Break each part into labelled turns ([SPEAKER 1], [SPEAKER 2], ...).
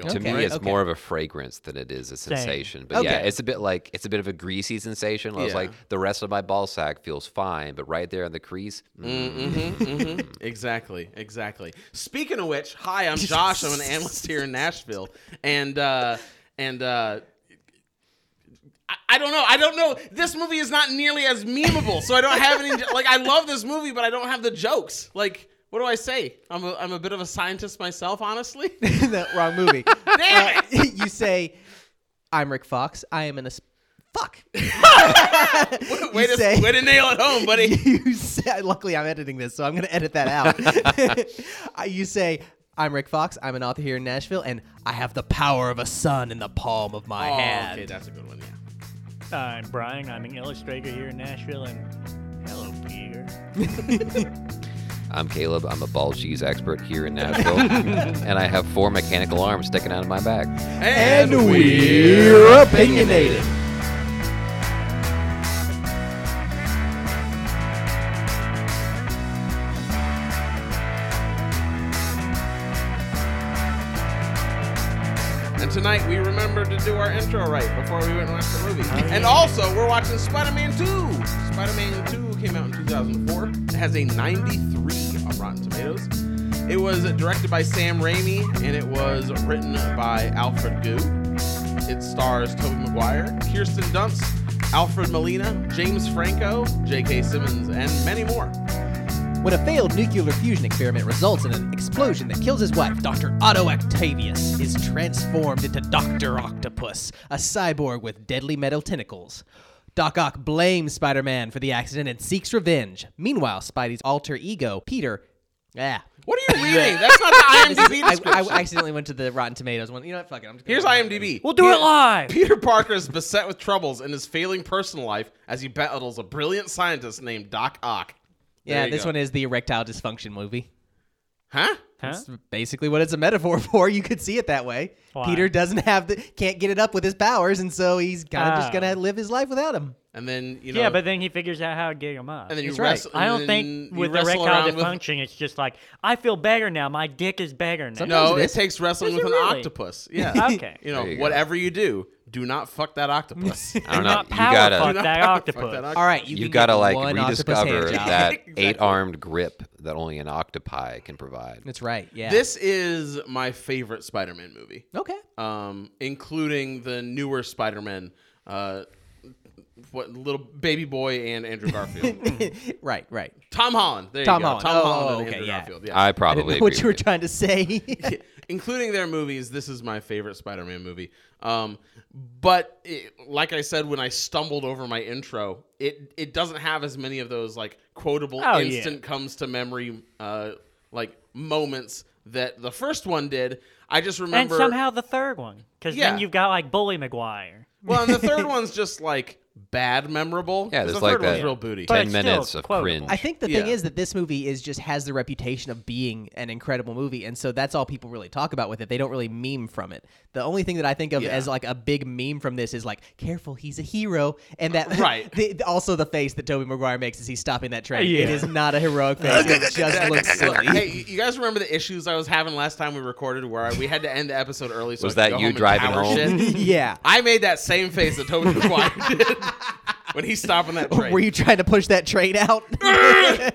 [SPEAKER 1] to
[SPEAKER 2] Okay,
[SPEAKER 1] me it's
[SPEAKER 2] okay.
[SPEAKER 1] more of a fragrance than it is a
[SPEAKER 3] Same.
[SPEAKER 1] sensation. But yeah,
[SPEAKER 2] Okay.
[SPEAKER 1] it's a bit like it's a bit of a greasy sensation. I was
[SPEAKER 2] Yeah.
[SPEAKER 1] like the rest of my ball sack feels fine, but right there in the crease, mm,
[SPEAKER 2] Mm-hmm, mm-hmm. exactly, exactly. Speaking of which, hi, I'm Josh. I'm an analyst here in Nashville, and uh, and uh, I, I don't know. I don't know. This movie is not nearly as memeable, so I don't have any. Like, I love this movie, but I don't have the jokes. Like, what do I say? I'm a, I'm a bit of a scientist myself, honestly.
[SPEAKER 3] that wrong movie.
[SPEAKER 2] Damn
[SPEAKER 3] Uh, you say, "I'm Rick Fox. I am an as- fuck."
[SPEAKER 2] way, to,
[SPEAKER 3] say-
[SPEAKER 2] way to nail it home, buddy.
[SPEAKER 3] you say, luckily, I'm editing this, so I'm going to edit that out. Uh, you say, "I'm Rick Fox. I'm an author here in Nashville, and I have the power of a sun in the palm of my
[SPEAKER 2] Oh,
[SPEAKER 3] hand."
[SPEAKER 2] okay, that's a good one. Yeah.
[SPEAKER 4] I'm Uh, Brian. I'm an illustrator here in Nashville, and hello, Peter.
[SPEAKER 1] I'm Caleb. I'm a ball cheese expert here in Nashville, and I have four mechanical arms sticking out of my back.
[SPEAKER 3] and we're opinionated.
[SPEAKER 2] And tonight we remembered to do our intro right before we went and watched the movie. And also, we're watching Spider Man 2. Spider Man 2 came out in 2004. It has a 93 on Rotten Tomatoes. It was directed by Sam Raimi and it was written by Alfred Goo. It stars Tobey Maguire, Kirsten Dunst, Alfred Molina, James Franco, J.K. Simmons, and many more.
[SPEAKER 3] When a failed nuclear fusion experiment results in an explosion that kills his wife, Dr. Otto Octavius is transformed into Dr. Octopus, a cyborg with deadly metal tentacles. Doc Ock blames Spider Man for the accident and seeks revenge. Meanwhile, Spidey's alter ego, Peter. Yeah.
[SPEAKER 2] What are you reading? That's not the IMDb
[SPEAKER 3] I,
[SPEAKER 2] description.
[SPEAKER 3] I accidentally went to the Rotten Tomatoes one. You know what? Fuck it. I'm just gonna-
[SPEAKER 2] Here's IMDb.
[SPEAKER 4] We'll do
[SPEAKER 2] Peter-
[SPEAKER 4] it live.
[SPEAKER 2] Peter Parker is beset with troubles in his failing personal life as he battles a brilliant scientist named Doc Ock. There
[SPEAKER 3] Yeah,
[SPEAKER 2] you
[SPEAKER 3] this
[SPEAKER 2] go.
[SPEAKER 3] one is the erectile dysfunction movie.
[SPEAKER 2] Huh?
[SPEAKER 4] Huh?
[SPEAKER 3] That's basically what it's a metaphor for. You could see it that way.
[SPEAKER 4] Why?
[SPEAKER 3] Peter doesn't have the can't get it up with his powers, and so he's kind of just
[SPEAKER 4] Oh.
[SPEAKER 3] gonna live his life without him.
[SPEAKER 2] And then you know.
[SPEAKER 4] Yeah, but then he figures out how to get him up.
[SPEAKER 2] and then you
[SPEAKER 3] That's right.
[SPEAKER 2] wrestle.
[SPEAKER 4] I
[SPEAKER 2] and
[SPEAKER 4] don't think
[SPEAKER 2] then
[SPEAKER 4] with
[SPEAKER 2] you wrestle around
[SPEAKER 4] erectile
[SPEAKER 2] with-
[SPEAKER 4] dysfunction, it's just like I feel better now. My dick is better now.
[SPEAKER 3] Sometimes
[SPEAKER 2] No,
[SPEAKER 3] it
[SPEAKER 2] it
[SPEAKER 3] is.
[SPEAKER 2] takes wrestling
[SPEAKER 4] Is
[SPEAKER 2] with
[SPEAKER 4] it
[SPEAKER 2] an
[SPEAKER 4] really?
[SPEAKER 2] octopus. Yeah.
[SPEAKER 4] Okay.
[SPEAKER 2] You know,
[SPEAKER 1] There you go.
[SPEAKER 2] whatever you do, do not fuck that octopus.
[SPEAKER 1] I don't
[SPEAKER 4] Do
[SPEAKER 1] know.
[SPEAKER 4] not
[SPEAKER 1] you
[SPEAKER 4] power
[SPEAKER 1] gotta
[SPEAKER 4] fuck
[SPEAKER 2] Do not
[SPEAKER 4] that
[SPEAKER 2] fuck
[SPEAKER 4] octopus.
[SPEAKER 2] that
[SPEAKER 3] All right, you
[SPEAKER 1] you
[SPEAKER 3] can
[SPEAKER 1] gotta
[SPEAKER 3] get
[SPEAKER 1] like
[SPEAKER 3] one octopus hand
[SPEAKER 1] rediscover
[SPEAKER 3] job.
[SPEAKER 1] that
[SPEAKER 2] Exactly.
[SPEAKER 1] eight-armed grip that only an octopi can provide.
[SPEAKER 3] That's right. Yeah.
[SPEAKER 2] This is my favorite Spider-Man movie.
[SPEAKER 3] okay.
[SPEAKER 2] um, including the newer Spider-Man, uh, what little baby boy and Andrew Garfield,
[SPEAKER 3] right. Right.
[SPEAKER 2] Tom Holland. There
[SPEAKER 3] Tom
[SPEAKER 2] you go.
[SPEAKER 3] Holland.
[SPEAKER 2] Tom
[SPEAKER 3] Oh,
[SPEAKER 2] Holland and
[SPEAKER 3] okay,
[SPEAKER 2] Andrew
[SPEAKER 3] yeah.
[SPEAKER 2] Garfield. Yeah.
[SPEAKER 1] I
[SPEAKER 3] I didn't
[SPEAKER 1] probably
[SPEAKER 3] know what
[SPEAKER 1] agree
[SPEAKER 3] you were
[SPEAKER 1] with
[SPEAKER 3] trying to say.
[SPEAKER 2] including their movies, this is my favorite Spider-Man movie. Um, but it, like I said, when I stumbled over my intro, it it doesn't have as many of those like quotable,
[SPEAKER 4] Oh, yeah.
[SPEAKER 2] instant comes to memory, uh, like moments that the first one did. I just
[SPEAKER 4] and
[SPEAKER 2] remember
[SPEAKER 4] somehow the third one, because
[SPEAKER 2] Yeah.
[SPEAKER 4] then you've got like Bully McGuire.
[SPEAKER 2] Well, and the third one's just like bad memorable.
[SPEAKER 1] Yeah,
[SPEAKER 2] 'cause
[SPEAKER 1] there's
[SPEAKER 2] the
[SPEAKER 1] like
[SPEAKER 2] third one's
[SPEAKER 1] that
[SPEAKER 2] real booty.
[SPEAKER 4] But
[SPEAKER 1] Ten
[SPEAKER 4] it's still
[SPEAKER 1] minutes of
[SPEAKER 4] quotable.
[SPEAKER 1] cringe.
[SPEAKER 3] I think the thing
[SPEAKER 2] Yeah.
[SPEAKER 3] is that this movie is just has the reputation of being an incredible movie, and so that's all people really talk about with it. They don't really meme from it. The only thing that I think of
[SPEAKER 2] Yeah.
[SPEAKER 3] as like a big meme from this is like, "Careful, he's a hero," and that
[SPEAKER 2] Right.
[SPEAKER 3] the, the- also, the face that Toby Maguire makes as he's stopping that train. It
[SPEAKER 4] Yeah.
[SPEAKER 3] is not a heroic face. it just looks
[SPEAKER 2] Look,
[SPEAKER 3] silly.
[SPEAKER 2] hey, you- you guys remember the issues I was having last time we recorded where I, we had to end the episode early? So
[SPEAKER 1] Was
[SPEAKER 2] I could
[SPEAKER 1] that
[SPEAKER 2] go
[SPEAKER 1] you
[SPEAKER 2] home and
[SPEAKER 1] driving
[SPEAKER 2] power
[SPEAKER 1] home?
[SPEAKER 2] shit?
[SPEAKER 3] yeah.
[SPEAKER 2] I made that same face that Toby McGuire did when he's stopping that train.
[SPEAKER 3] Were you trying to push that train out?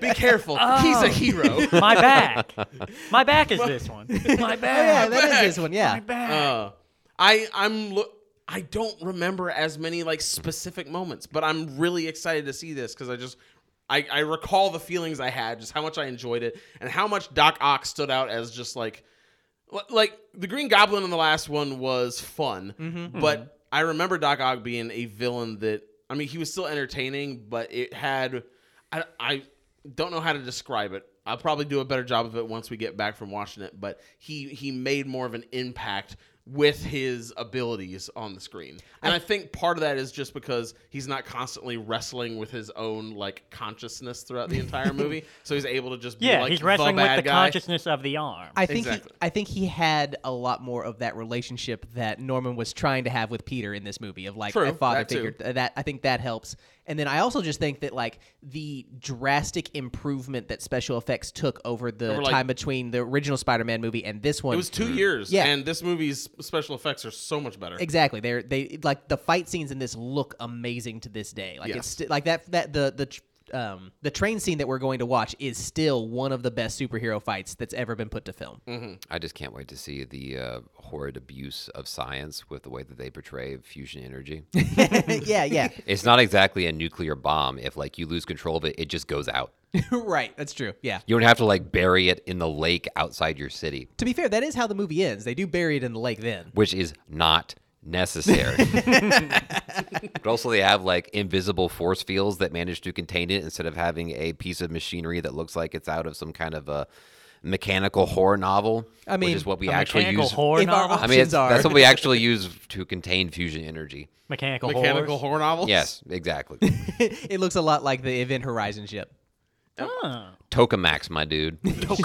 [SPEAKER 2] Be careful, he's a hero.
[SPEAKER 4] My back, my back is this one.
[SPEAKER 2] Oh,
[SPEAKER 4] My
[SPEAKER 3] yeah, that
[SPEAKER 4] back,
[SPEAKER 2] back.
[SPEAKER 3] is this one. Yeah.
[SPEAKER 4] my back.
[SPEAKER 2] Uh, I I'm lo- I don't remember as many like specific moments, but I'm really excited to see this because I just I, I recall the feelings I had, just how much I enjoyed it, and how much Doc Ock stood out as just like li- like the Green Goblin in the last one was fun,
[SPEAKER 4] Mm-hmm.
[SPEAKER 2] but I remember Doc Ock being a villain that I mean he was still entertaining, but it had I I don't know how to describe it. I'll probably do a better job of it once we get back from watching it, but he he made more of an impact with his abilities on the screen. And I, think part of that is just because he's not constantly wrestling with his own like consciousness throughout the entire movie. So he's able to just be
[SPEAKER 4] yeah,
[SPEAKER 2] like
[SPEAKER 4] he's
[SPEAKER 2] the
[SPEAKER 4] wrestling
[SPEAKER 2] bad
[SPEAKER 4] with the
[SPEAKER 2] guy.
[SPEAKER 4] consciousness of the arm.
[SPEAKER 3] I think
[SPEAKER 2] Exactly.
[SPEAKER 3] he, I think he had a lot more of that relationship that Norman was trying to have with Peter in this movie of like
[SPEAKER 2] True,
[SPEAKER 3] a father
[SPEAKER 2] that too.
[SPEAKER 3] figure. Th- That I think that helps. And then I also just think that like the drastic improvement that special effects took over the
[SPEAKER 2] Over, like-
[SPEAKER 3] time between the original Spider-Man movie and this one.
[SPEAKER 2] It was two years,
[SPEAKER 3] Yeah.
[SPEAKER 2] and this movie's special effects are so much better.
[SPEAKER 3] Exactly. They're they like the fight scenes in this look amazing to this day. Like it's
[SPEAKER 2] Yes.
[SPEAKER 3] sti- like that that the the tr- um the train scene that we're going to watch is still one of the best superhero fights that's ever been put to film.
[SPEAKER 2] Mm-hmm.
[SPEAKER 1] I just can't wait to see the uh, horrid abuse of science with the way that they portray fusion energy.
[SPEAKER 3] yeah, yeah.
[SPEAKER 1] it's not exactly a nuclear bomb. If like you lose control of it, it just goes out.
[SPEAKER 3] right. That's true. Yeah.
[SPEAKER 1] You don't have to like bury it in the lake outside your city,
[SPEAKER 3] To be fair, that is how the movie ends. They do bury it in the lake then.
[SPEAKER 1] which is not necessary. but also, they have like invisible force fields that manage to contain it instead of having a piece of machinery that looks like it's out of some kind of a mechanical horror novel.
[SPEAKER 3] I
[SPEAKER 1] which
[SPEAKER 3] mean,
[SPEAKER 1] is what we
[SPEAKER 4] A
[SPEAKER 1] actually
[SPEAKER 4] mechanical
[SPEAKER 1] use.
[SPEAKER 4] horror
[SPEAKER 3] If our
[SPEAKER 4] novel?
[SPEAKER 1] I mean, it's,
[SPEAKER 3] options are-
[SPEAKER 1] that's what we actually use to contain fusion energy.
[SPEAKER 4] mechanical
[SPEAKER 2] Mechanical
[SPEAKER 4] horrors?
[SPEAKER 2] horror novels.
[SPEAKER 1] Yes, exactly.
[SPEAKER 3] it looks a lot like the Event Horizon ship.
[SPEAKER 4] Ah.
[SPEAKER 1] Tokamax, my dude.
[SPEAKER 2] Oh,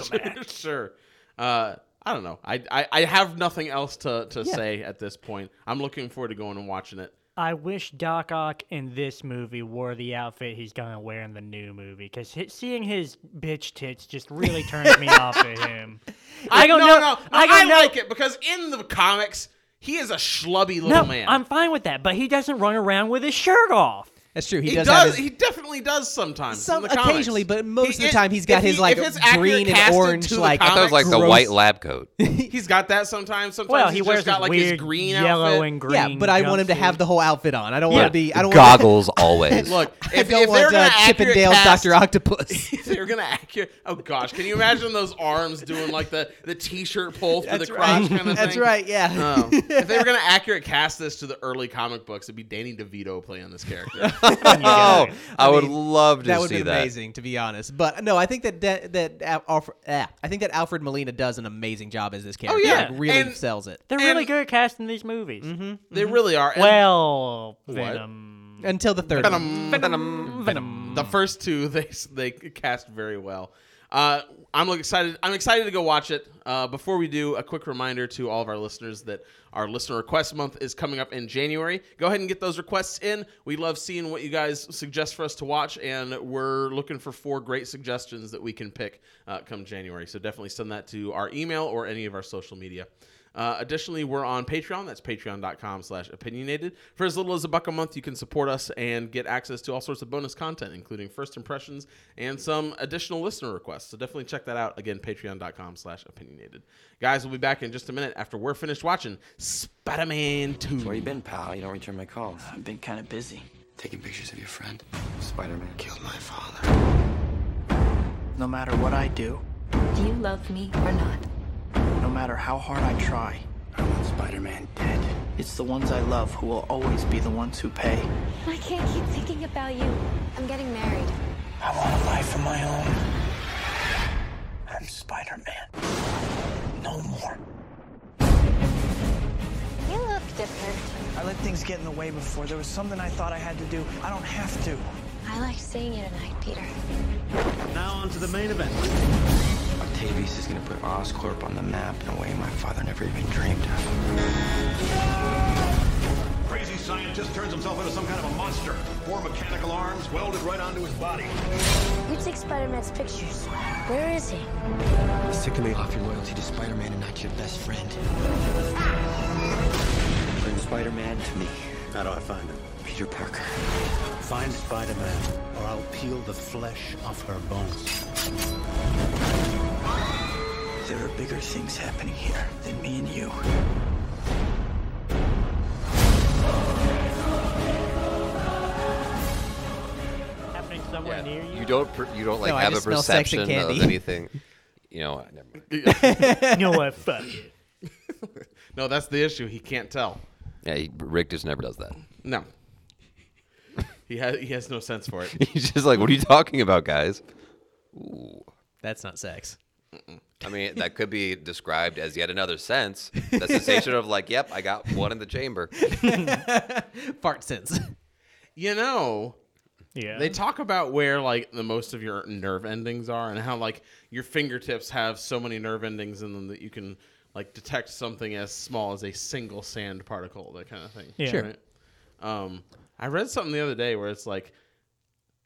[SPEAKER 2] sure. Uh, I don't know. I, I I have nothing else to to
[SPEAKER 3] Yeah.
[SPEAKER 2] say at this point. I'm looking forward to going and watching it.
[SPEAKER 4] I wish Doc Ock in this movie wore the outfit he's gonna wear in the new movie, because seeing his bitch tits just really turns me off at him. I don't
[SPEAKER 2] no,
[SPEAKER 4] know.
[SPEAKER 2] No, no,
[SPEAKER 4] I
[SPEAKER 2] I,
[SPEAKER 4] don't know.
[SPEAKER 2] like it because in the comics he is a schlubby little
[SPEAKER 3] Oh,
[SPEAKER 4] No,
[SPEAKER 2] man.
[SPEAKER 4] I'm fine with that, but he doesn't run around with his shirt off.
[SPEAKER 3] That's true. He,
[SPEAKER 2] he
[SPEAKER 3] does.
[SPEAKER 2] does.
[SPEAKER 3] have his-
[SPEAKER 2] he definitely does sometimes.
[SPEAKER 3] Some-
[SPEAKER 2] in the comics.
[SPEAKER 3] occasionally, but most of the
[SPEAKER 2] it-
[SPEAKER 3] time he's got
[SPEAKER 2] if
[SPEAKER 3] his, like,
[SPEAKER 2] if it's accurately
[SPEAKER 3] green and
[SPEAKER 2] casted
[SPEAKER 3] orange,
[SPEAKER 2] to the
[SPEAKER 3] like- I
[SPEAKER 1] I thought it was like
[SPEAKER 2] comics,
[SPEAKER 1] the
[SPEAKER 3] Gross.
[SPEAKER 1] white lab coat.
[SPEAKER 2] he's got that sometimes. Sometimes
[SPEAKER 4] Well,
[SPEAKER 2] he's
[SPEAKER 4] he
[SPEAKER 2] just
[SPEAKER 4] wears
[SPEAKER 2] got
[SPEAKER 4] this
[SPEAKER 2] like
[SPEAKER 4] weird
[SPEAKER 2] his green
[SPEAKER 4] yellow
[SPEAKER 2] outfit.
[SPEAKER 4] and green.
[SPEAKER 3] yeah, but I want him to have
[SPEAKER 4] jumpsuit.
[SPEAKER 3] the whole outfit on. I don't
[SPEAKER 4] Yeah.
[SPEAKER 3] want to be. I don't want.
[SPEAKER 1] Goggles always.
[SPEAKER 2] Look,
[SPEAKER 3] I
[SPEAKER 2] if,
[SPEAKER 3] don't
[SPEAKER 2] if
[SPEAKER 3] want
[SPEAKER 2] they're
[SPEAKER 3] uh,
[SPEAKER 2] gonna
[SPEAKER 3] Chip and
[SPEAKER 2] accurate
[SPEAKER 3] Dale's
[SPEAKER 2] cast-
[SPEAKER 3] Doctor Octopus.
[SPEAKER 2] if they're gonna accurate. Oh gosh, can you imagine those arms doing like the the t-shirt pull through the crotch kind of thing?
[SPEAKER 3] That's right. Yeah.
[SPEAKER 2] Oh. if they were gonna accurate cast this to the early comic books, it'd be Danny DeVito playing this character.
[SPEAKER 1] oh, I, would
[SPEAKER 3] mean,
[SPEAKER 1] love to
[SPEAKER 3] that would
[SPEAKER 1] see
[SPEAKER 3] be
[SPEAKER 1] that.
[SPEAKER 3] amazing, to be honest. But no, I think that that, that Al- Alfred, ah, I think that Alfred Molina does an amazing job as this character.
[SPEAKER 2] Oh, yeah.
[SPEAKER 3] Like, really
[SPEAKER 2] And-
[SPEAKER 3] sells it
[SPEAKER 4] They're really
[SPEAKER 2] And-
[SPEAKER 4] good at casting these movies.
[SPEAKER 2] they really are. And
[SPEAKER 4] Well, Venom.
[SPEAKER 3] until the third. one.
[SPEAKER 2] Venom. The first two they they cast very well. Uh, I'm excited. I'm excited to go watch it. Uh, before we do, a quick reminder to all of our listeners that our listener request month is coming up in January. Go ahead and get those requests in. We love seeing what you guys suggest for us to watch, and we're looking for four great suggestions that we can pick uh, come January. So definitely send that to our email or any of our social media. Uh, additionally, we're on Patreon. That's patreon.com slash opinionated. For as little as a buck a month, you can support us and get access to all sorts of bonus content, including first impressions and some additional listener requests. So definitely check that out. Again, patreon.com slash opinionated. Guys, we'll be back in just a minute after we're finished watching Spider-Man 2.
[SPEAKER 5] Where you been, pal? You don't return my calls.
[SPEAKER 6] I've been kind of busy.
[SPEAKER 5] Taking pictures of your friend. Spider-Man killed my father.
[SPEAKER 6] No matter what I do,
[SPEAKER 7] Do you love me or not?
[SPEAKER 6] no matter how hard I try,
[SPEAKER 5] I want Spider-Man dead.
[SPEAKER 6] it's the ones I love who will always be the ones who pay.
[SPEAKER 7] I can't keep thinking about you. I'm getting married.
[SPEAKER 6] I want a life of my own. I'm Spider-Man. No more.
[SPEAKER 7] You look different.
[SPEAKER 6] I let things get in the way before. There was something I thought I had to do. I don't have to.
[SPEAKER 7] I like seeing you tonight, Peter.
[SPEAKER 8] Now on to the main event.
[SPEAKER 5] Octavius is gonna put Oscorp on the map in a way my father never even dreamed of.
[SPEAKER 8] Crazy scientist turns himself into some kind of a monster. Four mechanical arms welded right onto his body.
[SPEAKER 7] You take Spider-Man's pictures. Where is he?
[SPEAKER 5] Sickly off your loyalty to Spider-Man and not to your best friend. Bring Spider-Man to me,
[SPEAKER 8] How do I find him?
[SPEAKER 5] Peter Parker.
[SPEAKER 8] Find Spider-Man, or I'll peel the flesh off her bones.
[SPEAKER 6] There are bigger things happening here than me and you.
[SPEAKER 4] Happening somewhere
[SPEAKER 1] Yeah.
[SPEAKER 4] near you.
[SPEAKER 1] You don't. Per, you don't like
[SPEAKER 3] No, I
[SPEAKER 1] have a
[SPEAKER 3] just smell sex
[SPEAKER 1] perception
[SPEAKER 3] and
[SPEAKER 1] of
[SPEAKER 3] candy.
[SPEAKER 1] anything. You know. Never mind.
[SPEAKER 4] You know what? Fuck it.
[SPEAKER 2] No, that's the issue. He can't tell.
[SPEAKER 1] Yeah, he- Rick just never does that.
[SPEAKER 2] No. he, has, he has no sense for it.
[SPEAKER 1] He's just like, "What are you talking about, guys?"
[SPEAKER 3] That's not sex.
[SPEAKER 1] I mean, that could be described as yet another sense. The sensation of like, "Yep, I got one in the chamber."
[SPEAKER 3] Fart sense.
[SPEAKER 2] You know,
[SPEAKER 4] Yeah.
[SPEAKER 2] They talk about where like the most of your nerve endings are, and how like your fingertips have so many nerve endings in them that you can like detect something as small as a single sand particle, that kind of thing.
[SPEAKER 4] Yeah. Sure.
[SPEAKER 2] Um, I read something the other day where it's like,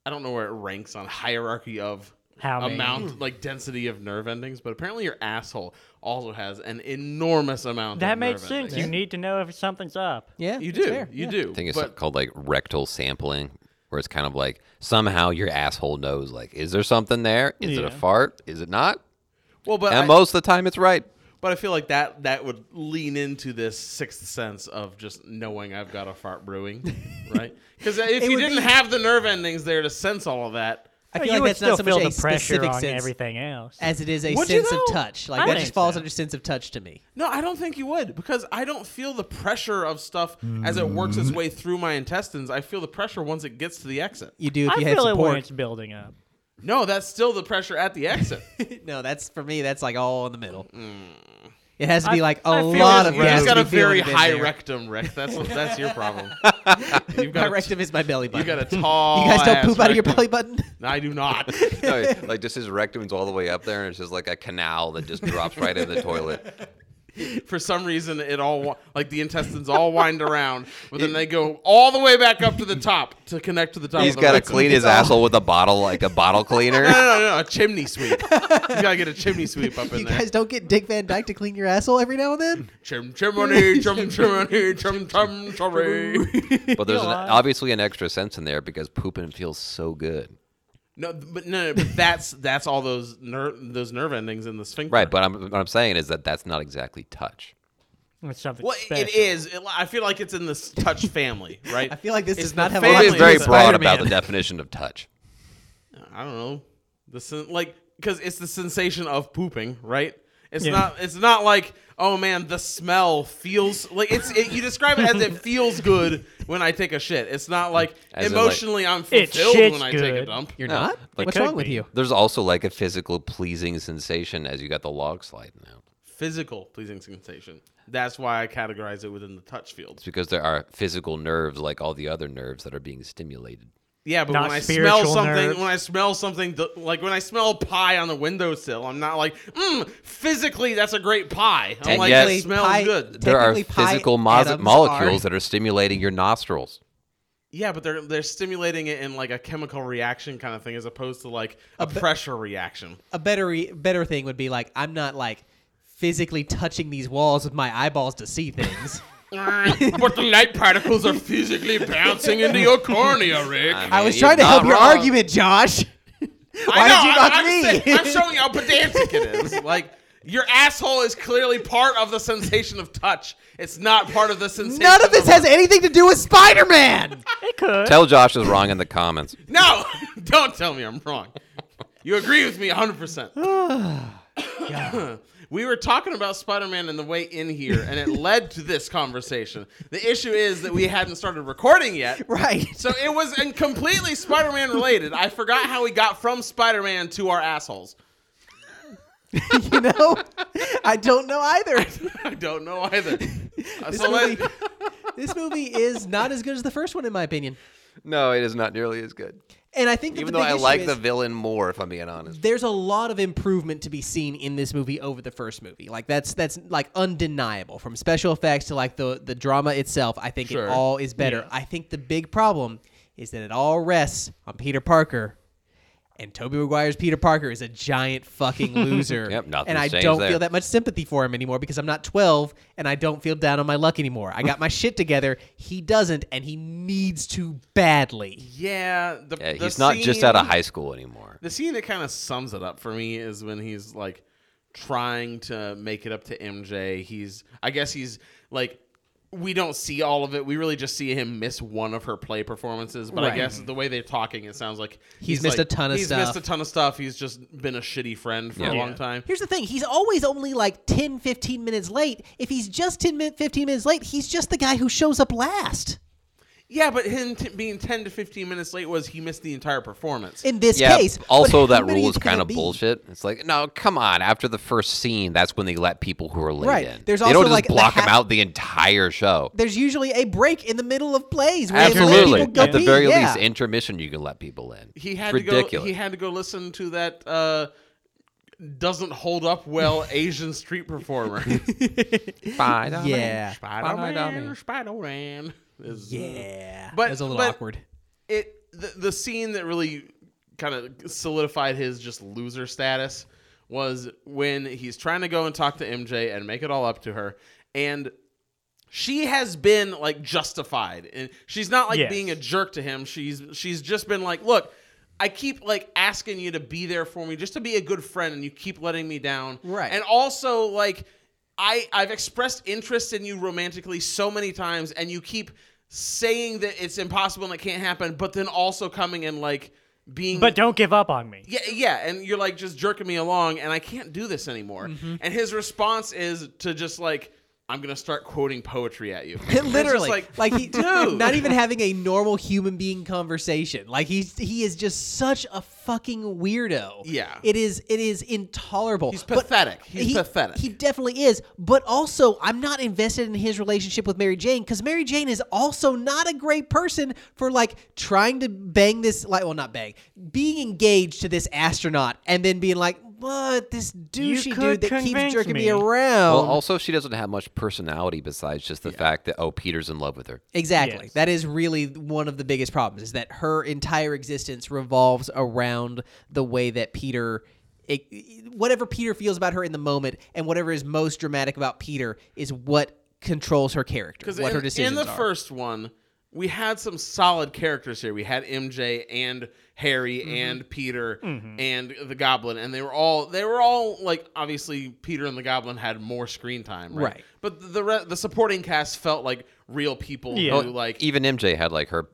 [SPEAKER 2] I don't know where it ranks on hierarchy of
[SPEAKER 4] How many?
[SPEAKER 2] amount like density of nerve endings, but apparently your asshole also has an enormous amount.
[SPEAKER 4] That
[SPEAKER 2] of
[SPEAKER 4] makes
[SPEAKER 2] nerve
[SPEAKER 4] sense. You
[SPEAKER 2] Endings.
[SPEAKER 4] need to know if something's up.
[SPEAKER 3] Yeah,
[SPEAKER 2] You
[SPEAKER 3] that's
[SPEAKER 2] do.
[SPEAKER 3] fair,
[SPEAKER 2] You
[SPEAKER 3] yeah.
[SPEAKER 2] do.
[SPEAKER 1] I think it's
[SPEAKER 2] but
[SPEAKER 1] called like rectal sampling, where it's kind of like somehow your asshole knows like, is there something there? Is it a
[SPEAKER 4] Yeah.
[SPEAKER 1] fart? Is it not?
[SPEAKER 2] well, but
[SPEAKER 1] and
[SPEAKER 2] I,
[SPEAKER 1] most of the time, it's right.
[SPEAKER 2] but I feel like that that would lean into this sixth sense of just knowing I've got a fart brewing, right? Because if
[SPEAKER 3] It
[SPEAKER 2] you
[SPEAKER 3] would
[SPEAKER 2] didn't
[SPEAKER 3] be-
[SPEAKER 2] have the nerve endings there to sense all of that,
[SPEAKER 3] I
[SPEAKER 4] But
[SPEAKER 3] feel
[SPEAKER 4] you
[SPEAKER 3] like
[SPEAKER 4] would
[SPEAKER 3] that's
[SPEAKER 4] still
[SPEAKER 3] not so much
[SPEAKER 4] feel
[SPEAKER 3] a
[SPEAKER 4] the pressure
[SPEAKER 3] specific
[SPEAKER 4] on
[SPEAKER 3] sense
[SPEAKER 4] everything else.
[SPEAKER 3] as it is a
[SPEAKER 2] Would you
[SPEAKER 3] sense of
[SPEAKER 2] though?
[SPEAKER 3] touch. Like
[SPEAKER 4] I
[SPEAKER 3] that
[SPEAKER 4] think
[SPEAKER 3] just falls
[SPEAKER 4] so.
[SPEAKER 3] under sense of touch to me.
[SPEAKER 2] No, I don't think you would because I don't feel the pressure of stuff as it works
[SPEAKER 3] Mm.
[SPEAKER 2] its way through my intestines. I feel the pressure once it gets to the exit.
[SPEAKER 3] You do if
[SPEAKER 4] I
[SPEAKER 3] you had
[SPEAKER 4] feel
[SPEAKER 3] some
[SPEAKER 4] it when
[SPEAKER 3] pork.
[SPEAKER 4] it's building up.
[SPEAKER 2] No, that's still the pressure at the exit.
[SPEAKER 3] No, that's for me. That's like all in the middle. It has to be
[SPEAKER 4] Mm. I-
[SPEAKER 3] like a
[SPEAKER 4] I feel
[SPEAKER 3] lot
[SPEAKER 4] it's-
[SPEAKER 3] of
[SPEAKER 2] You've
[SPEAKER 3] gas.
[SPEAKER 2] just
[SPEAKER 4] has
[SPEAKER 2] got
[SPEAKER 3] to
[SPEAKER 2] a
[SPEAKER 3] be feeling
[SPEAKER 2] very
[SPEAKER 3] it in
[SPEAKER 2] high
[SPEAKER 3] there.
[SPEAKER 2] rectum, Rick. That's what, that's your problem. You've
[SPEAKER 3] My
[SPEAKER 2] got a
[SPEAKER 3] rectum is my belly
[SPEAKER 2] You
[SPEAKER 3] button.
[SPEAKER 2] got a tall.
[SPEAKER 3] you guys don't
[SPEAKER 2] ass
[SPEAKER 3] poop out of your
[SPEAKER 2] rectum.
[SPEAKER 3] belly button?
[SPEAKER 2] No, I do not.
[SPEAKER 1] No, like just his rectum's all the way up there, and it's just like a canal that just drops right in the toilet.
[SPEAKER 2] For some reason, it all wa- like the intestines all wind around, but then they go all the way back up to the top to connect to the top.
[SPEAKER 1] He's
[SPEAKER 2] of the
[SPEAKER 1] got to
[SPEAKER 2] rectum.
[SPEAKER 1] clean his asshole with a bottle, like a bottle
[SPEAKER 2] No,
[SPEAKER 1] cleaner.
[SPEAKER 2] no, no, no, a chimney sweep. you gotta get a chimney sweep up in
[SPEAKER 3] You
[SPEAKER 2] there.
[SPEAKER 3] guys don't get Dick Van Dyke to clean your asshole every now and then?
[SPEAKER 2] Chim chimney, chim chimney, chim chim chimney.
[SPEAKER 1] But there's an,
[SPEAKER 4] Realize-
[SPEAKER 1] obviously an extra sense in there because pooping feels so good,
[SPEAKER 2] No, but no, no, but that's that's all those nerve those nerve endings in the sphincter.
[SPEAKER 1] right? But I'm, what I'm saying is that that's not exactly touch.
[SPEAKER 4] It's something
[SPEAKER 2] well,
[SPEAKER 4] special.
[SPEAKER 2] it is. It, I feel like it's in this touch family, right?
[SPEAKER 3] I feel like this
[SPEAKER 2] It's
[SPEAKER 3] does not
[SPEAKER 2] the
[SPEAKER 3] have
[SPEAKER 2] Well,
[SPEAKER 3] a lot
[SPEAKER 1] It
[SPEAKER 2] family.
[SPEAKER 1] is
[SPEAKER 3] to do
[SPEAKER 1] very
[SPEAKER 3] with
[SPEAKER 1] broad
[SPEAKER 3] Spider-Man.
[SPEAKER 1] about the definition of touch.
[SPEAKER 2] I don't know. The sen- like because it's the sensation of pooping, right? It's
[SPEAKER 4] Yeah.
[SPEAKER 2] not. It's not like oh man, the smell feels like it's. It, you describe it as it feels good when I take a shit. It's not like
[SPEAKER 1] As in, like,
[SPEAKER 2] emotionally I'm
[SPEAKER 4] It
[SPEAKER 2] fulfilled
[SPEAKER 4] shits
[SPEAKER 2] when I take a
[SPEAKER 4] good.
[SPEAKER 2] dump.
[SPEAKER 3] You're not?
[SPEAKER 1] like-
[SPEAKER 3] What's
[SPEAKER 4] Could
[SPEAKER 3] wrong with
[SPEAKER 4] be.
[SPEAKER 3] you?
[SPEAKER 1] There's also like a physical pleasing sensation as you got the log sliding out.
[SPEAKER 2] Physical pleasing sensation. That's why I categorize it within the touch field.
[SPEAKER 1] It's because there are physical nerves like all the other nerves that are being stimulated.
[SPEAKER 2] Yeah, but
[SPEAKER 4] Not
[SPEAKER 2] when I
[SPEAKER 4] spiritual
[SPEAKER 2] smell something,
[SPEAKER 4] nerves.
[SPEAKER 2] when I smell something, th- like when I smell pie on the windowsill, I'm not like, mm, physically, that's a great pie. I'm
[SPEAKER 1] And
[SPEAKER 2] like,
[SPEAKER 1] yet-
[SPEAKER 2] that smells
[SPEAKER 3] Pie-
[SPEAKER 2] good.
[SPEAKER 1] There are
[SPEAKER 3] Technically, pi
[SPEAKER 1] physical mo-
[SPEAKER 3] atoms
[SPEAKER 1] molecules
[SPEAKER 3] are-
[SPEAKER 1] that are stimulating your nostrils.
[SPEAKER 2] Yeah, but they're they're stimulating it in like a chemical reaction kind of thing, as opposed to like a, pressure reaction.
[SPEAKER 3] A better re- better thing would be like I'm not like physically touching these walls with my eyeballs to see things.
[SPEAKER 2] but the light particles are physically bouncing into your cornea, Rick.
[SPEAKER 1] mean,
[SPEAKER 3] I was
[SPEAKER 1] you're
[SPEAKER 3] trying to
[SPEAKER 1] not
[SPEAKER 3] help your
[SPEAKER 1] wrong.
[SPEAKER 3] argument, Josh.
[SPEAKER 2] I
[SPEAKER 3] Why
[SPEAKER 2] know,
[SPEAKER 3] did you
[SPEAKER 2] I'm-
[SPEAKER 3] knock
[SPEAKER 2] I'm,
[SPEAKER 3] me?
[SPEAKER 2] saying- I'm showing you how pedantic it is. Like your asshole is clearly part of the sensation of touch. It's not part of the sensation.
[SPEAKER 3] None of this has anything to do with Spider-Man.
[SPEAKER 4] It could.
[SPEAKER 1] Tell Josh is wrong in the comments.
[SPEAKER 2] No, don't tell me I'm wrong. You agree with me 100%. we were talking about Spider Man and the way in here, and it led to this conversation. The issue is that we hadn't started recording yet.
[SPEAKER 3] right.
[SPEAKER 2] So it was in completely Spider Man related. I forgot how we got from Spider Man to our assholes.
[SPEAKER 3] you know, I don't know either.
[SPEAKER 2] I don't know either. Uh,
[SPEAKER 3] This
[SPEAKER 2] so let-
[SPEAKER 3] movie, this movie is not as good as the first one, in my opinion.
[SPEAKER 1] No, it is not nearly as good.
[SPEAKER 3] And I think that
[SPEAKER 1] Even
[SPEAKER 3] the
[SPEAKER 1] though
[SPEAKER 3] big
[SPEAKER 1] I
[SPEAKER 3] issue
[SPEAKER 1] like
[SPEAKER 3] is
[SPEAKER 1] the villain more, if I'm being honest.
[SPEAKER 3] there's a lot of improvement to be seen in this movie over the first movie. Like that's that's like undeniable from special effects to like the the drama itself. I think
[SPEAKER 2] Sure.
[SPEAKER 3] it all is better. I think the big problem is that it all rests on Peter Parker. And Toby Maguire's Peter Parker is a giant fucking loser.
[SPEAKER 1] Yep, nothing's
[SPEAKER 3] and I
[SPEAKER 1] changed
[SPEAKER 3] don't
[SPEAKER 1] there.
[SPEAKER 3] feel that much sympathy for him anymore because I'm not 12 and I don't feel down on my luck anymore. I got my shit together. He doesn't, and he needs to badly.
[SPEAKER 2] yeah, the,
[SPEAKER 1] Yeah,
[SPEAKER 2] the
[SPEAKER 1] he's not just out
[SPEAKER 2] scene-
[SPEAKER 1] of high school anymore.
[SPEAKER 2] The scene that kind of sums it up for me is when he's like trying to make it up to MJ. He's, I guess he's like, we don't see all of it. We really just see him miss one of her play performances. But I
[SPEAKER 3] Right.
[SPEAKER 2] guess the way they're talking, it sounds like
[SPEAKER 3] He's missed
[SPEAKER 2] like-
[SPEAKER 3] a ton of
[SPEAKER 2] he's
[SPEAKER 3] stuff.
[SPEAKER 2] missed a ton of stuff. He's just been a shitty friend for a
[SPEAKER 1] Yeah.
[SPEAKER 2] long time.
[SPEAKER 3] Here's the thing. He's always only like 10, 15 minutes late. If he's just 10, min- 15 minutes late, he's just the guy who shows up last.
[SPEAKER 2] Yeah, but him t- being 10 to 15 minutes late was he missed the entire performance.
[SPEAKER 3] In this
[SPEAKER 1] Yeah.
[SPEAKER 3] case.
[SPEAKER 1] also,
[SPEAKER 3] But how
[SPEAKER 1] that
[SPEAKER 3] many
[SPEAKER 1] rule is
[SPEAKER 3] can
[SPEAKER 1] kind
[SPEAKER 3] it
[SPEAKER 1] of
[SPEAKER 3] be?
[SPEAKER 1] bullshit. It's like, no, come on. After the first scene, that's when they let people who are late
[SPEAKER 3] Right.
[SPEAKER 1] in.
[SPEAKER 3] There's
[SPEAKER 1] they
[SPEAKER 3] also,
[SPEAKER 1] don't just
[SPEAKER 3] like, the
[SPEAKER 1] block them
[SPEAKER 3] half-
[SPEAKER 1] out the entire show.
[SPEAKER 3] There's usually a break in the middle of plays. Where they let
[SPEAKER 1] Absolutely.
[SPEAKER 3] people go
[SPEAKER 1] At the
[SPEAKER 3] pee.
[SPEAKER 1] very
[SPEAKER 3] Yeah.
[SPEAKER 1] least, intermission you can let people in.
[SPEAKER 2] he
[SPEAKER 1] It's
[SPEAKER 2] had
[SPEAKER 1] ridiculous.
[SPEAKER 2] to go. He had to go listen to that uh, doesn't hold up well Asian street performer.
[SPEAKER 1] Spider-Man.
[SPEAKER 3] Yeah.
[SPEAKER 2] Spider-Man, Spider-Man. Is-
[SPEAKER 3] Yeah.
[SPEAKER 2] But-
[SPEAKER 3] That was a little
[SPEAKER 2] but-
[SPEAKER 3] awkward.
[SPEAKER 2] It the, the scene that really kind of solidified his just loser status was when he's trying to go and talk to MJ and make it all up to her and she has been like justified and she's not like
[SPEAKER 4] Yes.
[SPEAKER 2] being a jerk to him she's she's just been like look I keep like asking you to be there for me just to be a good friend and you keep letting me down
[SPEAKER 3] Right.
[SPEAKER 2] and also like I I've expressed interest in you romantically so many times and you keep saying that it's impossible and it can't happen but then also coming and like being
[SPEAKER 4] But don't give up on me.
[SPEAKER 2] yeah, yeah, and you're like just jerking me along, and I can't do this anymore.
[SPEAKER 4] Mm-hmm.
[SPEAKER 2] And his response is to just like, I'm gonna start quoting poetry at you. And it's just
[SPEAKER 3] Literally, like, he,
[SPEAKER 2] dude,
[SPEAKER 3] not even having a normal human being conversation. Like he's he is just such a fucking weirdo.
[SPEAKER 2] Yeah.
[SPEAKER 3] it is it is intolerable.
[SPEAKER 2] He's
[SPEAKER 3] But
[SPEAKER 2] pathetic. He's
[SPEAKER 3] he-
[SPEAKER 2] pathetic.
[SPEAKER 3] He definitely is. But also, I'm not invested in his relationship with Mary Jane because Mary Jane is also not a great person for like trying to bang this like well not bang being engaged to this astronaut and then being like. What this douchey dude
[SPEAKER 4] could
[SPEAKER 3] that keeps
[SPEAKER 4] convince
[SPEAKER 3] jerking me,
[SPEAKER 4] me."
[SPEAKER 3] around?
[SPEAKER 1] Well, also she doesn't have much personality besides just the fact that oh, Peter's in love with her.
[SPEAKER 3] Exactly.
[SPEAKER 4] Yes.
[SPEAKER 3] That is really one of the biggest problems is that her entire existence revolves around the way that Peter it, whatever Peter feels about her in the moment and whatever is most dramatic about Peter is what controls her character, what
[SPEAKER 2] in,
[SPEAKER 3] her decisions
[SPEAKER 2] in the
[SPEAKER 3] are.
[SPEAKER 2] first one, we had some solid characters here. We had MJ and Harry
[SPEAKER 3] Mm-hmm.
[SPEAKER 2] and Peter and the Goblin, and they were all they were all like obviously Peter and the Goblin had more screen time, right?
[SPEAKER 3] Right.
[SPEAKER 2] But the re- the supporting cast felt like real people
[SPEAKER 4] Yeah.
[SPEAKER 2] who
[SPEAKER 3] Oh,
[SPEAKER 4] Well,
[SPEAKER 2] like
[SPEAKER 3] e-,
[SPEAKER 1] Even MJ had like her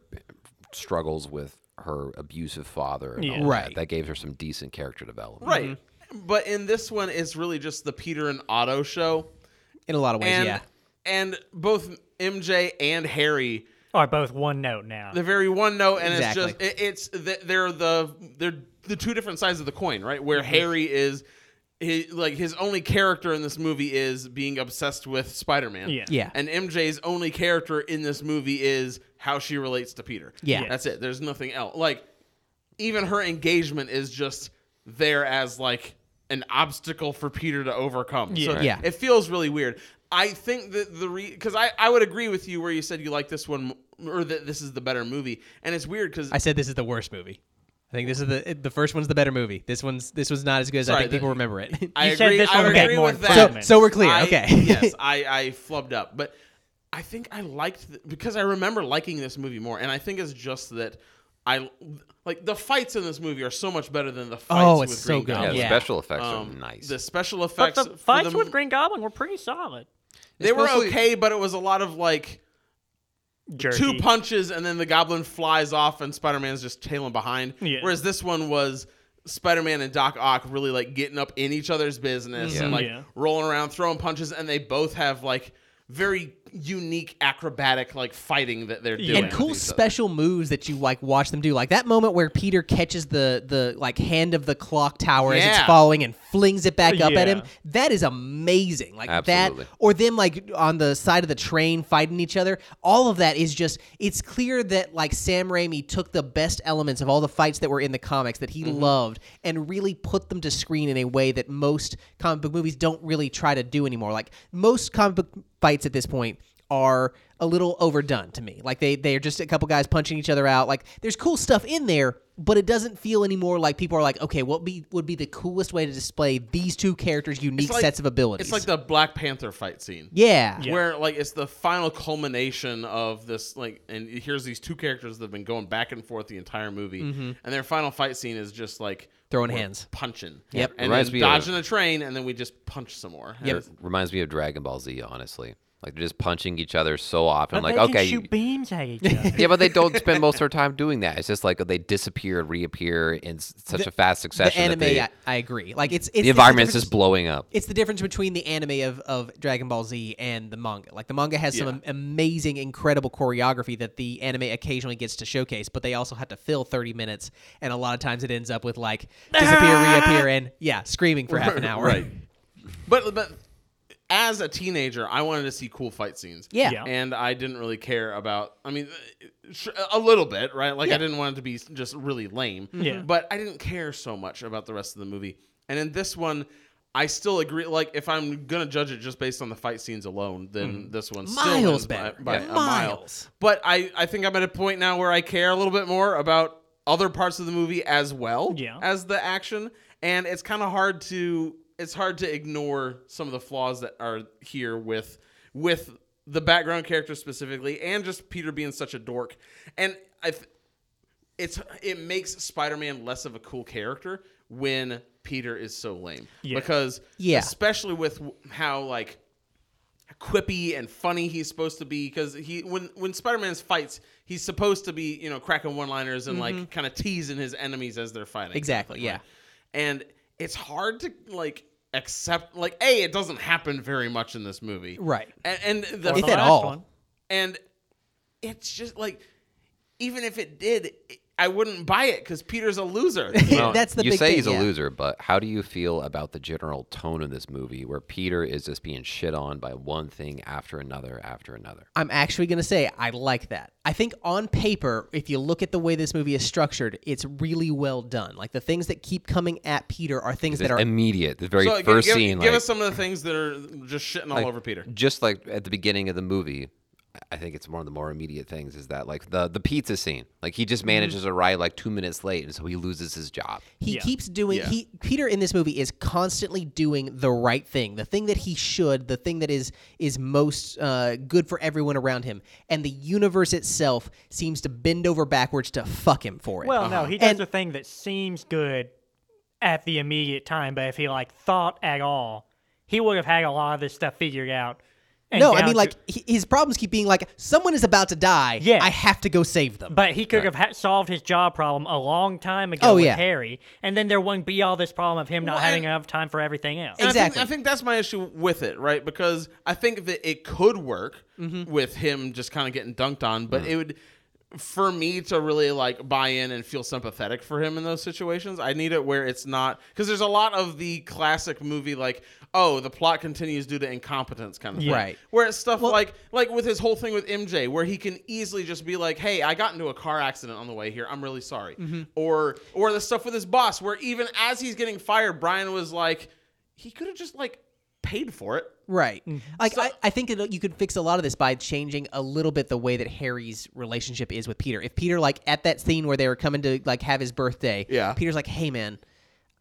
[SPEAKER 1] struggles with her abusive father. And all
[SPEAKER 4] Yeah.
[SPEAKER 1] that.
[SPEAKER 3] Right.
[SPEAKER 1] That gave her some decent character development.
[SPEAKER 2] Right.
[SPEAKER 3] mm-hmm.
[SPEAKER 2] But in this one, it's really just the Peter and Otto show.
[SPEAKER 3] in a lot of ways,
[SPEAKER 2] And,
[SPEAKER 3] yeah.
[SPEAKER 2] and both MJ and Harry,
[SPEAKER 4] Are both one note now.
[SPEAKER 2] they're very one note, and it's
[SPEAKER 3] Exactly.
[SPEAKER 2] just, it, it's, th- they're the, they're the two different sides of the coin, right? Where
[SPEAKER 3] Mm-hmm.
[SPEAKER 2] Harry is, he, like, his only character in this movie is being obsessed with Spider Man.
[SPEAKER 4] Yeah.
[SPEAKER 3] Yeah.
[SPEAKER 2] And MJ's only character in this movie is how she relates to Peter.
[SPEAKER 3] Yeah. Yeah.
[SPEAKER 2] That's it. There's nothing else. Like, even her engagement is just there as like an obstacle for Peter to overcome. So
[SPEAKER 4] Yeah.
[SPEAKER 3] Yeah.
[SPEAKER 2] it feels really weird. I think that the re because I, I would agree with you where you said you like this one m- or that this is the better movie, and it's weird because
[SPEAKER 3] I said this is the worst movie. I think this is the the first one's the better movie. This one's this was not as good as I
[SPEAKER 2] Sorry,
[SPEAKER 3] think
[SPEAKER 2] the-
[SPEAKER 3] people remember it.
[SPEAKER 2] I
[SPEAKER 4] You
[SPEAKER 2] agree,
[SPEAKER 4] said this
[SPEAKER 2] I
[SPEAKER 4] one would get
[SPEAKER 2] agree
[SPEAKER 4] more
[SPEAKER 2] with
[SPEAKER 4] improvement.
[SPEAKER 2] that.
[SPEAKER 3] so, so we're clear.
[SPEAKER 2] I-
[SPEAKER 3] okay.
[SPEAKER 2] yes, I, I flubbed up, but I think I liked th- because I remember liking this movie more, and I think it's just that I like the fights in this movie are so much better than the fights.
[SPEAKER 3] Oh, it's
[SPEAKER 2] with
[SPEAKER 3] so
[SPEAKER 2] Green
[SPEAKER 3] good.
[SPEAKER 1] Yeah,
[SPEAKER 2] Goblin.
[SPEAKER 1] the
[SPEAKER 3] Yeah.
[SPEAKER 1] special effects are
[SPEAKER 2] Um,
[SPEAKER 1] nice.
[SPEAKER 2] The special
[SPEAKER 4] but
[SPEAKER 2] effects.
[SPEAKER 4] the
[SPEAKER 2] for
[SPEAKER 4] fights
[SPEAKER 2] the
[SPEAKER 4] with
[SPEAKER 2] m-
[SPEAKER 4] Green Goblin were pretty solid.
[SPEAKER 2] they were
[SPEAKER 1] mostly-
[SPEAKER 2] okay, but it was a lot of like
[SPEAKER 4] Jerky.
[SPEAKER 2] two punches, and then the Goblin flies off, and Spider Man's just tailing behind.
[SPEAKER 4] Yeah.
[SPEAKER 2] Whereas this one was. Spider Man and Doc Ock really like getting up in each other's business and
[SPEAKER 1] Yeah.
[SPEAKER 2] like
[SPEAKER 4] Yeah.
[SPEAKER 2] rolling around, throwing punches, and they both have like very unique acrobatic like fighting that they're doing.
[SPEAKER 3] and
[SPEAKER 2] with
[SPEAKER 3] cool
[SPEAKER 2] each other.
[SPEAKER 3] special moves that you like watch them do like that moment where peter catches the the like hand of the clock tower as it's
[SPEAKER 2] Yeah.
[SPEAKER 3] falling and flings it back up at him
[SPEAKER 4] Yeah.
[SPEAKER 3] that is amazing like
[SPEAKER 1] Absolutely.
[SPEAKER 3] that or them like on the side of the train fighting each other all of that is just it's clear that like sam raimi took the best elements of all the fights that were in the comics that he
[SPEAKER 2] Mm-hmm.
[SPEAKER 3] loved and really put them to screen in a way that most comic book movies don't really try to do anymore like most comic book fights at this point are a little overdone to me. Like they they're just a couple guys punching each other out. Like there's cool stuff in there, but it doesn't feel anymore like people are like, okay, what be would be the coolest way to display these two characters' unique
[SPEAKER 2] It's like-
[SPEAKER 3] sets of abilities?
[SPEAKER 2] It's like the Black Panther fight scene.
[SPEAKER 3] yeah.
[SPEAKER 2] Where like it's the final culmination of this like and here's these two characters that have been going back and forth the entire movie and their final fight scene is just like
[SPEAKER 3] Mm-hmm. Throwing
[SPEAKER 2] we're
[SPEAKER 3] hands.
[SPEAKER 2] punching
[SPEAKER 3] Yep.
[SPEAKER 2] and
[SPEAKER 1] Reminds
[SPEAKER 2] then
[SPEAKER 1] me of-
[SPEAKER 2] dodging a train and then we just punch some more
[SPEAKER 3] Yep.
[SPEAKER 1] It reminds me of Dragon Ball Z, honestly. Like they're just punching each other so often.
[SPEAKER 4] But
[SPEAKER 1] I'm like,
[SPEAKER 4] they
[SPEAKER 1] okay,
[SPEAKER 4] can
[SPEAKER 1] you-
[SPEAKER 4] shoot beams at each other.
[SPEAKER 1] yeah, but they don't spend most of their time doing that. It's just like they disappear and reappear in s- such a fast
[SPEAKER 3] The
[SPEAKER 1] succession.
[SPEAKER 3] anime,
[SPEAKER 1] that they,
[SPEAKER 3] I, I agree. Like it's, it's
[SPEAKER 1] the environment's
[SPEAKER 3] it's
[SPEAKER 1] just blowing up.
[SPEAKER 3] it's the difference between the anime of, of Dragon Ball Z and the manga. Like the manga has some am- amazing, incredible choreography that the anime occasionally gets to showcase, but they also have to fill thirty minutes, and a lot of times it ends up with like
[SPEAKER 1] Ah!
[SPEAKER 3] disappear, reappear, and yeah, screaming for half an hour.
[SPEAKER 2] right. But but as a teenager, I wanted to see cool fight scenes.
[SPEAKER 3] Yeah.
[SPEAKER 4] Yeah.
[SPEAKER 2] And I didn't really care about. I mean, sh- a little bit, right? Like I didn't want it to be just really lame.
[SPEAKER 3] Mm-hmm.
[SPEAKER 4] Yeah.
[SPEAKER 2] But I didn't care so much about the rest of the movie. And in this one. I still agree. Like, if I'm gonna judge it just based on the fight scenes alone, then this one still
[SPEAKER 3] Mm-hmm. Miles
[SPEAKER 2] wins by-
[SPEAKER 3] better.
[SPEAKER 2] by
[SPEAKER 3] Yeah.
[SPEAKER 2] a mile.
[SPEAKER 3] Miles.
[SPEAKER 2] But I, I think I'm at a point now where I care a little bit more about other parts of the movie as well
[SPEAKER 4] Yeah.
[SPEAKER 2] as the action, and it's kind of hard to it's hard to ignore some of the flaws that are here with with the background character specifically, and just Peter being such a dork, and I. Th- it's it makes Spider-Man less of a cool character when Peter is so lame
[SPEAKER 4] Yeah.
[SPEAKER 2] because
[SPEAKER 3] Yeah.
[SPEAKER 2] especially with w- how like quippy and funny he's supposed to be because he when when Spider-Man's fights he's supposed to be you know cracking one-liners and like kind of teasing his enemies as they're fighting
[SPEAKER 3] Mm-hmm. Exactly, yeah.
[SPEAKER 2] and it's hard to like accept like a it doesn't happen very much in this movie
[SPEAKER 3] Right.
[SPEAKER 2] and, and the
[SPEAKER 4] Or
[SPEAKER 3] If
[SPEAKER 4] the
[SPEAKER 3] at
[SPEAKER 4] last
[SPEAKER 3] all.
[SPEAKER 4] one.
[SPEAKER 2] and it's just like even if it did it- i wouldn't buy it because peter's a loser
[SPEAKER 1] Well,
[SPEAKER 3] That's the
[SPEAKER 1] you
[SPEAKER 3] big
[SPEAKER 1] say
[SPEAKER 3] thing,
[SPEAKER 1] he's
[SPEAKER 3] yeah.
[SPEAKER 1] a loser, but how do you feel about the general tone of this movie, where Peter is just being shit on by one thing after another after another?
[SPEAKER 3] I'm actually going to say I like that. I think on paper, if you look at the way this movie is structured, it's really well done. Like the things that keep coming at Peter are things that
[SPEAKER 1] It's
[SPEAKER 3] are
[SPEAKER 1] immediate, the very
[SPEAKER 2] So, gi-
[SPEAKER 1] first
[SPEAKER 2] give,
[SPEAKER 1] scene.
[SPEAKER 2] give
[SPEAKER 1] like,
[SPEAKER 2] us some of the things that are just shitting all
[SPEAKER 1] like,
[SPEAKER 2] over peter
[SPEAKER 1] Just like at the beginning of the movie, I think it's one of the more immediate things is that like the the pizza scene. Like he
[SPEAKER 3] Mm-hmm.
[SPEAKER 1] just manages to arrive like two minutes late, and so he loses his job.
[SPEAKER 3] he
[SPEAKER 4] Yeah.
[SPEAKER 3] keeps doing
[SPEAKER 2] Yeah.
[SPEAKER 3] he Peter in this movie is constantly doing the right thing, the thing that he should, the thing that is is most uh, good for everyone around him, and the universe itself seems to bend over backwards to fuck him for it.
[SPEAKER 4] Well, no, he does
[SPEAKER 3] And-
[SPEAKER 4] the thing that seems good at the immediate time, but if he like thought at all, he would have had a lot of this stuff figured out. and
[SPEAKER 3] no,
[SPEAKER 4] down
[SPEAKER 3] I mean
[SPEAKER 4] to-
[SPEAKER 3] like he, his problems keep being like someone is about to die.
[SPEAKER 4] Yeah.
[SPEAKER 3] I have to go save them.
[SPEAKER 4] but he could have ha- solved his job problem a long time ago
[SPEAKER 3] Oh,
[SPEAKER 4] with
[SPEAKER 3] yeah.
[SPEAKER 4] Harry, and then there wouldn't be all this problem of him not
[SPEAKER 2] Well,
[SPEAKER 4] having
[SPEAKER 2] and-
[SPEAKER 4] enough time for everything else.
[SPEAKER 2] And I think-
[SPEAKER 3] Exactly.
[SPEAKER 2] I think, that's my issue with it, right? Because I think that it could work
[SPEAKER 3] Mm-hmm.
[SPEAKER 2] with him just kind of getting dunked on, but it would for me to really like buy in and feel sympathetic for him in those situations. I need it where it's not because there's a lot of the classic movie like, oh, the plot continues due to incompetence kind of thing.
[SPEAKER 3] Right.
[SPEAKER 2] Where it's stuff like like with his whole thing with MJ, where he can easily just be like, "Hey, I got into a car accident on the way here. I'm really sorry." Or or the stuff with his boss, where even as he's getting fired, Brian was like, he could have just like paid for it.
[SPEAKER 3] Right.
[SPEAKER 4] Mm-hmm.
[SPEAKER 3] Like I, I think that you could fix a lot of this by changing a little bit the way that Harry's relationship is with Peter. If Peter like at that scene where they were coming to like have his birthday,
[SPEAKER 2] Yeah.
[SPEAKER 3] Peter's like, "Hey man,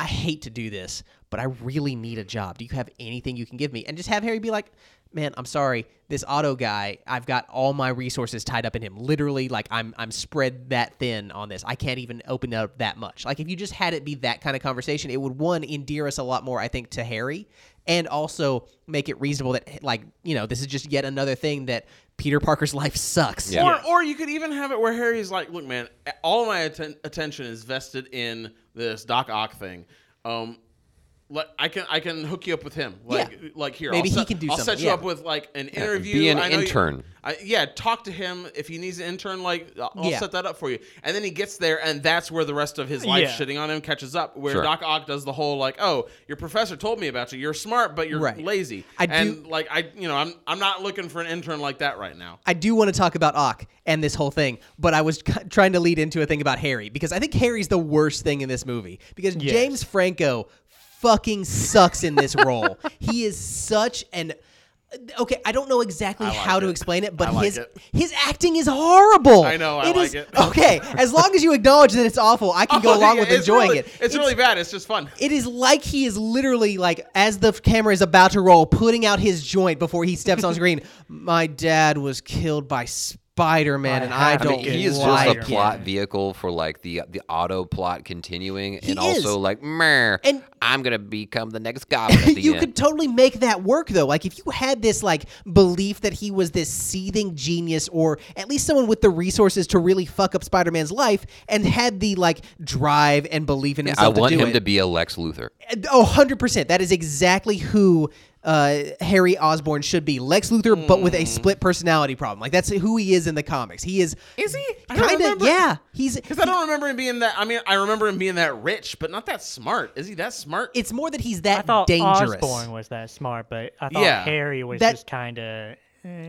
[SPEAKER 3] I hate to do this, but I really need a job. Do you have anything you can give me?" And just have Harry be like, "Man, I'm sorry. This auto guy, I've got all my resources tied up in him. Literally, like I'm I'm spread that thin on this. I can't even open up that much." Like if you just had it be that kind of conversation, it would one endear us a lot more, I think, to Harry and also make it reasonable that like you know this is just yet another thing that peter parker's life sucks
[SPEAKER 1] Yeah.
[SPEAKER 2] Or, or you could even have it where Harry's like, "Look, man, all my atten- attention is vested in this Doc Ock thing. Um, let, I can I can hook you up with him. Like
[SPEAKER 3] Yeah.
[SPEAKER 2] like here,
[SPEAKER 3] Maybe
[SPEAKER 2] I'll
[SPEAKER 3] he
[SPEAKER 2] set-
[SPEAKER 3] can do
[SPEAKER 2] I'll set
[SPEAKER 3] something,
[SPEAKER 2] you
[SPEAKER 3] yeah.
[SPEAKER 2] up with like an interview.
[SPEAKER 1] be an
[SPEAKER 2] I know you-
[SPEAKER 1] intern.
[SPEAKER 2] I, yeah, talk to him if he needs an intern. Like I'll I'll
[SPEAKER 3] Yeah.
[SPEAKER 2] set that up for you. And then he gets there, and that's where the rest of his life
[SPEAKER 4] Yeah.
[SPEAKER 2] shitting on him catches up. Where
[SPEAKER 1] Sure.
[SPEAKER 2] Doc Ock does the whole like, "Oh, your professor told me about you. You're smart, but you're
[SPEAKER 3] Right.
[SPEAKER 2] lazy."
[SPEAKER 3] I do-
[SPEAKER 2] and like I, you know, I'm I'm not looking for an intern like that right now.
[SPEAKER 3] I do want to talk about Ock and this whole thing, but I was c- trying to lead into a thing about Harry because I think Harry's the worst thing in this movie because James Franco fucking sucks in this role. he is such an okay. I don't know exactly how to
[SPEAKER 2] it.
[SPEAKER 3] explain it, but
[SPEAKER 2] like
[SPEAKER 3] his
[SPEAKER 2] it.
[SPEAKER 3] his acting is horrible.
[SPEAKER 2] I know, I
[SPEAKER 3] It is-
[SPEAKER 2] like it.
[SPEAKER 3] Okay, as long as you acknowledge that it's awful, I can go
[SPEAKER 2] Oh,
[SPEAKER 3] along
[SPEAKER 2] yeah,
[SPEAKER 3] with
[SPEAKER 2] it's
[SPEAKER 3] enjoying
[SPEAKER 2] really-
[SPEAKER 3] it.
[SPEAKER 2] It's, really bad. It's just fun.
[SPEAKER 3] It is like he is literally like as the camera is about to roll, putting out his joint before he steps on screen. My dad was killed by Spider-Man, and I
[SPEAKER 4] have to
[SPEAKER 3] don't
[SPEAKER 1] I mean, he is
[SPEAKER 3] like
[SPEAKER 1] just a
[SPEAKER 3] it.
[SPEAKER 1] plot vehicle for like the the auto plot continuing,
[SPEAKER 3] He
[SPEAKER 1] and
[SPEAKER 3] is.
[SPEAKER 1] also like, meh,
[SPEAKER 3] And-
[SPEAKER 1] I'm gonna become the next goblin. At the
[SPEAKER 3] you
[SPEAKER 1] end.
[SPEAKER 3] could totally make that work though. Like if you had this like belief that he was this seething genius or at least someone with the resources to really fuck up Spider-Man's life and had the like drive and belief in
[SPEAKER 1] I
[SPEAKER 3] himself
[SPEAKER 1] want
[SPEAKER 3] to do
[SPEAKER 1] him
[SPEAKER 3] it.
[SPEAKER 1] to be a Lex Luthor.
[SPEAKER 3] Oh, 100%. That is exactly who uh, Harry Osborn should be. Lex Luthor, but
[SPEAKER 2] Hmm.
[SPEAKER 3] with a split personality problem. Like, that's who he is in the comics. He is.
[SPEAKER 2] Is he? I don't
[SPEAKER 3] Kind of,
[SPEAKER 2] remember.
[SPEAKER 3] yeah. He's.
[SPEAKER 2] Because I don't remember him being that. I mean, I remember him being that rich, but not that smart. Is he that smart?
[SPEAKER 3] It's more that he's
[SPEAKER 4] I
[SPEAKER 3] that
[SPEAKER 4] thought
[SPEAKER 3] dangerous.
[SPEAKER 4] Osborn was that smart, but I thought
[SPEAKER 2] Yeah.
[SPEAKER 4] Harry was
[SPEAKER 3] That-
[SPEAKER 4] just kind of.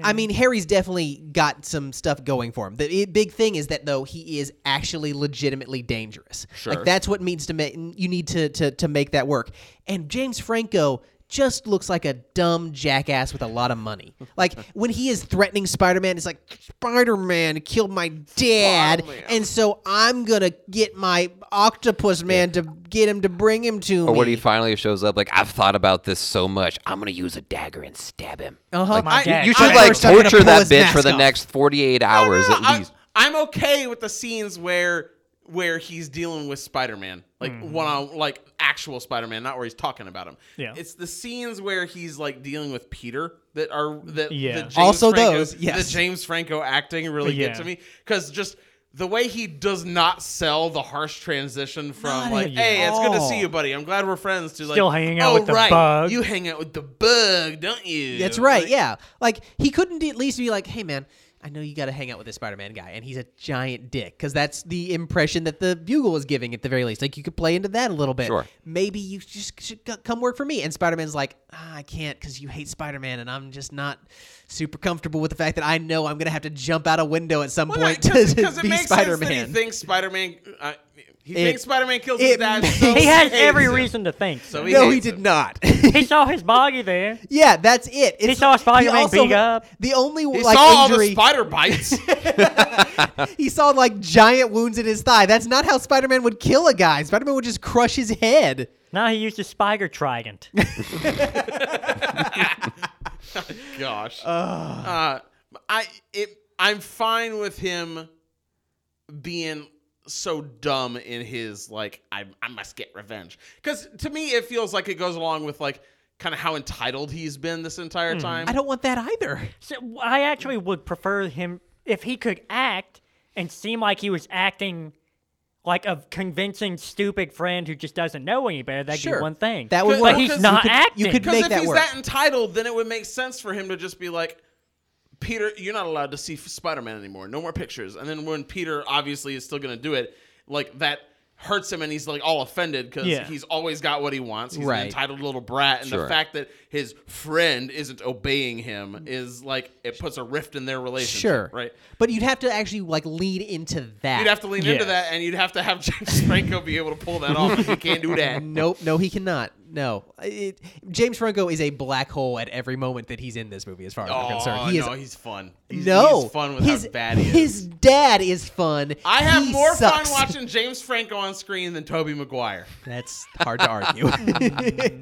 [SPEAKER 3] I mean, Harry's definitely got some stuff going for him. The i- big thing is that though he is actually legitimately dangerous. Sure, like that's what means to make you need to to to make that work. And James Franco just looks like a dumb jackass with a lot of money. Like when he is threatening Spider Man, it's like Spider Man killed my dad, and so I'm gonna get my octopus man to get him to bring him to
[SPEAKER 1] Or
[SPEAKER 3] me.
[SPEAKER 1] when he finally shows up, like I've thought about this so much, I'm gonna use a dagger and stab him.
[SPEAKER 3] Uh-huh.
[SPEAKER 1] Like,
[SPEAKER 3] My
[SPEAKER 1] you-
[SPEAKER 4] dad-
[SPEAKER 1] you
[SPEAKER 4] I'm
[SPEAKER 1] should like
[SPEAKER 3] first, I'm gonna
[SPEAKER 1] torture
[SPEAKER 3] pull
[SPEAKER 1] that
[SPEAKER 3] his
[SPEAKER 1] bitch for
[SPEAKER 3] mask
[SPEAKER 1] the
[SPEAKER 3] off.
[SPEAKER 1] next 48 hours
[SPEAKER 2] No,
[SPEAKER 1] at least.
[SPEAKER 2] I, am okay with the scenes where where he's dealing with Spider-Man, like
[SPEAKER 4] Mm-hmm.
[SPEAKER 2] one on like actual Spider-Man, not where he's talking about him.
[SPEAKER 4] Yeah.
[SPEAKER 2] it's the scenes where he's like dealing with Peter that are that
[SPEAKER 4] Yeah.
[SPEAKER 2] that James
[SPEAKER 3] Also
[SPEAKER 2] Franco,
[SPEAKER 3] those, yes.
[SPEAKER 2] the James Franco acting really
[SPEAKER 4] Yeah.
[SPEAKER 2] get to me because just. The way he does not sell the harsh transition from
[SPEAKER 3] Not
[SPEAKER 2] like,
[SPEAKER 3] at
[SPEAKER 2] "Hey, it's good to
[SPEAKER 3] all.
[SPEAKER 2] see you, buddy. I'm glad we're friends." To like,
[SPEAKER 4] Still hanging out
[SPEAKER 2] "Oh,
[SPEAKER 4] with the
[SPEAKER 2] right.
[SPEAKER 4] bug."
[SPEAKER 2] You hang out with the bug, don't you?
[SPEAKER 3] That's right.
[SPEAKER 2] Like,
[SPEAKER 3] Yeah. Like he couldn't at least be like, "Hey, man." I know you got to hang out with this Spider-Man guy, and he's a giant dick because that's the impression that the bugle was giving at the very least. Like you could play into that a little bit.
[SPEAKER 1] Sure.
[SPEAKER 3] Maybe you just should c- come work for me. And Spider-Man's like, ah, I can't because you hate Spider-Man, and I'm just not super comfortable with the fact that I know I'm gonna have to jump out a window at some
[SPEAKER 2] Well,
[SPEAKER 3] point
[SPEAKER 2] yeah, 'cause-
[SPEAKER 3] to,
[SPEAKER 2] 'cause it
[SPEAKER 3] be
[SPEAKER 2] makes sense that
[SPEAKER 3] Spider-Man.
[SPEAKER 2] he thinks Spider-Man. Uh, he
[SPEAKER 3] It-
[SPEAKER 2] thinks Spider-Man kills
[SPEAKER 3] it
[SPEAKER 2] his dad.
[SPEAKER 3] makes-
[SPEAKER 2] so
[SPEAKER 4] He has
[SPEAKER 2] hates
[SPEAKER 4] every
[SPEAKER 2] him.
[SPEAKER 4] reason to think. So
[SPEAKER 2] So
[SPEAKER 4] he,
[SPEAKER 2] he-
[SPEAKER 3] no, he
[SPEAKER 2] hates
[SPEAKER 3] did
[SPEAKER 2] him.
[SPEAKER 3] not.
[SPEAKER 4] saw his body there.
[SPEAKER 3] yeah, that's it. It's,
[SPEAKER 4] saw Spider-Man
[SPEAKER 3] he also-
[SPEAKER 4] beat up.
[SPEAKER 3] The only
[SPEAKER 2] He
[SPEAKER 3] like
[SPEAKER 2] saw all
[SPEAKER 3] injury
[SPEAKER 2] the spider bites.
[SPEAKER 3] He saw like giant wounds in his thigh. That's not how Spider Man would kill a guy. Spider Man would just crush his head.
[SPEAKER 4] Now he used his spider trident.
[SPEAKER 2] Gosh. Uh, I it, I'm fine with him being so dumb in his like I I must get revenge. Cuz to me it feels like it goes along with like kind of how entitled he's been this entire time.
[SPEAKER 3] I don't want that either.
[SPEAKER 4] So I actually would prefer him if he could act and seem like he was acting like a convincing stupid friend who just doesn't know any better. That'd
[SPEAKER 3] Sure.
[SPEAKER 4] be one thing.
[SPEAKER 3] That would
[SPEAKER 2] But
[SPEAKER 3] work.
[SPEAKER 2] he's
[SPEAKER 3] You
[SPEAKER 4] not
[SPEAKER 3] could- You
[SPEAKER 4] acting.
[SPEAKER 3] could
[SPEAKER 4] Because
[SPEAKER 2] Because
[SPEAKER 3] make
[SPEAKER 2] if
[SPEAKER 3] that
[SPEAKER 2] he's
[SPEAKER 3] work.
[SPEAKER 2] that entitled, then it would make sense for him to just be like, Peter, you're not allowed to see Spider Man anymore. No more pictures. And then when Peter obviously is still going to do it, like that hurts him and he's like all offended because
[SPEAKER 4] Yeah.
[SPEAKER 2] he's always got what he wants. He's
[SPEAKER 3] Right.
[SPEAKER 2] an entitled little brat. And
[SPEAKER 1] Sure.
[SPEAKER 2] the fact that his friend isn't obeying him is like, it puts a rift in their relationship.
[SPEAKER 3] sure.
[SPEAKER 2] Right.
[SPEAKER 3] But you'd have to actually like lean into that.
[SPEAKER 2] You'd have to lean into
[SPEAKER 4] Yes.
[SPEAKER 2] that and you'd have to have James Franco be able to pull that off. he can't do that.
[SPEAKER 3] Nope. No, he cannot. No. It, James Franco is a black hole at every moment that he's in this movie, as far as I'm
[SPEAKER 2] Oh,
[SPEAKER 3] concerned. He
[SPEAKER 2] no,
[SPEAKER 3] is.
[SPEAKER 2] he's fun. He's,
[SPEAKER 3] no,
[SPEAKER 2] he's fun with
[SPEAKER 3] his,
[SPEAKER 2] how bad he is.
[SPEAKER 3] His dad is fun.
[SPEAKER 2] I have
[SPEAKER 3] He
[SPEAKER 2] more
[SPEAKER 3] sucks.
[SPEAKER 2] fun watching James Franco on screen than Toby Maguire.
[SPEAKER 3] That's hard to argue.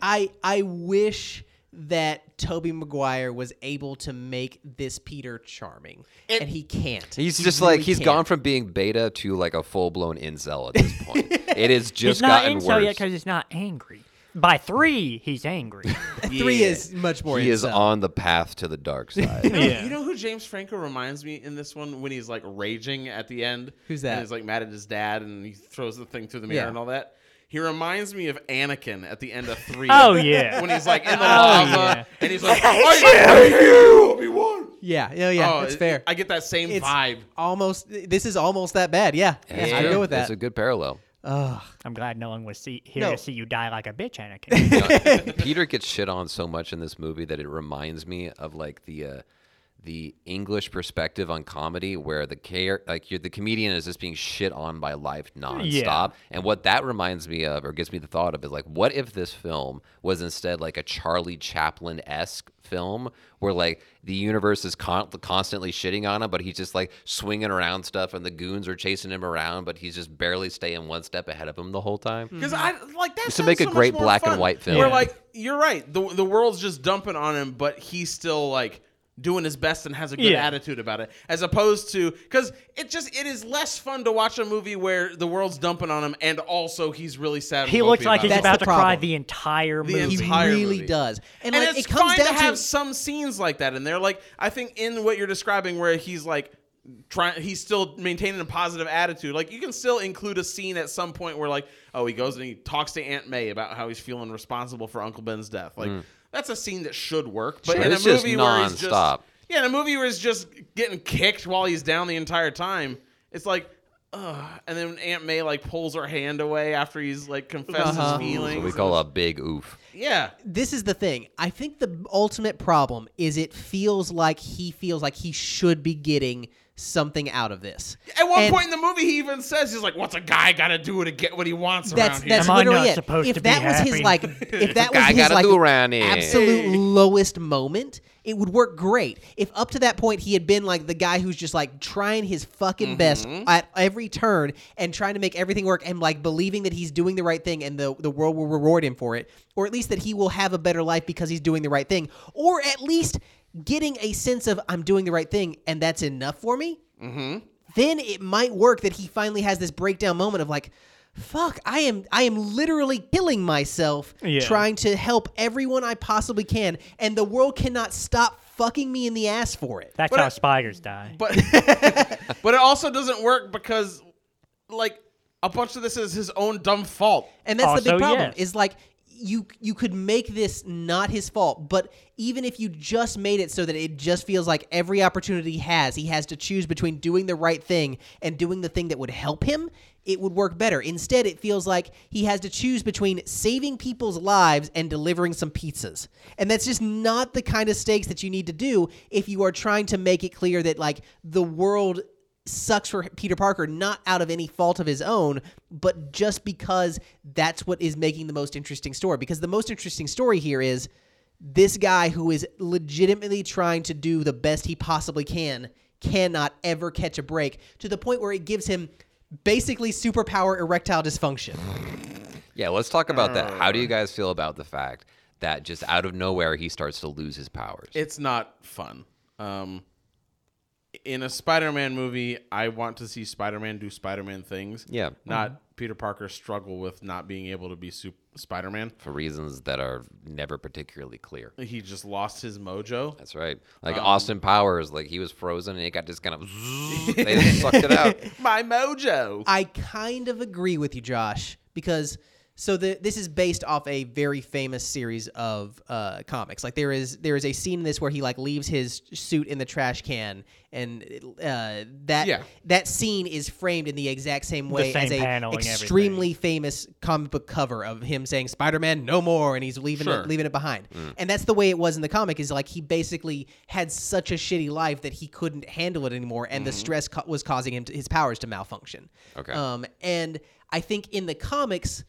[SPEAKER 3] I I wish that Toby Maguire was able to make this Peter charming,
[SPEAKER 2] It-
[SPEAKER 3] and he can't.
[SPEAKER 1] He's
[SPEAKER 3] He
[SPEAKER 1] just
[SPEAKER 3] really
[SPEAKER 1] like he's
[SPEAKER 3] can't.
[SPEAKER 1] gone from being beta to like a full blown incel at this point. it has
[SPEAKER 4] He's
[SPEAKER 1] just
[SPEAKER 4] not
[SPEAKER 1] gotten
[SPEAKER 4] in so yet
[SPEAKER 1] worse.
[SPEAKER 4] because he's not angry. By three, he's angry.
[SPEAKER 3] Three is much more.
[SPEAKER 1] He is
[SPEAKER 3] incel.
[SPEAKER 1] on the path to the dark side.
[SPEAKER 2] You know-
[SPEAKER 4] Yeah.
[SPEAKER 2] You know who James Franco reminds me in this one when he's like raging at the end?
[SPEAKER 3] Who's that?
[SPEAKER 2] And he's like mad at his dad and he throws the thing through the mirror
[SPEAKER 3] Yeah.
[SPEAKER 2] and all that. He reminds me of Anakin at the end of three.
[SPEAKER 4] Oh, yeah.
[SPEAKER 2] When he's like in the
[SPEAKER 4] Oh,
[SPEAKER 2] lava
[SPEAKER 4] yeah.
[SPEAKER 2] and he's like, I hate
[SPEAKER 3] Yeah, yeah, yeah.
[SPEAKER 2] Oh,
[SPEAKER 3] that's
[SPEAKER 2] it-
[SPEAKER 3] fair.
[SPEAKER 2] I get that same
[SPEAKER 3] It's
[SPEAKER 2] vibe.
[SPEAKER 3] almost. This is almost that bad. Yeah,
[SPEAKER 1] It's
[SPEAKER 3] I
[SPEAKER 1] true.
[SPEAKER 3] go with
[SPEAKER 1] It's
[SPEAKER 3] that.
[SPEAKER 1] a good parallel.
[SPEAKER 4] I'm glad no one was see- here
[SPEAKER 3] No.
[SPEAKER 4] to see you die like a bitch, Anakin.
[SPEAKER 1] You know, Peter gets shit on so much in this movie that it reminds me of like the uh, the English perspective on comedy, where the care like you're, the comedian is just being shit on by life nonstop. And what that reminds me of, or gives me the thought of, is like, what if this film was instead like a Charlie Chaplin esque film, where like the universe is con- constantly shitting on him, but he's just like swinging around stuff, and the goons are chasing him around, but he's just barely staying one step ahead of him the whole time.
[SPEAKER 2] Because I like that.
[SPEAKER 1] Used to
[SPEAKER 2] sounds
[SPEAKER 1] make a
[SPEAKER 2] so much
[SPEAKER 1] great
[SPEAKER 2] more
[SPEAKER 1] black and
[SPEAKER 2] fun.
[SPEAKER 1] white film.
[SPEAKER 2] Where
[SPEAKER 4] Mm-hmm. Yeah.
[SPEAKER 2] like you're right, the the world's just dumping on him, but he's still like doing his best and has a good
[SPEAKER 4] Yeah.
[SPEAKER 2] attitude about it, as opposed to because it just it is less fun to watch a movie where the world's dumping on him and also he's really sad. and
[SPEAKER 4] he
[SPEAKER 2] mopey
[SPEAKER 4] looks like
[SPEAKER 2] about
[SPEAKER 4] he's
[SPEAKER 3] That's
[SPEAKER 2] it.
[SPEAKER 3] the
[SPEAKER 4] about to cry
[SPEAKER 3] problem.
[SPEAKER 4] the entire
[SPEAKER 2] The
[SPEAKER 4] movie.
[SPEAKER 3] he
[SPEAKER 2] entire
[SPEAKER 3] really
[SPEAKER 2] movie.
[SPEAKER 3] does, and,
[SPEAKER 2] and
[SPEAKER 3] like
[SPEAKER 2] it's
[SPEAKER 3] it comes
[SPEAKER 2] fine
[SPEAKER 3] down
[SPEAKER 2] to have some scenes like that in there. Like I think in what you're describing, where he's like trying, he's still maintaining a positive attitude. Like you can still include a scene at some point where like, oh, he goes and he talks to Aunt May about how he's feeling responsible for Uncle Ben's death. Like that's a scene that should work, but
[SPEAKER 1] Mm. Sure.
[SPEAKER 2] in a
[SPEAKER 1] It's just
[SPEAKER 2] movie where he's
[SPEAKER 1] nonstop.
[SPEAKER 2] just yeah, in a movie where he's just getting kicked while he's down the entire time, it's like. Ugh. And then Aunt May like pulls her hand away after he's like confessed his
[SPEAKER 3] Uh-huh.
[SPEAKER 2] feelings.
[SPEAKER 1] What we call a big oof.
[SPEAKER 2] Yeah.
[SPEAKER 3] this is the thing. I think the ultimate problem is it feels like he feels like he should be getting something out of this.
[SPEAKER 2] At one
[SPEAKER 3] And
[SPEAKER 2] point in the movie, he even says, "He's like, what's a guy got to do to get what he wants
[SPEAKER 3] that's
[SPEAKER 2] around here?"
[SPEAKER 3] that's
[SPEAKER 4] Am I
[SPEAKER 3] literally
[SPEAKER 4] not
[SPEAKER 3] it.
[SPEAKER 4] supposed
[SPEAKER 3] if
[SPEAKER 4] to be
[SPEAKER 3] that was his
[SPEAKER 4] happy?
[SPEAKER 3] like, if that was
[SPEAKER 1] Guy
[SPEAKER 3] his
[SPEAKER 1] gotta
[SPEAKER 3] like
[SPEAKER 1] do around here.
[SPEAKER 3] absolute lowest moment, it would work great. If up to that point he had been like the guy who's just like trying his fucking
[SPEAKER 1] Mm-hmm.
[SPEAKER 3] best at every turn and trying to make everything work and like believing that he's doing the right thing and the the world will reward him for it, or at least that he will have a better life because he's doing the right thing, or at least getting a sense of I'm doing the right thing and that's enough for me then it might work that he finally has this breakdown moment of like fuck i am i am literally killing myself
[SPEAKER 4] Yeah.
[SPEAKER 3] trying to help everyone i possibly can and the world cannot stop fucking me in the ass for it
[SPEAKER 4] That's how spiders die.
[SPEAKER 2] but but it also doesn't work because like a bunch of this is his own dumb fault.
[SPEAKER 3] and that's the big
[SPEAKER 4] Also,
[SPEAKER 3] problem
[SPEAKER 4] yes.
[SPEAKER 3] is like you you could make this not his fault but even if you just made it so that it just feels like every opportunity he has he has to choose between doing the right thing and doing the thing that would help him it would work better instead it feels like he has to choose between saving people's lives and delivering some pizzas and that's just not the kind of stakes that you need to do if you are trying to make it clear that like the world sucks for Peter Parker, not out of any fault of his own, but just because that's what is making the most interesting story. Because the most interesting story here is this guy who is legitimately trying to do the best he possibly can cannot ever catch a break to the point where it gives him basically superpower erectile dysfunction.
[SPEAKER 1] Yeah, let's talk about that. How do you guys feel about the fact that just out of nowhere he starts to lose his powers?
[SPEAKER 2] It's not fun. Um, in a Spider-Man movie, I want to see Spider-Man do Spider-Man things.
[SPEAKER 1] Yeah.
[SPEAKER 2] Not Peter Parker struggle with not being able to be sup- Spider-Man.
[SPEAKER 1] for reasons that are never particularly clear.
[SPEAKER 2] He just lost his mojo.
[SPEAKER 1] That's right. Like Austin Powers, like he was frozen and it got just kind of they just sucked it out.
[SPEAKER 2] My mojo.
[SPEAKER 3] I kind of agree with you, Josh, because so the this is based off a very famous series of uh, comics. Like there is there is a scene in this where he like leaves his suit in the trash can, and uh, that
[SPEAKER 2] Yeah.
[SPEAKER 3] that scene is framed in the exact same way
[SPEAKER 4] same
[SPEAKER 3] as a
[SPEAKER 4] panel and everything.
[SPEAKER 3] extremely famous comic book cover of him saying Spider Man no more, and he's leaving
[SPEAKER 2] Sure.
[SPEAKER 3] it, leaving it behind. And that's the way it was in the comic. Is like he basically had such a shitty life that he couldn't handle it anymore, and the stress ca- was causing him to, his powers to malfunction.
[SPEAKER 1] Okay.
[SPEAKER 3] Um, and I think in the comics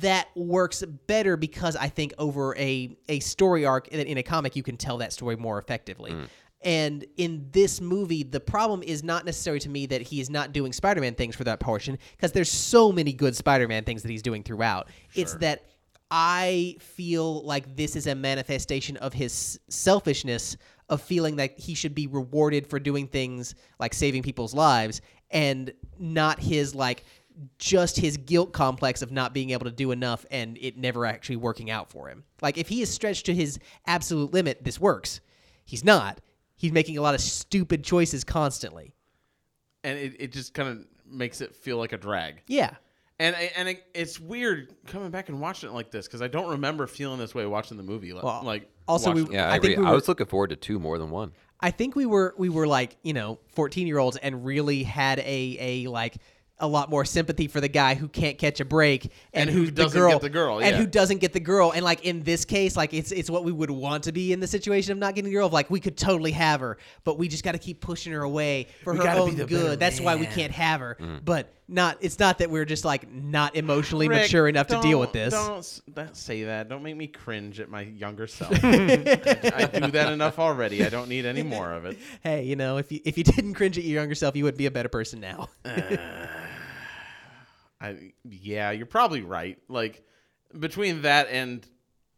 [SPEAKER 3] that works better because I think over a a story arc in in a comic you can tell that story more effectively. And in this movie, the problem is not necessarily to me that he is not doing Spider-Man things for that portion because there's so many good Spider-Man things that he's doing throughout. It's that I feel like this is a manifestation of his selfishness of feeling that he should be rewarded for doing things like saving people's lives and not his like just his guilt complex of not being able to do enough and it never actually working out for him. Like if he is stretched to his absolute limit, this works. He's not. He's making a lot of stupid choices constantly.
[SPEAKER 2] and it, it just kind of makes it feel like a drag.
[SPEAKER 3] Yeah.
[SPEAKER 2] And I- and it, it's weird coming back and watching it like this because I don't remember feeling this way watching the movie. Like,
[SPEAKER 3] Well,
[SPEAKER 2] like
[SPEAKER 3] also we-
[SPEAKER 2] watching-
[SPEAKER 1] Yeah, I,
[SPEAKER 3] I think
[SPEAKER 1] agree.
[SPEAKER 3] we
[SPEAKER 1] I
[SPEAKER 3] were-
[SPEAKER 1] was looking forward to two more than one.
[SPEAKER 3] I think we were we were like you know fourteen year olds and really had a a like a lot more sympathy for the guy who can't catch a break and,
[SPEAKER 2] And who
[SPEAKER 3] the
[SPEAKER 2] doesn't
[SPEAKER 3] girl,
[SPEAKER 2] get the girl,
[SPEAKER 3] and
[SPEAKER 2] yeah.
[SPEAKER 3] who doesn't get the girl and like in this case like it's it's what we would want to be in the situation of not getting the girl of like we could totally have her but we just got to keep pushing her away for her
[SPEAKER 2] gotta
[SPEAKER 3] own
[SPEAKER 2] be the better
[SPEAKER 3] good that's why we
[SPEAKER 2] man.
[SPEAKER 3] can't have her but not it's not that we're just like not emotionally
[SPEAKER 2] Mm. Rick,
[SPEAKER 3] mature enough to deal with
[SPEAKER 2] don't-
[SPEAKER 3] this
[SPEAKER 2] Don't, s- don't say that. Don't make me cringe at my younger self. I, I do that enough already. I don't need any more of it.
[SPEAKER 3] hey you know if you if you didn't cringe at your younger self you would be a better person now
[SPEAKER 2] I yeah, you're probably right. Like between that and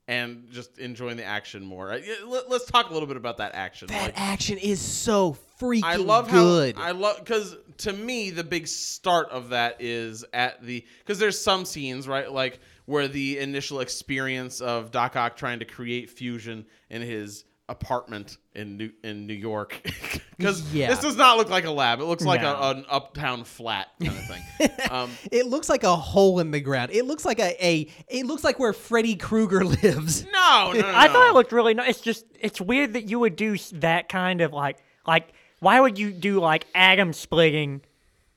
[SPEAKER 2] and just enjoying the action more. I, yeah, let, us talk a little bit about that action.
[SPEAKER 3] That
[SPEAKER 2] Like,
[SPEAKER 3] action is so freaking
[SPEAKER 2] I love
[SPEAKER 3] good.
[SPEAKER 2] how I love because to me the big start of that is at the because there's some scenes right like where the initial experience of Doc Ock trying to create fusion in his apartment in New in New York because
[SPEAKER 3] Yeah.
[SPEAKER 2] this does not look like a lab it looks like
[SPEAKER 4] No.
[SPEAKER 2] a, an uptown flat kind of thing um,
[SPEAKER 3] it looks like a hole in the ground. It looks like a, a it looks like where Freddy Krueger lives.
[SPEAKER 2] no no, no
[SPEAKER 4] I thought
[SPEAKER 2] no.
[SPEAKER 4] it looked really nice. It's just it's weird that you would do s- that kind of like like why would you do like atom splitting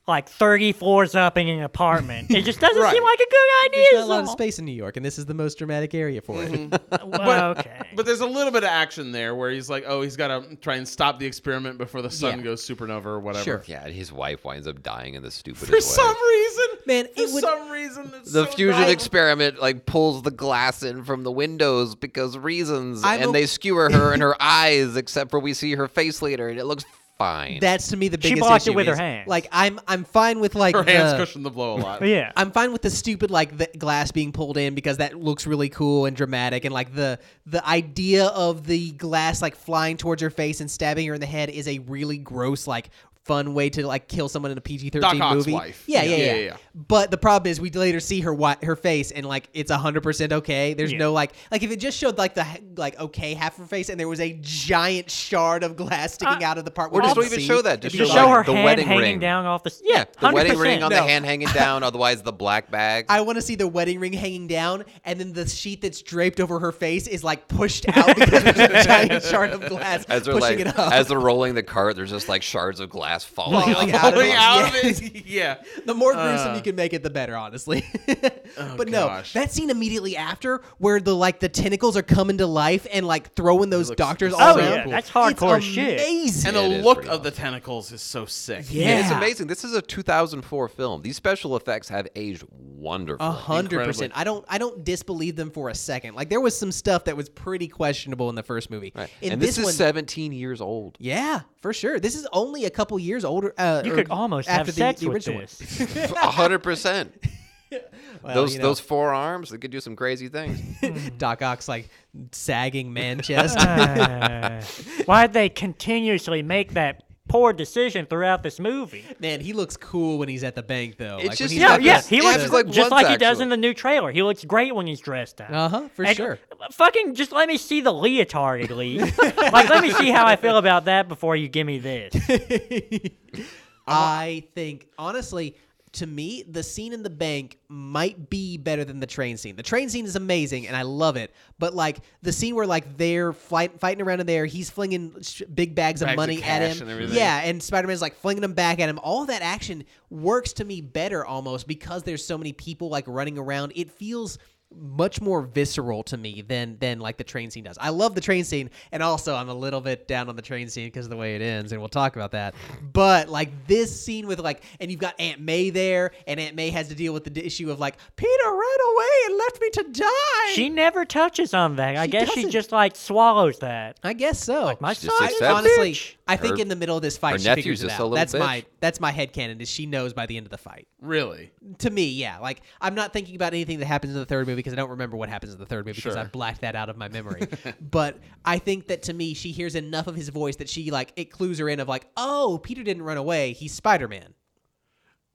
[SPEAKER 4] like 30 floors up in an apartment. It just doesn't
[SPEAKER 2] Right.
[SPEAKER 4] seem like a good idea.
[SPEAKER 3] There's not a
[SPEAKER 4] at
[SPEAKER 3] lot of
[SPEAKER 4] all.
[SPEAKER 3] space in New York, and this is the most dramatic area for
[SPEAKER 2] Mm-hmm.
[SPEAKER 3] it.
[SPEAKER 4] Well, okay.
[SPEAKER 2] But there's a little bit of action there where he's like, oh, he's got to try and stop the experiment before the sun
[SPEAKER 3] Yeah.
[SPEAKER 2] goes supernova or whatever.
[SPEAKER 3] Sure.
[SPEAKER 1] Yeah, and his wife winds up dying in the stupidest
[SPEAKER 2] For
[SPEAKER 1] way.
[SPEAKER 2] some reason,
[SPEAKER 3] Man,
[SPEAKER 2] for
[SPEAKER 3] it would-
[SPEAKER 2] some reason, it's
[SPEAKER 1] the
[SPEAKER 2] so
[SPEAKER 1] fusion
[SPEAKER 2] dumb.
[SPEAKER 1] experiment like pulls the glass in from the windows because reasons,
[SPEAKER 3] I'm
[SPEAKER 1] and
[SPEAKER 3] o-
[SPEAKER 1] they skewer her in her eyes, except for we see her face later, and it looks fine.
[SPEAKER 3] That's to me the
[SPEAKER 4] She
[SPEAKER 3] biggest
[SPEAKER 4] blocked it
[SPEAKER 3] issue
[SPEAKER 4] with her
[SPEAKER 3] is,
[SPEAKER 4] hands.
[SPEAKER 3] Like I'm, I'm fine with like
[SPEAKER 2] Her hands
[SPEAKER 3] the-
[SPEAKER 2] cushion the blow a lot.
[SPEAKER 4] But yeah.
[SPEAKER 3] I'm fine with the stupid like the glass being pulled in because that looks really cool and dramatic and like the the idea of the glass like flying towards her face and stabbing her in the head is a really gross like fun way to like kill someone in a
[SPEAKER 2] Doc
[SPEAKER 3] PG-13
[SPEAKER 2] Ock's
[SPEAKER 3] movie.
[SPEAKER 2] wife.
[SPEAKER 3] Yeah,
[SPEAKER 2] Yeah.
[SPEAKER 3] yeah, yeah,
[SPEAKER 2] Yeah, yeah, yeah.
[SPEAKER 3] But the problem is we later see her wi- her face and like it's 100% okay. There's
[SPEAKER 4] Yeah.
[SPEAKER 3] no like like if it just showed like the h- like okay half of her face and there was a giant shard of glass sticking
[SPEAKER 4] Uh,
[SPEAKER 3] out of the part
[SPEAKER 1] or
[SPEAKER 3] where
[SPEAKER 1] just
[SPEAKER 3] you
[SPEAKER 1] don't even
[SPEAKER 3] see,
[SPEAKER 1] show that.
[SPEAKER 3] it'd
[SPEAKER 1] Just
[SPEAKER 3] be
[SPEAKER 4] you
[SPEAKER 1] show,
[SPEAKER 3] like-
[SPEAKER 4] show
[SPEAKER 1] like,
[SPEAKER 4] her
[SPEAKER 1] the
[SPEAKER 4] hand
[SPEAKER 1] wedding
[SPEAKER 4] hanging
[SPEAKER 1] ring.
[SPEAKER 4] down off the s-
[SPEAKER 1] Yeah,
[SPEAKER 4] yeah,
[SPEAKER 1] the wedding ring
[SPEAKER 4] 100%.
[SPEAKER 1] on the
[SPEAKER 3] No.
[SPEAKER 1] hand hanging down, otherwise the black bag.
[SPEAKER 3] I want to see the wedding ring hanging down, and then the sheet that's draped over her face is like pushed out because there's a giant shard of glass
[SPEAKER 1] as they're
[SPEAKER 3] pushing
[SPEAKER 1] like,
[SPEAKER 3] it up.
[SPEAKER 1] as they're rolling the cart, there's just like shards of glass falling
[SPEAKER 3] Falling
[SPEAKER 1] out.
[SPEAKER 3] out.
[SPEAKER 2] Pulling out of
[SPEAKER 3] Yes.
[SPEAKER 2] it. Yeah.
[SPEAKER 3] the more gruesome
[SPEAKER 2] Uh.
[SPEAKER 3] you can make it, the better, honestly.
[SPEAKER 4] Oh,
[SPEAKER 3] but no,
[SPEAKER 2] gosh.
[SPEAKER 3] that scene immediately after, where the like the tentacles are coming to life and like throwing those doctors all
[SPEAKER 4] Oh,
[SPEAKER 3] around.
[SPEAKER 4] yeah, that's
[SPEAKER 3] It's
[SPEAKER 4] hardcore shit.
[SPEAKER 3] Amazing.
[SPEAKER 2] And
[SPEAKER 1] Yeah, it
[SPEAKER 2] the
[SPEAKER 1] is
[SPEAKER 2] look
[SPEAKER 1] pretty
[SPEAKER 2] of the tentacles is so sick.
[SPEAKER 3] yeah,
[SPEAKER 1] It's amazing. This is a 2004 film. These special effects have aged wonderfully.
[SPEAKER 3] A hundred
[SPEAKER 2] Incredibly.
[SPEAKER 3] percent. I don't. I don't disbelieve them for a second. Like there was some stuff that was pretty questionable in the first movie.
[SPEAKER 1] Right.
[SPEAKER 3] In
[SPEAKER 1] and this, is
[SPEAKER 3] one,
[SPEAKER 1] 17 years old.
[SPEAKER 3] Yeah, for sure. This is only a couple years older. Uh,
[SPEAKER 4] You
[SPEAKER 3] or
[SPEAKER 4] could almost
[SPEAKER 3] after
[SPEAKER 4] have
[SPEAKER 3] the,
[SPEAKER 4] sex
[SPEAKER 3] the
[SPEAKER 4] with
[SPEAKER 3] original
[SPEAKER 4] this.
[SPEAKER 1] A hundred percent.
[SPEAKER 3] One.
[SPEAKER 1] Those
[SPEAKER 3] you know,
[SPEAKER 1] those forearms, they could do some crazy things.
[SPEAKER 3] Doc Ock's like sagging man chest.
[SPEAKER 4] Uh, why'd they continuously make that poor decision throughout this movie?
[SPEAKER 3] man, he looks cool when he's at the bank though.
[SPEAKER 1] It's
[SPEAKER 3] like,
[SPEAKER 1] just-
[SPEAKER 4] Yeah,
[SPEAKER 1] like
[SPEAKER 4] yeah,
[SPEAKER 1] this.
[SPEAKER 4] he
[SPEAKER 1] Yeah,
[SPEAKER 4] looks
[SPEAKER 1] just
[SPEAKER 4] just
[SPEAKER 1] like
[SPEAKER 4] like,
[SPEAKER 1] once,
[SPEAKER 4] he does
[SPEAKER 1] actually.
[SPEAKER 4] in the new trailer. He looks great when he's dressed up.
[SPEAKER 3] Uh huh. For
[SPEAKER 4] And,
[SPEAKER 3] sure.
[SPEAKER 4] uh, Fucking just let me see the leotard at least. like, let me see how I feel about that before you give me this.
[SPEAKER 3] I think honestly. To me, the scene in the bank might be better than the train scene. The train scene is amazing and I love it, but like the scene where like they're flight, fighting around in there, he's flinging sh- big bags,
[SPEAKER 2] Bags
[SPEAKER 3] of
[SPEAKER 2] of
[SPEAKER 3] money at
[SPEAKER 2] cash
[SPEAKER 3] him.
[SPEAKER 2] and everything.
[SPEAKER 3] Yeah, and Spider Man's like flinging them back at him. All that action works to me better almost because there's so many people like running around. It feels much more visceral to me than than like the train scene does. I love the train scene, and also I'm a little bit down on the train scene because of the way it ends, and we'll talk about that. But like this scene with like, and you've got Aunt May there, and Aunt May has to deal with the d- issue of like Peter ran away and left me to die.
[SPEAKER 4] She never touches on that. I
[SPEAKER 3] She
[SPEAKER 4] guess
[SPEAKER 3] doesn't.
[SPEAKER 4] she just like swallows that.
[SPEAKER 3] I guess so.
[SPEAKER 4] My
[SPEAKER 1] just
[SPEAKER 4] son, is a
[SPEAKER 1] accepts it.
[SPEAKER 3] honestly,
[SPEAKER 4] bitch.
[SPEAKER 3] I think
[SPEAKER 1] Her-
[SPEAKER 3] in the middle of this fight,
[SPEAKER 1] her
[SPEAKER 3] she
[SPEAKER 1] nephew's
[SPEAKER 3] figures it
[SPEAKER 1] just a
[SPEAKER 3] out.
[SPEAKER 1] little
[SPEAKER 3] that's my
[SPEAKER 1] bitch.
[SPEAKER 3] that's my headcanon is she knows by the end of the fight.
[SPEAKER 2] Really?
[SPEAKER 3] To me, yeah. Like I'm not thinking about anything that happens in the third movie because I don't remember what happens in the third movie because I blacked that out of my memory. but I think that to me, she hears enough of his voice that she like it clues her in of like, oh, Peter didn't run away. He's Spider Man.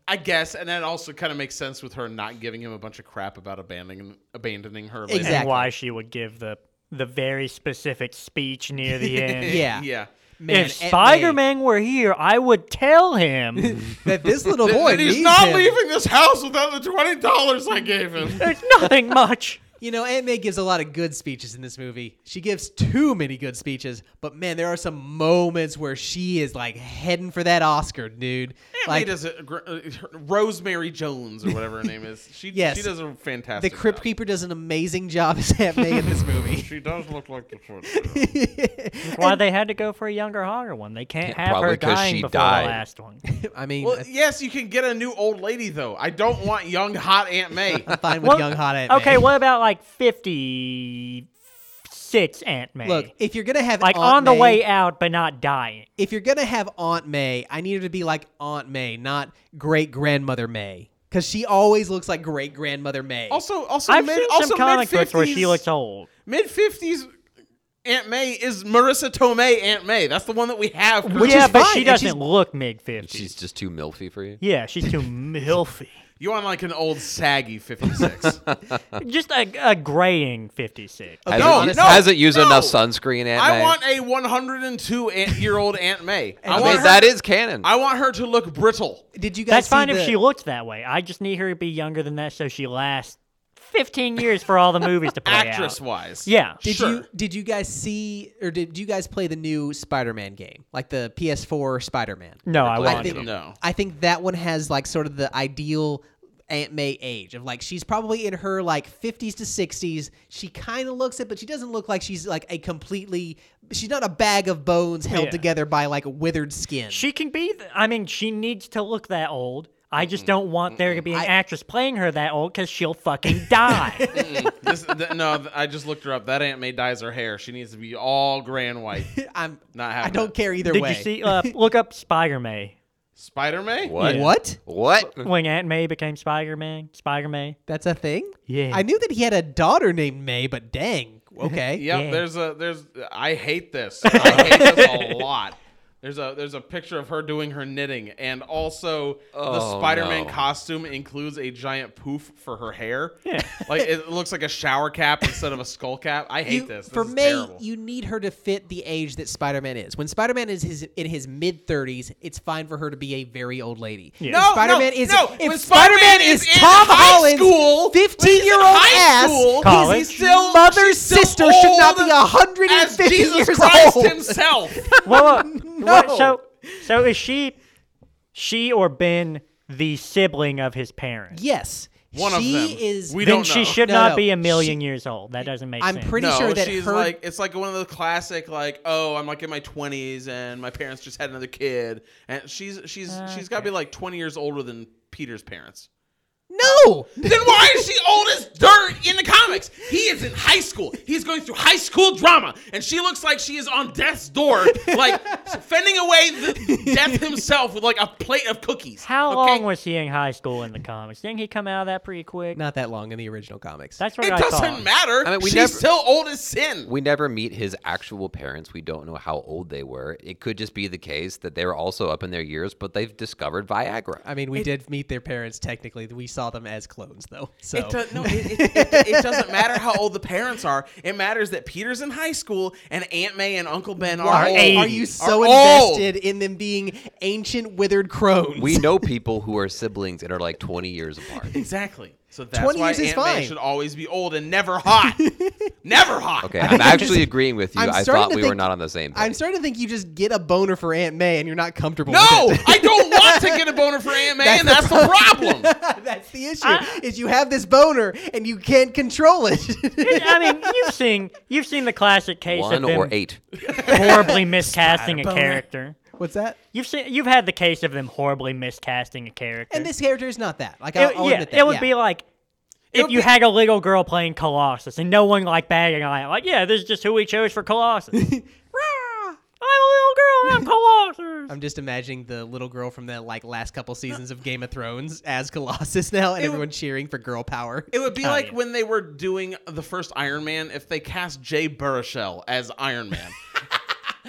[SPEAKER 2] I guess, and that also kind of makes sense with her not giving him a bunch of crap about abandoning abandoning her. Later.
[SPEAKER 3] Exactly.
[SPEAKER 4] and why she would give the the very specific speech near the end.
[SPEAKER 3] Yeah.
[SPEAKER 2] Yeah.
[SPEAKER 3] Man,
[SPEAKER 4] if
[SPEAKER 3] Aunt May-
[SPEAKER 4] Spider Man were here, I would tell him.
[SPEAKER 3] that this little Oh, boy
[SPEAKER 2] and he's
[SPEAKER 3] needs
[SPEAKER 2] not
[SPEAKER 3] him.
[SPEAKER 2] leaving this house without the twenty dollars I gave him.
[SPEAKER 4] There's nothing much.
[SPEAKER 3] You know, Aunt May gives a lot of good speeches in this movie. She gives too many good speeches, but man, there are some moments where she is like heading for that Oscar, dude.
[SPEAKER 2] like,
[SPEAKER 3] like
[SPEAKER 2] does a, gr- uh, Rosemary Jones or whatever her name is. She
[SPEAKER 3] Yes.
[SPEAKER 2] she does a fantastic.
[SPEAKER 3] the Crypt
[SPEAKER 2] job.
[SPEAKER 3] Keeper does an amazing job as Aunt May in this movie.
[SPEAKER 2] She does look like the foot.
[SPEAKER 4] That's why they had to go for a younger, hotter one. They can't
[SPEAKER 1] Yeah,
[SPEAKER 4] have
[SPEAKER 1] probably
[SPEAKER 4] her
[SPEAKER 1] 'cause
[SPEAKER 4] dying
[SPEAKER 1] she
[SPEAKER 4] before
[SPEAKER 1] died.
[SPEAKER 4] the last one.
[SPEAKER 3] I mean,
[SPEAKER 2] well,
[SPEAKER 3] I'm
[SPEAKER 2] yes, you can get a new old lady though. I don't want young hot Aunt May.
[SPEAKER 3] fine with
[SPEAKER 4] Well,
[SPEAKER 3] young hot Aunt May.
[SPEAKER 4] okay, what about like fifty-six Aunt May?
[SPEAKER 3] Look, if you're gonna have
[SPEAKER 4] like
[SPEAKER 3] Aunt
[SPEAKER 4] on the
[SPEAKER 3] May-
[SPEAKER 4] way out, but not dying.
[SPEAKER 3] if you're gonna have Aunt May, I need her to be like Aunt May, not great grandmother May, because she always looks like great grandmother May.
[SPEAKER 2] Also, also,
[SPEAKER 4] I've
[SPEAKER 2] mid,
[SPEAKER 4] seen
[SPEAKER 2] also
[SPEAKER 4] some comic books where she
[SPEAKER 2] 50s
[SPEAKER 4] looks old.
[SPEAKER 2] Mid fifties Aunt May is Marissa Tomei Aunt May. That's the one that we have.
[SPEAKER 3] Which
[SPEAKER 4] yeah,
[SPEAKER 3] is
[SPEAKER 4] but
[SPEAKER 3] fine,
[SPEAKER 4] she
[SPEAKER 3] and she's-
[SPEAKER 4] doesn't look mid fifties.
[SPEAKER 1] She's just too milfy for you.
[SPEAKER 4] Yeah, she's too milfy.
[SPEAKER 2] You want like an old saggy fifty six.
[SPEAKER 4] Just a, a graying fifty-six.
[SPEAKER 3] Okay,
[SPEAKER 2] No,
[SPEAKER 1] hasn't,
[SPEAKER 3] honestly-
[SPEAKER 2] no.
[SPEAKER 1] hasn't used enough
[SPEAKER 2] no.
[SPEAKER 1] sunscreen. Aunt
[SPEAKER 2] I
[SPEAKER 1] May.
[SPEAKER 2] want a one hundred and two year old Aunt May. I
[SPEAKER 1] I
[SPEAKER 2] want
[SPEAKER 1] mean,
[SPEAKER 2] her,
[SPEAKER 1] that is canon.
[SPEAKER 2] I want her to look brittle.
[SPEAKER 3] Did you guys?
[SPEAKER 4] That's
[SPEAKER 3] see
[SPEAKER 4] fine
[SPEAKER 3] the-
[SPEAKER 4] if she looks that way. I just need her to be younger than that so she lasts 15 years for all the movies to play out.
[SPEAKER 2] actress wise.
[SPEAKER 4] Yeah.
[SPEAKER 3] Did
[SPEAKER 2] sure.
[SPEAKER 3] you did you guys see or did you guys play the new Spider-Man game, like the PS4 Spider-Man?
[SPEAKER 4] No, I
[SPEAKER 1] glad
[SPEAKER 4] won't.
[SPEAKER 1] you
[SPEAKER 3] think
[SPEAKER 2] No.
[SPEAKER 3] I think that one has like sort of the ideal Aunt May age of like she's probably in her like 50s to 60s. She kind of looks it, but she doesn't look like she's like a completely. She's not a bag of bones held
[SPEAKER 4] Yeah.
[SPEAKER 3] together by like withered skin.
[SPEAKER 4] She can be. Th- I mean, she needs to look that old. I just don't want there to be an
[SPEAKER 3] I-
[SPEAKER 4] actress playing her that old because she'll fucking die.
[SPEAKER 2] Mm. This- th- no, th- I just looked her up. That Aunt May dyes her hair. She needs to be all gray and white.
[SPEAKER 3] I'm
[SPEAKER 2] Not
[SPEAKER 3] I
[SPEAKER 2] happening.
[SPEAKER 3] don't care either
[SPEAKER 4] Did
[SPEAKER 3] way.
[SPEAKER 4] you see? Uh, look up Spider May.
[SPEAKER 2] Spider May?
[SPEAKER 1] What?
[SPEAKER 3] What?
[SPEAKER 1] What?
[SPEAKER 4] When Aunt May became Spider Man. Spider May.
[SPEAKER 3] That's a thing.
[SPEAKER 4] Yeah.
[SPEAKER 3] I knew that he had a daughter named May, but dang. Okay.
[SPEAKER 2] Yep.
[SPEAKER 4] Yeah.
[SPEAKER 2] There's a there's. I hate this. I hate this a lot. There's a there's a picture of her doing her knitting, and also the
[SPEAKER 1] Oh,
[SPEAKER 2] Spider-Man
[SPEAKER 1] no.
[SPEAKER 2] costume includes a giant poof for her hair. Yeah. like it looks like a shower cap instead of a skull cap. I hate
[SPEAKER 3] You-
[SPEAKER 2] this. This
[SPEAKER 3] For
[SPEAKER 2] is
[SPEAKER 3] May,
[SPEAKER 2] terrible.
[SPEAKER 3] you need her to fit the age that Spider-Man is. When Spider-Man is his in his mid 30s, it's fine for her to be a very old lady. If
[SPEAKER 4] No,
[SPEAKER 3] Spider-Man
[SPEAKER 2] no,
[SPEAKER 3] is
[SPEAKER 2] no.
[SPEAKER 3] if
[SPEAKER 2] When
[SPEAKER 3] Spider-Man,
[SPEAKER 2] Spider-Man
[SPEAKER 3] is,
[SPEAKER 2] is in
[SPEAKER 3] Tom
[SPEAKER 2] high
[SPEAKER 3] Holland's
[SPEAKER 2] school, when he's in
[SPEAKER 3] 15-year-old
[SPEAKER 2] high
[SPEAKER 3] ass,
[SPEAKER 2] school,
[SPEAKER 4] College.
[SPEAKER 3] his
[SPEAKER 4] she's
[SPEAKER 2] still-
[SPEAKER 3] mother's
[SPEAKER 2] she's still
[SPEAKER 3] sister should not be
[SPEAKER 2] old as
[SPEAKER 3] 150
[SPEAKER 2] Jesus
[SPEAKER 3] years
[SPEAKER 2] Christ
[SPEAKER 3] old.
[SPEAKER 2] himself.
[SPEAKER 4] Whoa, whoa. What-
[SPEAKER 3] No.
[SPEAKER 4] so, so is she, she or Ben, the sibling of his parents?
[SPEAKER 3] Yes.
[SPEAKER 2] One
[SPEAKER 3] she
[SPEAKER 2] of them.
[SPEAKER 3] is
[SPEAKER 2] We
[SPEAKER 4] then
[SPEAKER 2] don't know.
[SPEAKER 4] she should
[SPEAKER 3] No,
[SPEAKER 4] not
[SPEAKER 3] no,
[SPEAKER 4] be a
[SPEAKER 3] she-
[SPEAKER 4] million years old. That doesn't make
[SPEAKER 3] I'm
[SPEAKER 4] sense.
[SPEAKER 3] pretty
[SPEAKER 2] no,
[SPEAKER 3] sure that
[SPEAKER 2] she's
[SPEAKER 3] her
[SPEAKER 2] like it's like one of the classic like oh I'm like in my 20s and my parents just had another kid and she's she's
[SPEAKER 3] Ah,
[SPEAKER 2] she's got to be like 20 years older than Peter's parents.
[SPEAKER 3] No.
[SPEAKER 2] then why is she old as dirt in the comics? He is in high school. He's going through high school drama, and she looks like she is on death's door, like fending away the death himself with like a plate of cookies.
[SPEAKER 4] How
[SPEAKER 2] okay?
[SPEAKER 4] long was he in high school in the comics? Didn't he come out of that pretty quick?
[SPEAKER 3] Not that long in the original comics.
[SPEAKER 4] That's what
[SPEAKER 2] It
[SPEAKER 4] I
[SPEAKER 2] doesn't
[SPEAKER 4] thought.
[SPEAKER 2] matter.
[SPEAKER 1] I mean, we
[SPEAKER 2] She's
[SPEAKER 1] never-
[SPEAKER 2] still old as sin.
[SPEAKER 1] We never meet his actual parents. We don't know how old they were. It could just be the case that they were also up in their years, but they've discovered Viagra.
[SPEAKER 3] I mean, we did meet their parents technically. We saw them as clones though. So
[SPEAKER 2] It, does, no, it, it, it, it doesn't matter how old the parents are. It matters that Peter's in high school and Aunt May and Uncle Ben are,
[SPEAKER 4] Are
[SPEAKER 2] old.
[SPEAKER 4] eighty.
[SPEAKER 3] Are you so
[SPEAKER 2] Are old.
[SPEAKER 3] invested in them being ancient withered crones?
[SPEAKER 1] we know people who are siblings and are like 20 years apart.
[SPEAKER 2] Exactly. So that's
[SPEAKER 3] 20
[SPEAKER 2] why
[SPEAKER 3] years is
[SPEAKER 2] Aunt May
[SPEAKER 3] fine.
[SPEAKER 2] should always be old and never hot. never hot.
[SPEAKER 1] Okay, I'm actually agreeing with you.
[SPEAKER 3] I'm
[SPEAKER 1] I
[SPEAKER 3] starting
[SPEAKER 1] thought
[SPEAKER 3] to
[SPEAKER 1] we were
[SPEAKER 3] think-
[SPEAKER 1] not on the same page.
[SPEAKER 3] I'm starting to think you just get a boner for Aunt May and you're not comfortable
[SPEAKER 2] No,
[SPEAKER 3] with it.
[SPEAKER 2] I don't want to get a boner for Aunt May,
[SPEAKER 3] That's
[SPEAKER 2] and
[SPEAKER 3] the
[SPEAKER 2] that's the problem.
[SPEAKER 3] That's the issue. is you have this boner and you can't control it.
[SPEAKER 4] I mean, you've seen you've seen the classic case
[SPEAKER 1] One
[SPEAKER 4] of them
[SPEAKER 1] or eight.
[SPEAKER 4] horribly miscasting a
[SPEAKER 3] Spider-Boner.
[SPEAKER 4] character.
[SPEAKER 3] What's that?
[SPEAKER 4] You've seen you've had the case of them horribly miscasting a character.
[SPEAKER 3] And this character is not that. Like
[SPEAKER 4] it,
[SPEAKER 3] I'll, I'll
[SPEAKER 4] yeah,
[SPEAKER 3] admit that.
[SPEAKER 4] it would
[SPEAKER 3] yeah.
[SPEAKER 4] be like if
[SPEAKER 2] would
[SPEAKER 4] you
[SPEAKER 2] be-
[SPEAKER 4] had a little girl playing Colossus and no one like bagging on it, like, yeah, this is just who we chose for Colossus. I'm a little girl and I'm Colossus.
[SPEAKER 3] I'm just imagining the little girl from the like last couple seasons of Game of Thrones as Colossus now, and everyone cheering for girl power.
[SPEAKER 2] It would be
[SPEAKER 4] Oh,
[SPEAKER 2] like
[SPEAKER 4] yeah.
[SPEAKER 2] when they were doing the first Iron Man if they cast Jay Baruchel as Iron Man.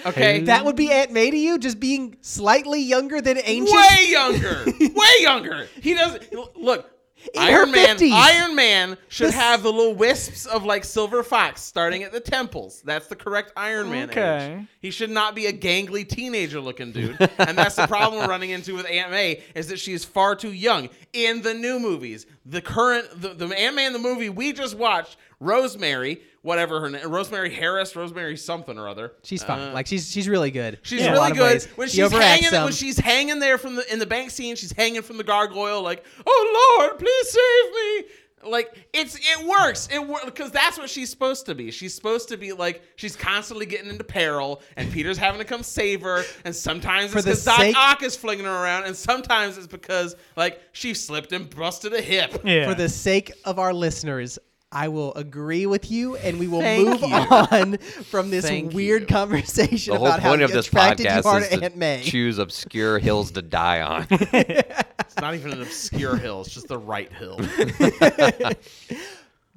[SPEAKER 2] Okay,
[SPEAKER 3] that would be Aunt May to you, just being slightly younger than ancient.
[SPEAKER 2] way younger, way younger. He doesn't look.
[SPEAKER 3] In her
[SPEAKER 2] Iron Man,
[SPEAKER 3] 50s.
[SPEAKER 2] Iron Man should
[SPEAKER 3] This-
[SPEAKER 2] have the little wisps of like silver fox starting at the temples. That's the correct Iron Man
[SPEAKER 4] Okay.
[SPEAKER 2] age. He should not be a gangly teenager looking dude. and that's the problem we're running into with Aunt May is that she is far too young in the new movies. The current the, the Aunt May in the movie we just watched, Rosemary, whatever her name, Rosemary Harris, Rosemary something or other.
[SPEAKER 3] She's fun. like she's she's really good.
[SPEAKER 2] Uh. She's
[SPEAKER 3] in a lot
[SPEAKER 2] really
[SPEAKER 3] of
[SPEAKER 2] good
[SPEAKER 3] ways.
[SPEAKER 2] when
[SPEAKER 3] She
[SPEAKER 2] she's
[SPEAKER 3] overacts
[SPEAKER 2] hanging
[SPEAKER 3] some.
[SPEAKER 2] when she's hanging there from the in the bank scene. She's hanging from the gargoyle like, "Oh Lord, please save me!" Like it's it works it works because that's what she's supposed to be. She's supposed to be like she's constantly getting into peril, and Peter's having to come save her. And sometimes it's
[SPEAKER 3] the
[SPEAKER 2] because Doc
[SPEAKER 3] sake-
[SPEAKER 2] Ock is flinging her around, and sometimes it's because like she slipped and busted a hip.
[SPEAKER 4] yeah.
[SPEAKER 3] For the sake of our listeners, I will agree with you, and we will
[SPEAKER 2] Thank
[SPEAKER 3] move
[SPEAKER 2] you.
[SPEAKER 3] on from this
[SPEAKER 2] Thank
[SPEAKER 3] weird
[SPEAKER 2] you.
[SPEAKER 3] conversation
[SPEAKER 1] The whole
[SPEAKER 3] about how
[SPEAKER 1] point of this
[SPEAKER 3] attracted you are
[SPEAKER 1] podcast
[SPEAKER 3] to
[SPEAKER 1] is
[SPEAKER 3] Aunt
[SPEAKER 1] to
[SPEAKER 3] May.
[SPEAKER 1] choose obscure hills to die on.
[SPEAKER 2] It's not even an obscure hill; it's just the right hill.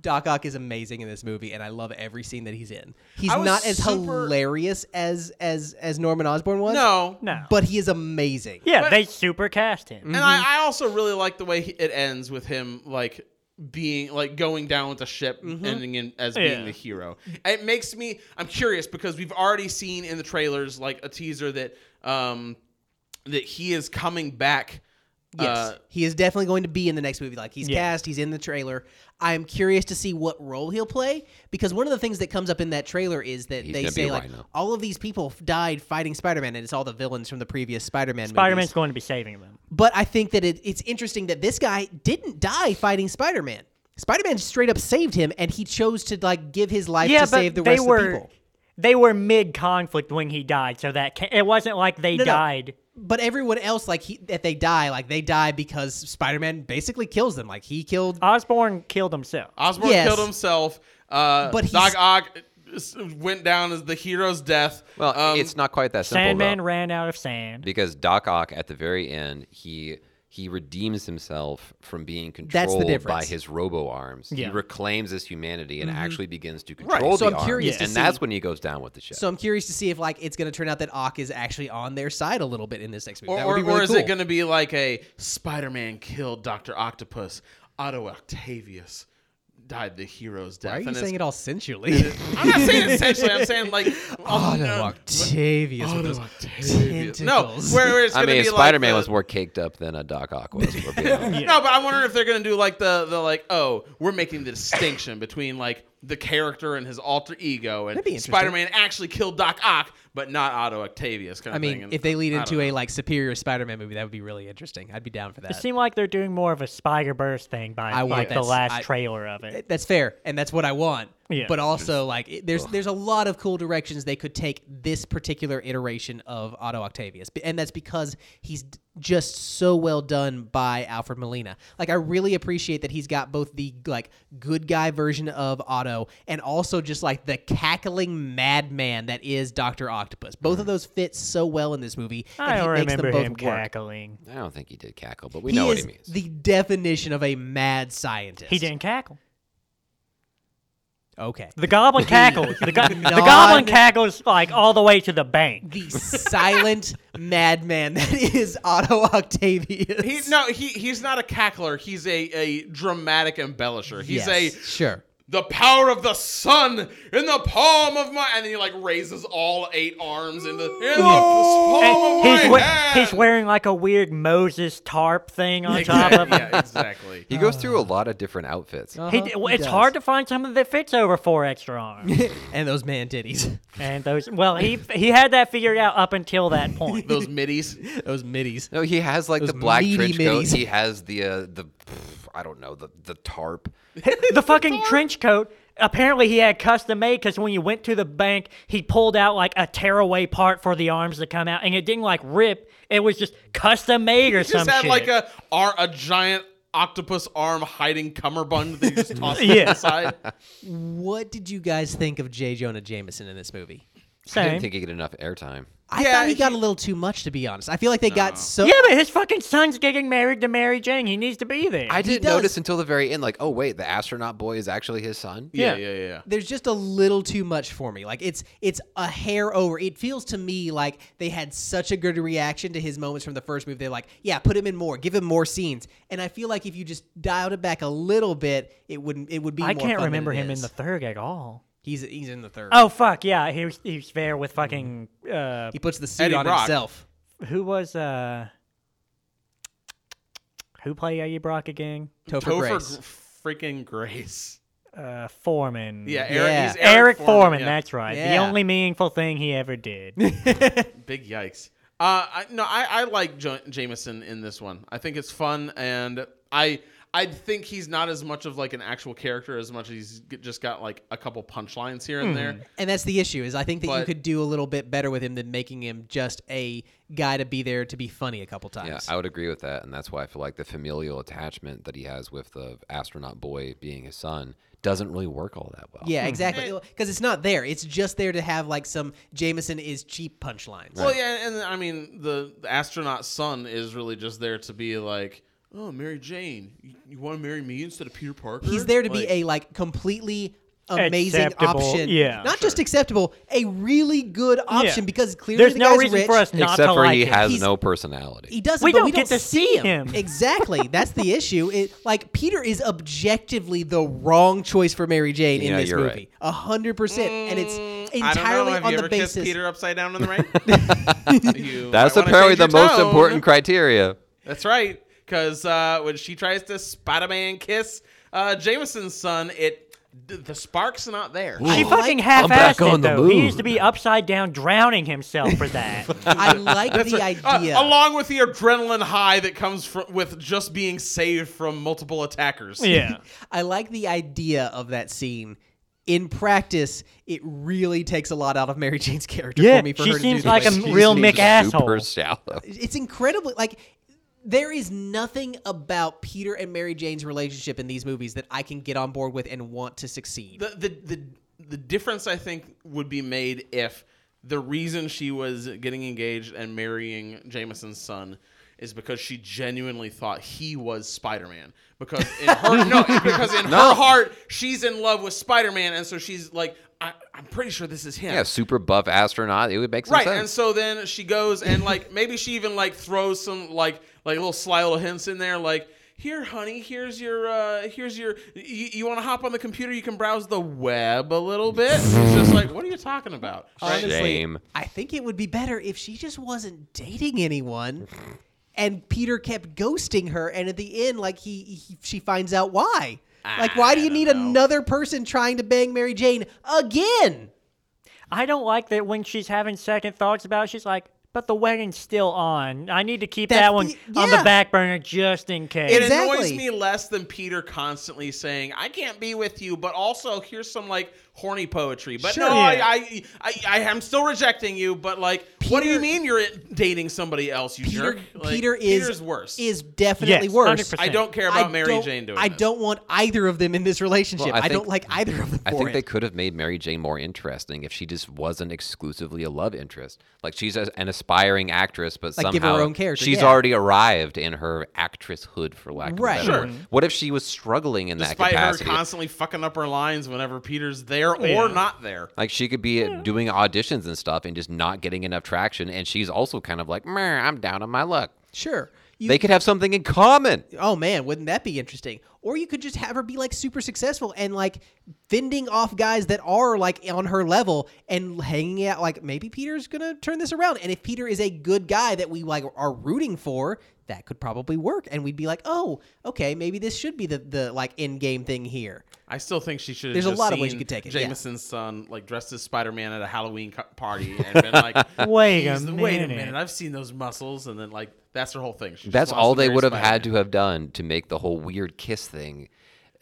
[SPEAKER 3] Doc Ock is amazing in this movie, and I love every scene that he's in. He's
[SPEAKER 2] I was
[SPEAKER 3] not as
[SPEAKER 2] super-
[SPEAKER 3] hilarious as as as Norman Osborn was.
[SPEAKER 2] No,
[SPEAKER 4] no.
[SPEAKER 3] but he is amazing.
[SPEAKER 4] yeah, they super cast
[SPEAKER 1] Mm-hmm.
[SPEAKER 4] him.
[SPEAKER 2] And
[SPEAKER 3] Mm-hmm.
[SPEAKER 2] I, I also really like the way he- it ends with him like being like going down with the ship,
[SPEAKER 3] Mm-hmm.
[SPEAKER 2] ending in as
[SPEAKER 4] Yeah.
[SPEAKER 2] being the hero. It makes me I'm curious because we've already seen in the trailers like a teaser that um that he is coming back
[SPEAKER 3] Yes,
[SPEAKER 2] Uh,
[SPEAKER 3] he is definitely going to be in the next movie. Like he's
[SPEAKER 4] Yeah.
[SPEAKER 3] cast, he's in the trailer. I am curious to see what role he'll play because one of the things that comes up in that trailer is that
[SPEAKER 1] He's
[SPEAKER 3] they
[SPEAKER 1] gonna be
[SPEAKER 3] say
[SPEAKER 1] a
[SPEAKER 3] like
[SPEAKER 1] rhino.
[SPEAKER 3] all of these people f- died fighting Spider-Man, and it's all the villains from the previous Spider-Man.
[SPEAKER 4] Spider
[SPEAKER 3] movies.
[SPEAKER 4] Man's going to be saving them.
[SPEAKER 3] But I think that it, it's interesting that this guy didn't die fighting Spider-Man. Spider-Man straight up saved him, and he chose to like give his life to save the rest of the people.
[SPEAKER 4] They were mid conflict when he died, so that ca- it wasn't like they
[SPEAKER 3] No, no.
[SPEAKER 4] died.
[SPEAKER 3] But everyone else, like he, that they die, like they die because Spider-Man basically kills them. Like he killed
[SPEAKER 4] Osborn killed himself.
[SPEAKER 2] Osborn
[SPEAKER 3] Yes.
[SPEAKER 2] killed himself. Uh,
[SPEAKER 3] But
[SPEAKER 2] but
[SPEAKER 3] he's-
[SPEAKER 2] Doc Ock s- went down as the hero's death.
[SPEAKER 1] Well,
[SPEAKER 2] Um,
[SPEAKER 1] it's not quite that simple.
[SPEAKER 4] Sandman
[SPEAKER 1] though.
[SPEAKER 4] ran out of sand.
[SPEAKER 1] because Doc Ock at the very end he he redeems himself from being
[SPEAKER 3] the
[SPEAKER 1] controlled by
[SPEAKER 3] difference. Mm-hmm.
[SPEAKER 1] his robo arms. He
[SPEAKER 4] Yeah.
[SPEAKER 1] reclaims his humanity and actually begins to control
[SPEAKER 3] So
[SPEAKER 1] the
[SPEAKER 3] I'm
[SPEAKER 1] arms,
[SPEAKER 3] curious to
[SPEAKER 1] and
[SPEAKER 3] see-
[SPEAKER 1] that's when he goes down with the ship.
[SPEAKER 3] So I'm curious to see if like it's going to turn out that Ock is actually on their side a little bit in this next movie.
[SPEAKER 2] or,
[SPEAKER 3] that
[SPEAKER 2] or,
[SPEAKER 3] would be really
[SPEAKER 2] or is
[SPEAKER 3] cool.
[SPEAKER 2] it going to be like a Spider-Man killed Doctor Octopus, Otto Octavius died the hero's death?
[SPEAKER 3] Why are you
[SPEAKER 2] and it's-
[SPEAKER 3] saying it all sensually?
[SPEAKER 2] I'm not saying essentially. I'm saying like
[SPEAKER 3] Otto
[SPEAKER 2] uh,
[SPEAKER 3] Octavius. with those-
[SPEAKER 2] Otto Octavius. No,
[SPEAKER 3] tentacles.
[SPEAKER 2] where, where it's
[SPEAKER 1] I
[SPEAKER 2] gonna
[SPEAKER 1] mean,
[SPEAKER 2] be
[SPEAKER 1] Spider Man
[SPEAKER 2] like the-
[SPEAKER 1] was more caked up than a Doc Ock was. if we're being honest.
[SPEAKER 2] No, but I'm wondering if they're gonna do like the the like oh we're making the distinction between like the character and his alter ego
[SPEAKER 3] That'd be
[SPEAKER 2] and
[SPEAKER 3] interesting.
[SPEAKER 2] Spider-Man actually killed Doc Ock but not Otto Octavius kind
[SPEAKER 3] I
[SPEAKER 2] of thing.
[SPEAKER 3] mean,
[SPEAKER 2] And
[SPEAKER 3] if they lead
[SPEAKER 2] I
[SPEAKER 3] into
[SPEAKER 2] don't
[SPEAKER 3] a
[SPEAKER 2] know.
[SPEAKER 3] like superior Spider-Man movie, that would be really interesting. I'd be down for
[SPEAKER 4] It
[SPEAKER 3] that.
[SPEAKER 4] seemed like they're doing more of a Spider Verse thing by
[SPEAKER 3] I want
[SPEAKER 4] like the
[SPEAKER 3] this.
[SPEAKER 4] last
[SPEAKER 3] I-
[SPEAKER 4] trailer of it.
[SPEAKER 3] that's fair, and that's what I want.
[SPEAKER 4] Yeah.
[SPEAKER 3] But also, like, it- there's there's a lot of cool directions they could take this particular iteration of Otto Octavius, B- and that's because he's d- just so well done by Alfred Molina. Like, I really appreciate that he's got both the like good guy version of Otto and also just like the cackling madman that is Doctor Octopus. Both of those fit so well in this movie,
[SPEAKER 4] Mm. I
[SPEAKER 3] and he
[SPEAKER 4] don't
[SPEAKER 3] makes
[SPEAKER 4] remember
[SPEAKER 3] them both
[SPEAKER 4] him
[SPEAKER 3] work.
[SPEAKER 4] cackling.
[SPEAKER 1] I don't think he did cackle, but we
[SPEAKER 3] He
[SPEAKER 1] know what
[SPEAKER 3] is
[SPEAKER 1] he means.
[SPEAKER 3] the definition of a mad scientist.
[SPEAKER 4] He didn't cackle.
[SPEAKER 3] Okay.
[SPEAKER 4] The goblin cackles. The, go- the
[SPEAKER 3] Non-
[SPEAKER 4] goblin cackles like all the way to the bank.
[SPEAKER 3] the silent madman that is Otto Octavius.
[SPEAKER 2] He, no, he he's not a cackler. He's a, a dramatic embellisher. He's a
[SPEAKER 3] sure.
[SPEAKER 2] the power of the sun in the palm of my and then he like raises all eight arms in the in the palm of
[SPEAKER 4] And he's,
[SPEAKER 2] my
[SPEAKER 4] we-
[SPEAKER 2] hand.
[SPEAKER 4] he's wearing like a weird Moses tarp thing on top
[SPEAKER 2] exactly,
[SPEAKER 4] of him.
[SPEAKER 2] yeah, exactly.
[SPEAKER 1] He goes
[SPEAKER 3] uh,
[SPEAKER 1] through a lot of different outfits.
[SPEAKER 3] Oh. Uh-huh.
[SPEAKER 4] He d well, it's hard to find something that fits over four extra arms.
[SPEAKER 3] And those man titties,
[SPEAKER 4] and those, well, he he had that figured out up until that point.
[SPEAKER 2] Those middies.
[SPEAKER 3] those middies.
[SPEAKER 1] No, he has like the
[SPEAKER 3] Those
[SPEAKER 1] black
[SPEAKER 3] meaty
[SPEAKER 1] trench coat.
[SPEAKER 3] middies.
[SPEAKER 1] He has the uh, the pff, I don't know the the tarp.
[SPEAKER 4] the fucking trench coat. Apparently, he had custom made because when you went to the bank, he pulled out like a tearaway part for the arms to come out, and it didn't like rip. It was just custom made or
[SPEAKER 2] Just
[SPEAKER 4] some
[SPEAKER 2] had
[SPEAKER 4] shit.
[SPEAKER 2] like a ar- a giant octopus arm hiding cummerbund that you just toss to
[SPEAKER 4] Yeah.
[SPEAKER 2] the side.
[SPEAKER 3] What did you guys think of J. Jonah Jameson in this movie?
[SPEAKER 1] I
[SPEAKER 4] Same.
[SPEAKER 1] didn't think he get enough airtime.
[SPEAKER 3] I
[SPEAKER 2] Yeah,
[SPEAKER 3] thought he got
[SPEAKER 2] he-
[SPEAKER 3] a little too much, to be honest. I feel like they got so.
[SPEAKER 4] yeah, but his fucking son's getting married to Mary Jane. He needs to be there.
[SPEAKER 1] I didn't
[SPEAKER 3] does-
[SPEAKER 1] notice until the very end. Like, oh wait, the astronaut boy is actually his son.
[SPEAKER 2] Yeah,
[SPEAKER 4] Yeah.
[SPEAKER 2] yeah, yeah. yeah.
[SPEAKER 3] There's just a little too much for me. Like it's it's a hair over. It feels to me like they had such a good reaction to his moments from the first movie. They're like, yeah, put him in more, give him more scenes. And I feel like if you just dialed it back a little bit, it wouldn't. It would be.
[SPEAKER 4] I
[SPEAKER 3] more
[SPEAKER 4] can't
[SPEAKER 3] fun than
[SPEAKER 4] remember
[SPEAKER 3] it
[SPEAKER 4] him
[SPEAKER 3] is.
[SPEAKER 4] in the third at all.
[SPEAKER 3] He's he's in the third.
[SPEAKER 4] Oh fuck yeah, he was he was there with fucking uh
[SPEAKER 3] He puts the suit
[SPEAKER 2] Eddie
[SPEAKER 3] on
[SPEAKER 2] Brock.
[SPEAKER 3] himself.
[SPEAKER 4] who was uh who played Eddie Brock again?
[SPEAKER 3] Topher,
[SPEAKER 2] Topher
[SPEAKER 3] Grace.
[SPEAKER 2] Gr- freaking Grace.
[SPEAKER 4] Uh Foreman.
[SPEAKER 2] Yeah, Eric,
[SPEAKER 3] Yeah.
[SPEAKER 2] He's Eric,
[SPEAKER 4] Eric Foreman,
[SPEAKER 2] yeah.
[SPEAKER 4] that's right. The
[SPEAKER 3] Yeah.
[SPEAKER 4] only meaningful thing he ever did.
[SPEAKER 2] Big yikes. Uh, I, no, I, I like jo- Jameson in this one. I think it's fun, and I I think he's not as much of like an actual character as much as he's g- just got like a couple punchlines here and there.
[SPEAKER 3] and that's the issue is I think that you
[SPEAKER 2] But-
[SPEAKER 3] could do a little bit better with him than making him just a guy to be there to be funny a couple
[SPEAKER 1] Yeah,
[SPEAKER 3] times.
[SPEAKER 1] I would agree with that, and that's why I feel like the familial attachment that he has with the astronaut boy being his son doesn't really work all that well.
[SPEAKER 3] Yeah, exactly. Because it's not there. It's just there to have like some Jameson is cheap punchlines.
[SPEAKER 2] Well, yeah, and I mean the, the astronaut son is really just there to be like, oh, Mary Jane, you, you want to marry me instead of Peter Parker?
[SPEAKER 3] He's there to be
[SPEAKER 2] Like-
[SPEAKER 3] a like completely amazing
[SPEAKER 4] Acceptable,
[SPEAKER 3] option.
[SPEAKER 4] yeah.
[SPEAKER 3] Not just acceptable, a really good option because clearly
[SPEAKER 4] There's
[SPEAKER 3] the
[SPEAKER 4] no
[SPEAKER 3] guy's
[SPEAKER 4] reason
[SPEAKER 3] rich.
[SPEAKER 4] for us not
[SPEAKER 1] Except
[SPEAKER 4] to
[SPEAKER 1] for
[SPEAKER 4] like
[SPEAKER 1] he
[SPEAKER 4] him.
[SPEAKER 1] has
[SPEAKER 3] He's-
[SPEAKER 1] no personality.
[SPEAKER 3] He doesn't.
[SPEAKER 4] We
[SPEAKER 3] but
[SPEAKER 4] don't
[SPEAKER 3] we
[SPEAKER 4] get
[SPEAKER 3] don't
[SPEAKER 4] to see him.
[SPEAKER 3] Exactly. That's the issue. It, like Peter is objectively the wrong choice for Mary Jane in
[SPEAKER 1] Yeah,
[SPEAKER 3] this
[SPEAKER 1] you're right.
[SPEAKER 3] movie. A hundred percent, and
[SPEAKER 4] Mm,
[SPEAKER 3] it's
[SPEAKER 2] Mm, I don't know.
[SPEAKER 3] entirely
[SPEAKER 2] Have
[SPEAKER 3] on
[SPEAKER 2] you
[SPEAKER 3] the
[SPEAKER 2] ever kissed
[SPEAKER 3] basis.
[SPEAKER 2] Peter upside down in the rain? You
[SPEAKER 1] that's
[SPEAKER 2] might wanna
[SPEAKER 1] apparently
[SPEAKER 2] change
[SPEAKER 1] the
[SPEAKER 2] your
[SPEAKER 1] most
[SPEAKER 2] tone.
[SPEAKER 1] important criteria.
[SPEAKER 2] That's right. because uh, when she tries to Spider-Man kiss uh, Jameson's son, it d- the sparks are not there.
[SPEAKER 4] She fucking
[SPEAKER 1] I'm back
[SPEAKER 4] half-assed it
[SPEAKER 1] on the
[SPEAKER 4] though. He needs
[SPEAKER 1] moon.
[SPEAKER 4] to be upside down, drowning himself for that.
[SPEAKER 3] I like the
[SPEAKER 2] Uh,
[SPEAKER 3] idea.
[SPEAKER 2] along with the adrenaline high that comes fr- with just being saved from multiple attackers.
[SPEAKER 4] yeah.
[SPEAKER 3] I like the idea of that scene. In practice, it really takes a lot out of Mary Jane's character
[SPEAKER 4] Yeah,
[SPEAKER 3] for me for
[SPEAKER 4] she
[SPEAKER 3] her to
[SPEAKER 4] seems
[SPEAKER 3] do
[SPEAKER 4] like a
[SPEAKER 3] this.
[SPEAKER 4] m- real
[SPEAKER 1] She's
[SPEAKER 4] Mick asshole.
[SPEAKER 1] Super shallow.
[SPEAKER 3] it's incredibly like there is nothing about Peter and Mary Jane's relationship in these movies that I can get on board with and want to succeed.
[SPEAKER 2] The, the the the difference I think would be made if the reason she was getting engaged and marrying Jameson's son is because she genuinely thought he was Spider-Man. Because in her no, because in her heart she's in love with Spider-Man, and so she's like, I, I'm pretty sure this is him.
[SPEAKER 1] Yeah, super buff astronaut. It would make some
[SPEAKER 2] Right,
[SPEAKER 1] sense.
[SPEAKER 2] and so then she goes and like maybe she even like throws some like like little sly little hints in there, like here, honey, here's your uh here's your you, you want to hop on the computer, you can browse the web a little bit. It's just like, what are you talking about?
[SPEAKER 3] Honestly,
[SPEAKER 1] Shame.
[SPEAKER 3] I think it would be better if she just wasn't dating anyone and Peter kept ghosting her and at the end like he, he she finds out why. Like why do you need another person trying to bang Mary Jane again?
[SPEAKER 4] I don't like that when she's having second thoughts about it, she's like, but the wedding's still on. I need to keep
[SPEAKER 3] That's
[SPEAKER 4] that one
[SPEAKER 3] the-
[SPEAKER 4] on the
[SPEAKER 3] yeah.
[SPEAKER 4] back burner just in case.
[SPEAKER 2] It
[SPEAKER 3] Exactly.
[SPEAKER 2] annoys me less than Peter constantly saying, "I can't be with you," but also here's some like horny poetry. But
[SPEAKER 3] Sure.
[SPEAKER 2] no,
[SPEAKER 4] Yeah.
[SPEAKER 2] I, I I I am still rejecting you. But like, what do you
[SPEAKER 3] Peter-
[SPEAKER 2] mean you're dating somebody else? You
[SPEAKER 3] Peter
[SPEAKER 2] jerk. Like,
[SPEAKER 3] Peter is
[SPEAKER 2] Peter's worse.
[SPEAKER 3] Is definitely
[SPEAKER 4] Yes,
[SPEAKER 3] worse.
[SPEAKER 4] 100%.
[SPEAKER 2] I don't care
[SPEAKER 3] I
[SPEAKER 2] about Mary
[SPEAKER 3] don't-
[SPEAKER 2] Jane doing.
[SPEAKER 3] I
[SPEAKER 2] this.
[SPEAKER 3] don't want either of them in this relationship.
[SPEAKER 1] Well,
[SPEAKER 3] I,
[SPEAKER 1] I think-
[SPEAKER 3] don't like either of them
[SPEAKER 1] I
[SPEAKER 3] for
[SPEAKER 1] think
[SPEAKER 3] it.
[SPEAKER 1] they could have made Mary Jane more interesting if she just wasn't exclusively a love interest. Like she's a, an aspiring actress, but
[SPEAKER 3] Like,
[SPEAKER 1] somehow
[SPEAKER 3] give her her own character,
[SPEAKER 1] she's
[SPEAKER 3] yeah.
[SPEAKER 1] already arrived in her actress hood, for lack of
[SPEAKER 3] Right.
[SPEAKER 1] a better
[SPEAKER 3] Sure.
[SPEAKER 1] word. What if she was struggling in that
[SPEAKER 2] despite her
[SPEAKER 1] capacity? Oh,
[SPEAKER 2] constantly fucking up her lines whenever Peter's there or not there.
[SPEAKER 1] like she could be doing auditions and stuff and just not getting enough traction, and she's also kind of like, "Meh, I'm down on my luck.
[SPEAKER 3] sure. You,
[SPEAKER 1] They could have something in common.
[SPEAKER 3] oh man, wouldn't that be interesting? Or you could just have her be like super successful and like fending off guys that are like on her level and hanging out like maybe Peter's gonna turn this around. And if Peter is a good guy that we like are rooting for, that could probably work. And we'd be like, oh, okay, maybe this should be the the like end game thing here.
[SPEAKER 2] I still think she should. have
[SPEAKER 3] There's a
[SPEAKER 2] just
[SPEAKER 3] lot of ways
[SPEAKER 2] seen
[SPEAKER 3] you could take it, yeah.
[SPEAKER 2] Jameson's son, like dressed as Spider-Man at a Halloween co- party, and been like,
[SPEAKER 4] Wait a
[SPEAKER 2] "He's the- wait a
[SPEAKER 4] minute."
[SPEAKER 2] minute, I've seen those muscles," and then like that's her whole thing. She just
[SPEAKER 1] That's
[SPEAKER 2] wants
[SPEAKER 1] all
[SPEAKER 2] to
[SPEAKER 1] they
[SPEAKER 2] marry
[SPEAKER 1] would have had to
[SPEAKER 2] Spider-Man.
[SPEAKER 1] have done to make the whole weird kiss thing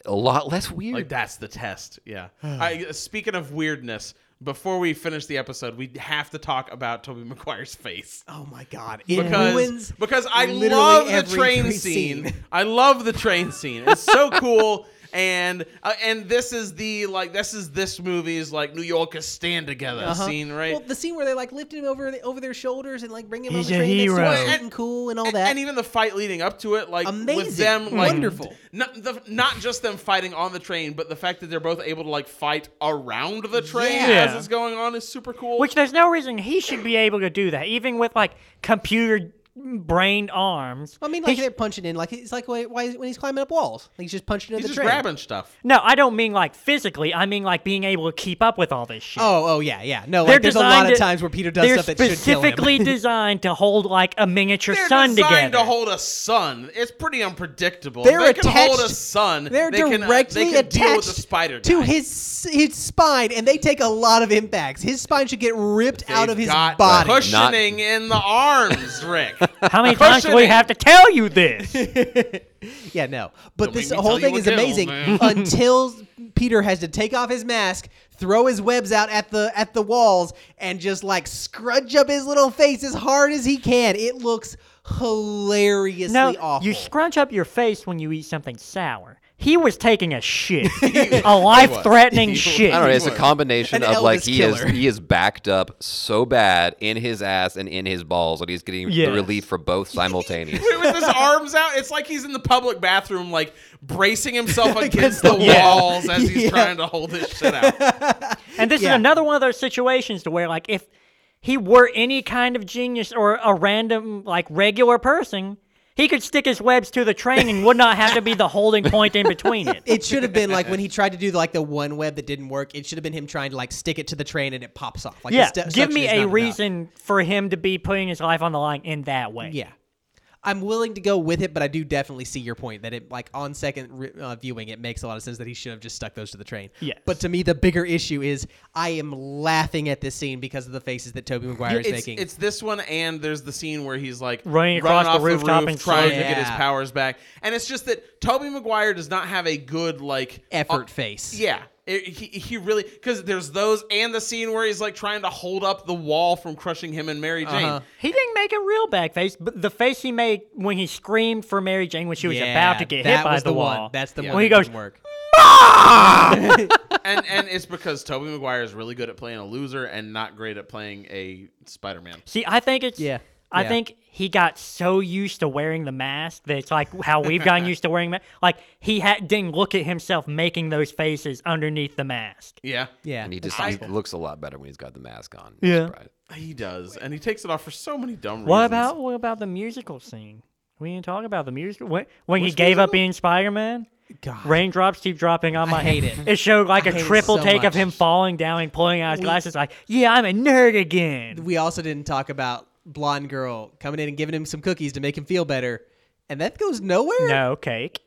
[SPEAKER 1] a lot less weird.
[SPEAKER 2] Like that's the test. Yeah. I, speaking of weirdness, before we finish the episode, we have to talk about Toby Maguire's face.
[SPEAKER 3] Oh my god, it
[SPEAKER 2] because
[SPEAKER 3] ruins
[SPEAKER 2] because I
[SPEAKER 3] literally
[SPEAKER 2] love the
[SPEAKER 3] every
[SPEAKER 2] train
[SPEAKER 3] three
[SPEAKER 2] scene.
[SPEAKER 3] scene.
[SPEAKER 2] I love the train scene. It's so cool. And uh, and this is the like this is this movie's like New Yorkers stand together
[SPEAKER 3] Uh-huh.
[SPEAKER 2] scene, right?
[SPEAKER 3] Well, the scene where they like lifted him over the, over their shoulders and like bring him
[SPEAKER 4] He's
[SPEAKER 3] on
[SPEAKER 4] a
[SPEAKER 3] the train next to
[SPEAKER 4] hero.
[SPEAKER 3] him, sweet and cool and all
[SPEAKER 2] and,
[SPEAKER 3] that.
[SPEAKER 2] and even the fight leading up to it, like with
[SPEAKER 3] Amazing.
[SPEAKER 2] them, like
[SPEAKER 3] Wonderful.
[SPEAKER 2] Not, the, not just them fighting on the train, but the fact that they're both able to like fight around the train
[SPEAKER 4] Yeah.
[SPEAKER 2] as it's going on is super cool.
[SPEAKER 4] Which there's no reason he should be able to do that, even with like computer brained arms.
[SPEAKER 3] I mean, like they're punching in, like it's like why, why when he's climbing up walls, like he's just punching
[SPEAKER 2] he's
[SPEAKER 3] into
[SPEAKER 2] just
[SPEAKER 3] the train.
[SPEAKER 2] grabbing stuff.
[SPEAKER 4] No, I don't mean like physically. I mean like being able to keep up with all this shit.
[SPEAKER 3] Oh, oh yeah, yeah. No, like, there's a lot
[SPEAKER 4] designed
[SPEAKER 3] of
[SPEAKER 4] to-
[SPEAKER 3] times where Peter does
[SPEAKER 4] they're
[SPEAKER 3] stuff that should kill him.
[SPEAKER 4] specifically designed to hold like a miniature
[SPEAKER 2] They're
[SPEAKER 4] sun
[SPEAKER 2] designed to
[SPEAKER 4] together.
[SPEAKER 2] hold a sun. It's pretty unpredictable.
[SPEAKER 3] They're
[SPEAKER 2] they
[SPEAKER 3] attached.
[SPEAKER 2] can hold a sun.
[SPEAKER 3] They're
[SPEAKER 2] they
[SPEAKER 3] directly
[SPEAKER 2] can, uh, they can
[SPEAKER 3] attached
[SPEAKER 2] deal with the spider guy.
[SPEAKER 3] to his his spine, and they take a lot of impacts. His spine should get ripped out of
[SPEAKER 2] They've
[SPEAKER 3] his
[SPEAKER 2] got
[SPEAKER 3] body.
[SPEAKER 2] Cushioning in the arms, Rick.
[SPEAKER 4] How many times do we
[SPEAKER 2] Cushioning.
[SPEAKER 4] have to tell you this?
[SPEAKER 3] Yeah, no. But
[SPEAKER 2] Don't
[SPEAKER 3] this
[SPEAKER 2] make me
[SPEAKER 3] whole
[SPEAKER 2] tell
[SPEAKER 3] thing
[SPEAKER 2] you
[SPEAKER 3] is
[SPEAKER 2] again,
[SPEAKER 3] amazing
[SPEAKER 2] man.
[SPEAKER 3] until Peter has to take off his mask, throw his webs out at the at the walls, and just like scrunch up his little face as hard as he can. It looks hilariously
[SPEAKER 4] No,
[SPEAKER 3] awful.
[SPEAKER 4] you scrunch up your face when you eat something sour. He was taking a shit, a life-threatening shit.
[SPEAKER 1] I don't know. It's a combination
[SPEAKER 3] An
[SPEAKER 1] of like
[SPEAKER 3] Elvis
[SPEAKER 1] he
[SPEAKER 3] killer.
[SPEAKER 1] is he is backed up so bad in his ass and in his balls that he's getting
[SPEAKER 4] Yes.
[SPEAKER 1] the relief for both simultaneously.
[SPEAKER 2] Wait, with his arms out, it's like he's in the public bathroom, like bracing himself against
[SPEAKER 3] the
[SPEAKER 2] the
[SPEAKER 3] wall.
[SPEAKER 2] walls as he's
[SPEAKER 3] Yeah.
[SPEAKER 2] trying to hold this shit out.
[SPEAKER 4] And this
[SPEAKER 3] Yeah.
[SPEAKER 4] is another one of those situations to where, like, if he were any kind of genius or a random, like, regular person, he could stick his webs to the train and would not have to be the holding point in between it.
[SPEAKER 3] it should have been like when he tried to do like the one web that didn't work. It should have been him trying to like stick it to the train and it pops off. Like
[SPEAKER 4] yeah,
[SPEAKER 3] his stu-
[SPEAKER 4] give me
[SPEAKER 3] suction is
[SPEAKER 4] a
[SPEAKER 3] not enough.
[SPEAKER 4] reason for him to be putting his life on the line in that way.
[SPEAKER 3] Yeah. I'm willing to go with it, but I do definitely see your point that it like on second re- uh, viewing, it makes a lot of sense that he should have just stuck those to the train.
[SPEAKER 4] Yes.
[SPEAKER 3] But to me, the bigger issue is I am laughing at this scene because of the faces that Toby Maguire is
[SPEAKER 2] It's,
[SPEAKER 3] making.
[SPEAKER 2] it's this one, and there's the scene where he's like
[SPEAKER 4] Running across the
[SPEAKER 2] off
[SPEAKER 4] rooftop
[SPEAKER 2] roof,
[SPEAKER 4] and
[SPEAKER 2] trying to
[SPEAKER 3] climbing.
[SPEAKER 2] get his
[SPEAKER 3] Yeah.
[SPEAKER 2] powers back. And it's just that Toby Maguire does not have a good like
[SPEAKER 3] effort
[SPEAKER 2] uh,
[SPEAKER 3] face.
[SPEAKER 2] Yeah. It- he, he really because there's those and the scene where he's like trying to hold up the wall from crushing him and Mary Jane.
[SPEAKER 3] Uh-huh.
[SPEAKER 4] He didn't make a real bad face, but the face he made when he screamed for Mary Jane when she was
[SPEAKER 3] Yeah,
[SPEAKER 4] about to get
[SPEAKER 3] that
[SPEAKER 4] hit by
[SPEAKER 3] was
[SPEAKER 4] the,
[SPEAKER 3] the
[SPEAKER 4] wall.
[SPEAKER 3] One. That's the
[SPEAKER 2] Yeah.
[SPEAKER 3] one
[SPEAKER 4] When
[SPEAKER 3] that
[SPEAKER 4] he goes,
[SPEAKER 3] didn't work.
[SPEAKER 2] and and it's because Toby Maguire is really good at playing a loser and not great at playing a Spider-Man.
[SPEAKER 4] See, I think it's.
[SPEAKER 3] Yeah,
[SPEAKER 4] I
[SPEAKER 3] yeah.
[SPEAKER 4] think he got so used to wearing the mask that it's like how we've gotten used to wearing mask. Like he ha- didn't look at himself making those faces underneath the mask.
[SPEAKER 2] Yeah,
[SPEAKER 3] Yeah.
[SPEAKER 1] And he just he looks a lot better when he's got the mask on.
[SPEAKER 4] Yeah.
[SPEAKER 1] Surprise.
[SPEAKER 2] he does, and he takes it off for so many dumb reasons.
[SPEAKER 4] What about what about the musical scene? We didn't talk about the musical when, when he
[SPEAKER 2] Which
[SPEAKER 4] gave up
[SPEAKER 2] musical?
[SPEAKER 4] being Spider Man.
[SPEAKER 3] God.
[SPEAKER 4] Raindrops keep dropping on my
[SPEAKER 3] hate
[SPEAKER 4] head.
[SPEAKER 3] it.
[SPEAKER 4] It showed like
[SPEAKER 3] I
[SPEAKER 4] a
[SPEAKER 3] hate it
[SPEAKER 4] triple
[SPEAKER 3] so
[SPEAKER 4] take of
[SPEAKER 3] much.
[SPEAKER 4] him falling down and pulling out his glasses. Like, yeah, I'm a nerd again.
[SPEAKER 3] We also didn't talk about blonde girl coming in and giving him some cookies to make him feel better, and that goes nowhere.
[SPEAKER 4] No cake,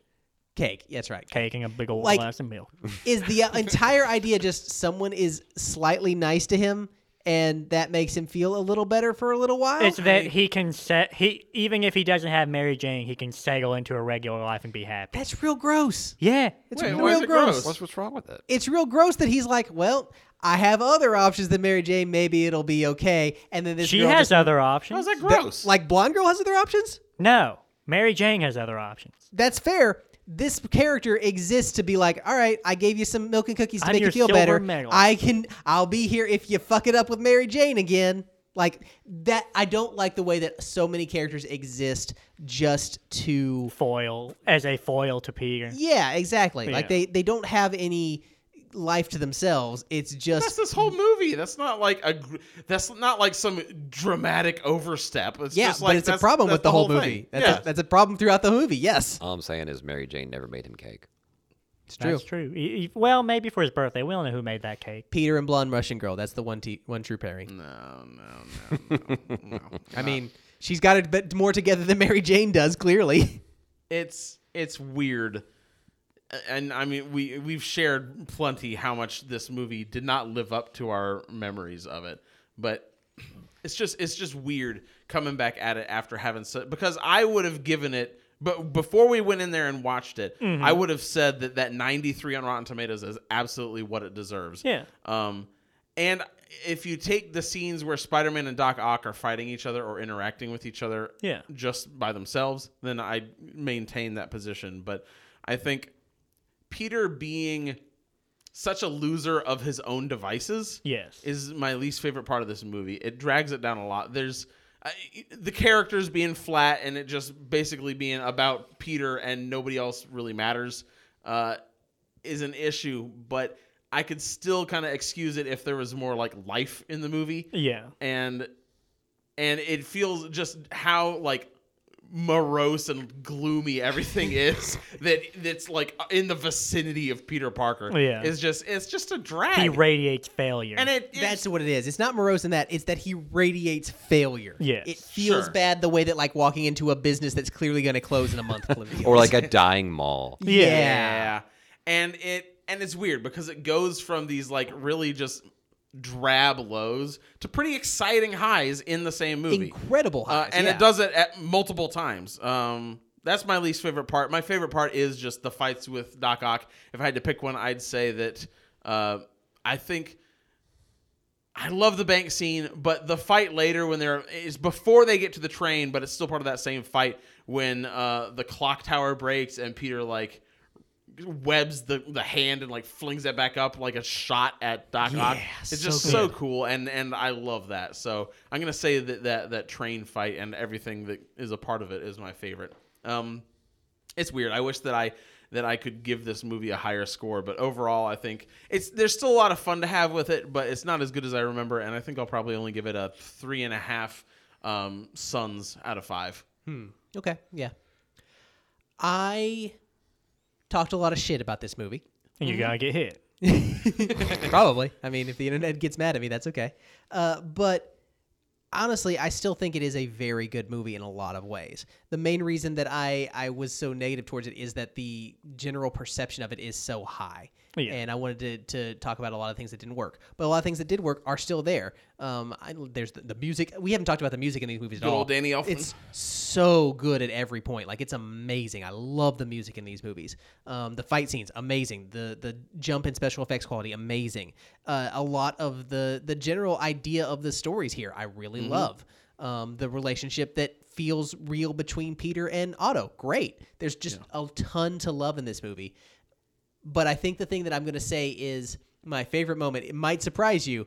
[SPEAKER 3] Cake. That's right.
[SPEAKER 4] caking a big old
[SPEAKER 3] Like-
[SPEAKER 4] glass of milk.
[SPEAKER 3] is the uh, entire idea just someone is slightly nice to him and that makes him feel a little better for a little while?
[SPEAKER 4] It's that he can set he even if he doesn't have Mary Jane, he can settle into a regular life and be happy.
[SPEAKER 3] That's real gross.
[SPEAKER 4] Yeah,
[SPEAKER 3] It's
[SPEAKER 2] Wait,
[SPEAKER 3] real
[SPEAKER 2] why is it
[SPEAKER 3] gross.
[SPEAKER 2] gross?
[SPEAKER 1] What's what's wrong with it?
[SPEAKER 3] It's real gross that he's like, well, I have other options than Mary Jane. Maybe it'll be okay. And then this
[SPEAKER 4] she
[SPEAKER 3] girl
[SPEAKER 4] has
[SPEAKER 3] just-
[SPEAKER 4] other
[SPEAKER 2] How is
[SPEAKER 4] options.
[SPEAKER 2] that gross?
[SPEAKER 3] like blonde girl has other options.
[SPEAKER 4] No, Mary Jane has other options.
[SPEAKER 3] That's fair. This character exists to be like, all right, I gave you some milk and cookies to
[SPEAKER 4] I'm
[SPEAKER 3] make you
[SPEAKER 4] your
[SPEAKER 3] feel
[SPEAKER 4] silver
[SPEAKER 3] better.
[SPEAKER 4] medal."
[SPEAKER 3] I can, I'll be here if you fuck it up with Mary Jane again. Like that, I don't like the way that so many characters exist just to.
[SPEAKER 4] Foil as a foil to Peter.
[SPEAKER 3] Yeah, exactly. Like
[SPEAKER 4] Yeah.
[SPEAKER 3] they they don't have any life to themselves. It's
[SPEAKER 2] that's
[SPEAKER 3] just
[SPEAKER 2] this whole movie. That's not like a. gr- That's not like some dramatic overstep. It's
[SPEAKER 3] yeah,
[SPEAKER 2] just like
[SPEAKER 3] but it's a
[SPEAKER 2] that's-
[SPEAKER 3] problem
[SPEAKER 2] that's
[SPEAKER 3] with the, whole,
[SPEAKER 2] thing.
[SPEAKER 3] movie. That's,
[SPEAKER 2] yeah.
[SPEAKER 3] a, that's a problem throughout the movie. Yes,
[SPEAKER 1] All I'm saying is Mary Jane never made him cake.
[SPEAKER 3] it's true.
[SPEAKER 4] That's true. E- e- Well, maybe for his birthday. We don't know who made that cake.
[SPEAKER 3] Peter and blonde Russian girl. That's the one t- one true pairing.
[SPEAKER 2] no, no, no.
[SPEAKER 3] I mean, she's got it bit more together than Mary Jane does. Clearly.
[SPEAKER 2] it's it's weird and i mean we we've shared plenty how much this movie did not live up to our memories of it but it's just it's just weird coming back at it after having so because i would have given it but before we went in there and watched it
[SPEAKER 4] Mm-hmm.
[SPEAKER 2] i would have said that that 93 on rotten tomatoes is absolutely what it deserves
[SPEAKER 4] Yeah.
[SPEAKER 2] um, and if you take the scenes where Spider-Man and Doc Ock are fighting each other or interacting with each other,
[SPEAKER 4] Yeah.
[SPEAKER 2] just by themselves, then I maintain that position. But I think Peter being such a loser of his own devices,
[SPEAKER 4] Yes.
[SPEAKER 2] is my least favorite part of this movie. It drags it down a lot. There's I, the characters being flat and it just basically being about Peter and nobody else really matters uh, is an issue, but I could still kind of excuse it if there was more like life in the movie
[SPEAKER 4] Yeah.
[SPEAKER 2] and and it feels just how like morose and gloomy everything is that that's like in the vicinity of Peter Parker.
[SPEAKER 4] Yeah.
[SPEAKER 2] It's just it's just a drag.
[SPEAKER 4] He radiates failure.
[SPEAKER 2] and it, it's-
[SPEAKER 3] That's what it is. It's not morose in that. It's that he radiates failure.
[SPEAKER 4] Yes.
[SPEAKER 3] It feels
[SPEAKER 2] Sure.
[SPEAKER 3] bad the way that like walking into a business that's clearly going to close in a month.
[SPEAKER 1] Or like a dying mall.
[SPEAKER 3] yeah.
[SPEAKER 2] Yeah. And it and it's weird because it goes from these like really just drab lows to pretty exciting highs in the same movie.
[SPEAKER 3] Incredible.
[SPEAKER 2] Uh,
[SPEAKER 3] highs,
[SPEAKER 2] and
[SPEAKER 3] yeah.
[SPEAKER 2] it does it at multiple times. Um, that's my least favorite part. My favorite part is just the fights with Doc Ock. If I had to pick one, I'd say that uh, I think I love the bank scene, but the fight later when they're is before they get to the train, but it's still part of that same fight when uh, the clock tower breaks and Peter like webs the, the hand and like flings that back up like a shot at Doc Ock. It's just so cool and and I love that. So I'm gonna say that that that train fight and everything that is a part of it is my favorite. Um, it's weird. I wish that I that I could give this movie a higher score, but overall, I think it's there's still a lot of fun to have with it, but it's not as good as I remember, and I think I'll probably only give it a three and a half um, suns out of five.
[SPEAKER 3] Okay. Yeah. I talked a lot of shit about this movie.
[SPEAKER 4] and you're gonna get hit.
[SPEAKER 3] Probably. I mean, if the internet gets mad at me, that's okay. Uh, but honestly, I still think it is a very good movie in a lot of ways. The main reason that I I was so negative towards it is that the general perception of it is so high.
[SPEAKER 4] Yeah.
[SPEAKER 3] And I wanted to, to talk about a lot of things that didn't work, but a lot of things that did work are still there. Um, I, there's the, the music. We haven't talked about the music in these movies at
[SPEAKER 2] Good
[SPEAKER 3] all.
[SPEAKER 2] old Danny Elfman.
[SPEAKER 3] It's so good at every point. Like it's amazing. I love the music in these movies. Um, the fight scenes, amazing. The the jump and special effects quality, amazing. Uh, a lot of the the general idea of the stories here, I really love. Um, the relationship that feels real between Peter and Otto, great. There's just a ton to love in this movie. But I think the thing that I'm going to say is my favorite moment. It might surprise you,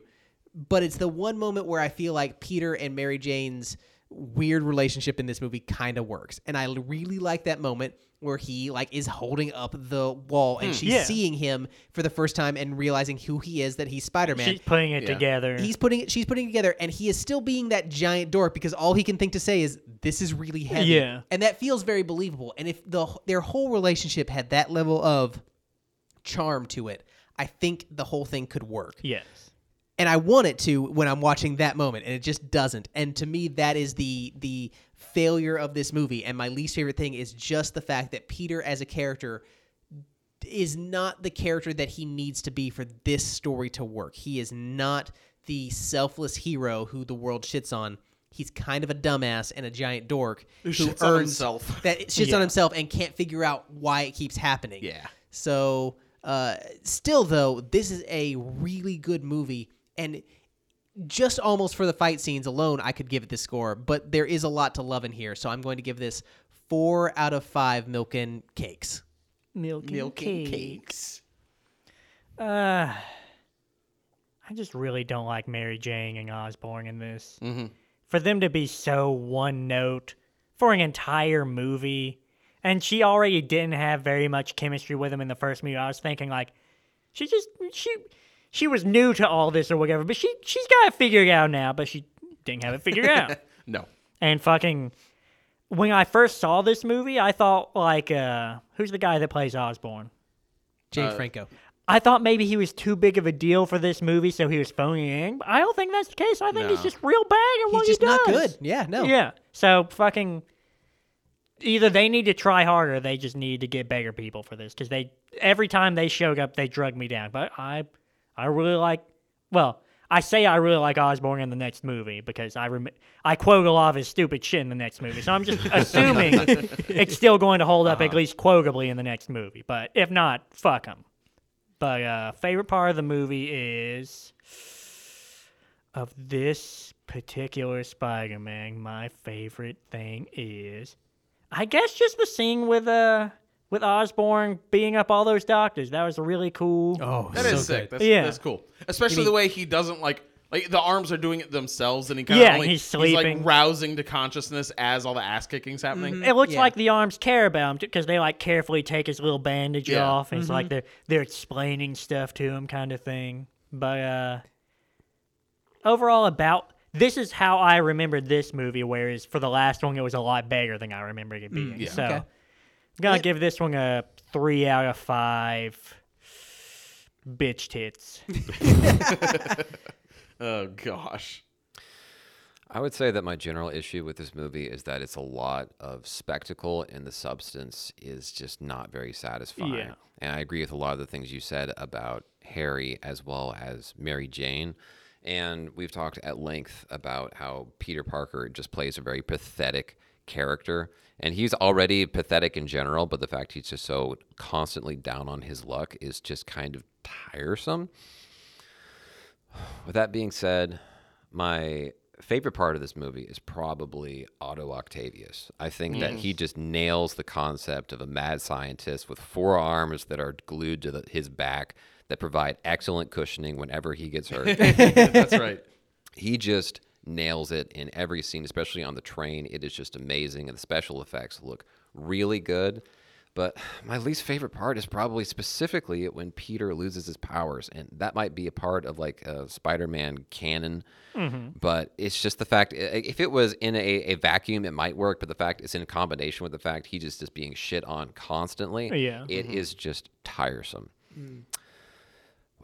[SPEAKER 3] but it's the one moment where I feel like Peter and Mary Jane's weird relationship in this movie kind of works. And I l- really like that moment where he like is holding up the wall and she's
[SPEAKER 4] yeah.
[SPEAKER 3] seeing him for the first time and realizing who he is that he's Spider-Man.
[SPEAKER 4] She's putting it
[SPEAKER 2] Yeah.
[SPEAKER 4] together.
[SPEAKER 3] He's putting it. She's putting it together, and he is still being that giant dork because all he can think to say is, "This is really heavy."
[SPEAKER 4] Yeah.
[SPEAKER 3] and that feels very believable. And if the their whole relationship had that level of charm to it, I think the whole thing could work.
[SPEAKER 4] yes.
[SPEAKER 3] And I want it to when I'm watching that moment, and it just doesn't. And to me, that is the the failure of this movie. And my least favorite thing is just the fact that Peter, as a character, is not the character that he needs to be for this story to work. He is not the selfless hero who the world shits on. He's kind of a dumbass and a giant dork who,
[SPEAKER 2] shits on himself.
[SPEAKER 3] that shits on himself and can't figure out why it keeps happening.
[SPEAKER 2] Yeah.
[SPEAKER 3] So, uh, still though, this is a really good movie, and just almost for the fight scenes alone, I could give it this score. But there is a lot to love in here, so I'm going to give this four out of five milkin cakes.
[SPEAKER 4] Milk and
[SPEAKER 2] Milking
[SPEAKER 4] cake.
[SPEAKER 2] cakes.
[SPEAKER 4] Uh, I just really don't like Mary Jane and Osborne in this. Mm-hmm. For them to be so one note for an entire movie, and she already didn't have very much chemistry with him in the first movie. I was thinking like, she just she she was new to all this or whatever, but she she's got it figured out now. But she didn't have it figured out.
[SPEAKER 2] No.
[SPEAKER 4] And fucking, when I first saw this movie, I thought like, uh, who's the guy that plays Osborne? Uh,
[SPEAKER 3] James Franco.
[SPEAKER 4] I thought maybe he was too big of a deal for this movie, so he was phoning it in. But I don't think that's the case. I think he's just real bad at what
[SPEAKER 3] He's just
[SPEAKER 4] he
[SPEAKER 3] not
[SPEAKER 4] does.
[SPEAKER 3] good. Yeah, no.
[SPEAKER 4] Yeah. So fucking. Either they need to try harder, or they just need to get bigger people for this because they every time they showed up, they drug me down. But I, I really like. Well, I say I really like Osborne in the next movie because I rem- I quote a lot of his stupid shit in the next movie, so I'm just assuming it's still going to hold
[SPEAKER 3] Uh-huh.
[SPEAKER 4] up at least quotably in the next movie. But if not, fuck him. But uh, favorite part of the movie is of this particular Spider-Man. My favorite thing is, I guess, just the scene with uh with Osborn beating up all those doctors. That was really cool.
[SPEAKER 3] Oh,
[SPEAKER 2] That is sick. That's,
[SPEAKER 4] Yeah.
[SPEAKER 2] that's cool. Especially the way he doesn't like like the arms are doing it themselves, and he kind
[SPEAKER 4] Yeah,
[SPEAKER 2] of only,
[SPEAKER 4] he's
[SPEAKER 2] like
[SPEAKER 4] sleeping. Mm-hmm.
[SPEAKER 2] rousing to consciousness as all the ass kicking's happening.
[SPEAKER 4] It looks
[SPEAKER 3] Yeah.
[SPEAKER 4] like the arms care about him because they like carefully take his little bandage
[SPEAKER 2] Yeah.
[SPEAKER 4] off, and it's like they're they're explaining stuff to him, kind of thing. But uh, overall, about this is how I remembered this movie. Whereas for the last one, it was a lot bigger than I remembered it being.
[SPEAKER 2] yeah.
[SPEAKER 4] So
[SPEAKER 3] Okay.
[SPEAKER 4] I'm gonna give this one a three out of five. Bitch tits.
[SPEAKER 2] Oh gosh.
[SPEAKER 1] I would say that my general issue with this movie is that it's a lot of spectacle and the substance is just not very satisfying.
[SPEAKER 4] Yeah.
[SPEAKER 1] And I agree with a lot of the things you said about Harry as well as Mary Jane. And we've talked at length about how Peter Parker just plays a very pathetic character. And he's already pathetic in general, but the fact he's just so constantly down on his luck is just kind of tiresome. With that being said, my favorite part of this movie is probably Otto Octavius. I think that he just nails the concept of a mad scientist with four arms that are glued to the, his back that provide excellent cushioning whenever he gets hurt.
[SPEAKER 2] That's right.
[SPEAKER 1] he just nails it in every scene, especially on the train. It is just amazing, and the special effects look really good. But my least favorite part is probably specifically when Peter loses his powers, and that might be a part of like a Spider-Man canon. But it's just the fact i- if it was in a, a vacuum, it might work. But the fact it's in combination with the fact he just is being shit on constantly.
[SPEAKER 4] Yeah.
[SPEAKER 1] it is just tiresome.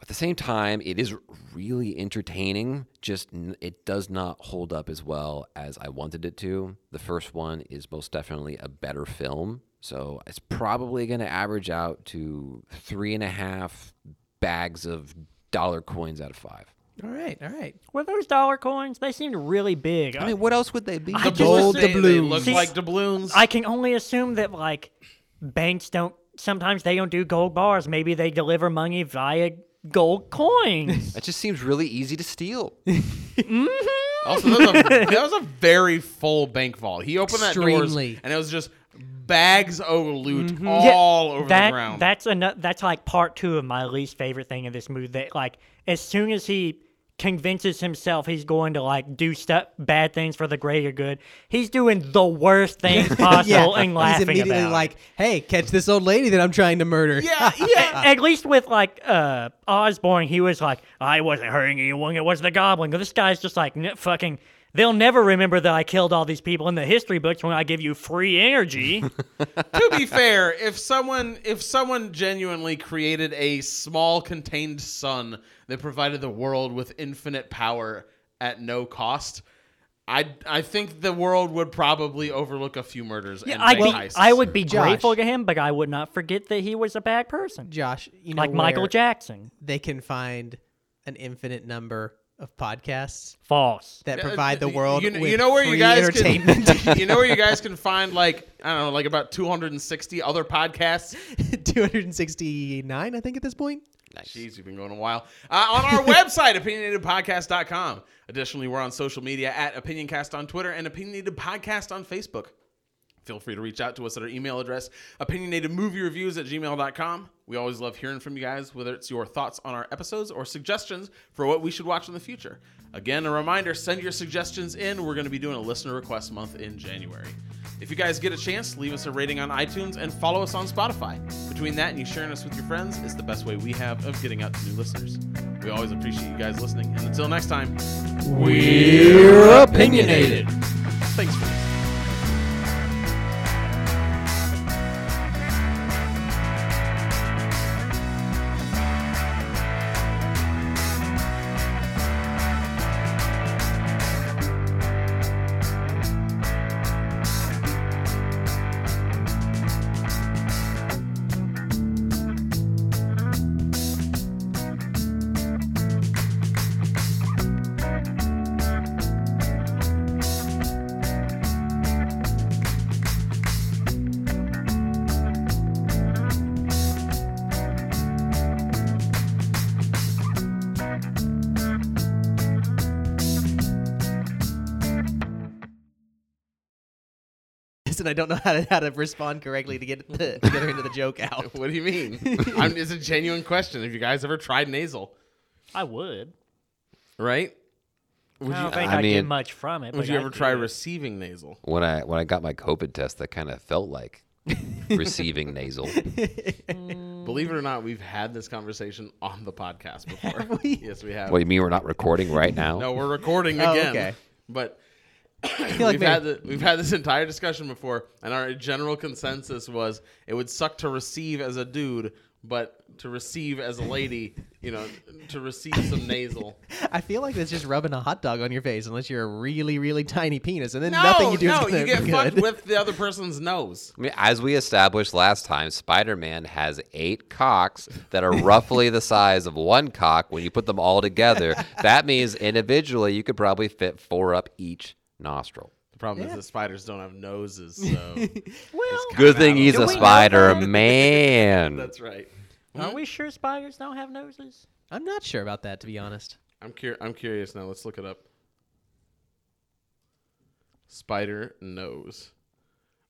[SPEAKER 1] At the same time, it is really entertaining. Just n- it does not hold up as well as I wanted it to. The first one is most definitely a better film. So it's probably going to average out to three and a half bags of dollar coins out of five.
[SPEAKER 9] All right, all right.
[SPEAKER 4] Were those dollar coins? They seemed really big.
[SPEAKER 1] I mean, what else would they be?
[SPEAKER 4] I
[SPEAKER 2] The
[SPEAKER 4] just
[SPEAKER 9] gold
[SPEAKER 2] they, they
[SPEAKER 9] doubloons.
[SPEAKER 2] look
[SPEAKER 4] She's-
[SPEAKER 2] like doubloons.
[SPEAKER 4] I can only assume that like banks don't sometimes they don't do gold bars. Maybe they deliver money via gold coins.
[SPEAKER 1] That just seems really easy to steal.
[SPEAKER 2] also, that was, a, that was a very full bank vault. He opened that doors
[SPEAKER 9] Extremely.
[SPEAKER 2] and it was just bags of loot all over
[SPEAKER 4] Mm-hmm. that,
[SPEAKER 2] the ground.
[SPEAKER 4] That's ano- that's like part two of my least favorite thing in this movie. That like as soon as he convinces himself he's going to like do stuff bad things for the greater good, he's doing the worst things possible and laughing
[SPEAKER 9] he's immediately
[SPEAKER 4] about it.
[SPEAKER 9] like, "Hey, catch this old lady that I'm trying to murder."
[SPEAKER 2] yeah, yeah.
[SPEAKER 4] at least with like uh Osborne, he was like, I wasn't hurting anyone. It was the Goblin. This guy's just like "N- fucking. They'll never remember that I killed all these people in the history books when I give you free energy.
[SPEAKER 2] to be fair, if someone if someone genuinely created a small contained sun that provided the world with infinite power at no cost, I I think the world would probably overlook a few murders and
[SPEAKER 4] I'd
[SPEAKER 2] bank
[SPEAKER 4] be,
[SPEAKER 2] heists.
[SPEAKER 4] I would be
[SPEAKER 9] Josh.
[SPEAKER 4] grateful to him, but I would not forget that he was a bad person,
[SPEAKER 9] Josh, you know
[SPEAKER 4] like Michael
[SPEAKER 9] where
[SPEAKER 4] Jackson.
[SPEAKER 9] They can find an infinite number of podcasts
[SPEAKER 4] False.
[SPEAKER 9] that
[SPEAKER 2] Uh,
[SPEAKER 9] provide the
[SPEAKER 2] you-
[SPEAKER 9] world
[SPEAKER 2] You,
[SPEAKER 9] with
[SPEAKER 2] you know where
[SPEAKER 9] free
[SPEAKER 2] you guys
[SPEAKER 9] entertainment.
[SPEAKER 2] can you know where you guys can find like I don't know like about 260 other podcasts.
[SPEAKER 9] 269, I think, at this point.
[SPEAKER 2] Jeez, we've been going a while. Uh, on our website, opinionatedpodcast.com. Additionally, we're on social media at opinioncast on Twitter and opinionated podcast on Facebook. Feel free to reach out to us at our email address, opinionatedmoviereviews at gmail.com. We always love hearing from you guys, whether it's your thoughts on our episodes or suggestions for what we should watch in the future. Again, a reminder send your suggestions in. We're going to be doing a listener request month in January. If you guys get a chance, leave us a rating on iTunes and follow us on Spotify. Between that and you sharing us with your friends is the best way we have of getting out to new listeners. We always appreciate you guys listening, and until next time,
[SPEAKER 8] We're opinionated.
[SPEAKER 2] thanks for listening.
[SPEAKER 9] And I don't know how to, how to respond correctly to get the, the other end of the joke out.
[SPEAKER 2] What do you mean? I'm, it's a genuine question. Have you guys ever tried nasal?
[SPEAKER 4] I would.
[SPEAKER 2] Right? Would
[SPEAKER 4] I
[SPEAKER 2] you,
[SPEAKER 4] don't think
[SPEAKER 1] I
[SPEAKER 4] I, get
[SPEAKER 1] mean-
[SPEAKER 4] much from it.
[SPEAKER 2] would
[SPEAKER 4] but
[SPEAKER 2] you
[SPEAKER 4] I
[SPEAKER 2] ever try
[SPEAKER 4] do.
[SPEAKER 2] receiving nasal?
[SPEAKER 1] When I when I got my COVID test, that kind of felt like receiving nasal.
[SPEAKER 2] Believe it or not, we've had this conversation on the podcast before. Yes, we have.
[SPEAKER 1] What you mean we're not recording right now?
[SPEAKER 2] No, we're recording again.
[SPEAKER 9] Oh, okay.
[SPEAKER 2] But
[SPEAKER 9] feel like
[SPEAKER 2] we've,
[SPEAKER 9] maybe-
[SPEAKER 2] had the, we've had this entire discussion before, and our general consensus was it would suck to receive as a dude, but to receive as a lady, you know, to receive some nasal.
[SPEAKER 9] I feel like that's just rubbing a hot dog on your face, unless you're a really, really tiny penis, and then
[SPEAKER 2] No,
[SPEAKER 9] nothing you do is
[SPEAKER 2] no,
[SPEAKER 9] gonna
[SPEAKER 2] you get
[SPEAKER 9] be
[SPEAKER 2] fucked
[SPEAKER 9] good.
[SPEAKER 2] with the other person's nose.
[SPEAKER 1] I mean, as we established last time, Spider-Man has eight cocks that are roughly the size of one cock when you put them all together. That means individually you could probably fit four up each nostril.
[SPEAKER 2] The problem is the spiders don't have noses, so
[SPEAKER 1] Good thing he's
[SPEAKER 4] Do
[SPEAKER 1] a
[SPEAKER 4] we know
[SPEAKER 1] Spider-Man.
[SPEAKER 2] that's right.
[SPEAKER 4] Are we sure spiders don't have noses?
[SPEAKER 9] I'm not sure about that, to be honest.
[SPEAKER 2] I'm cur- I'm curious now. Let's look it up. Spider nose.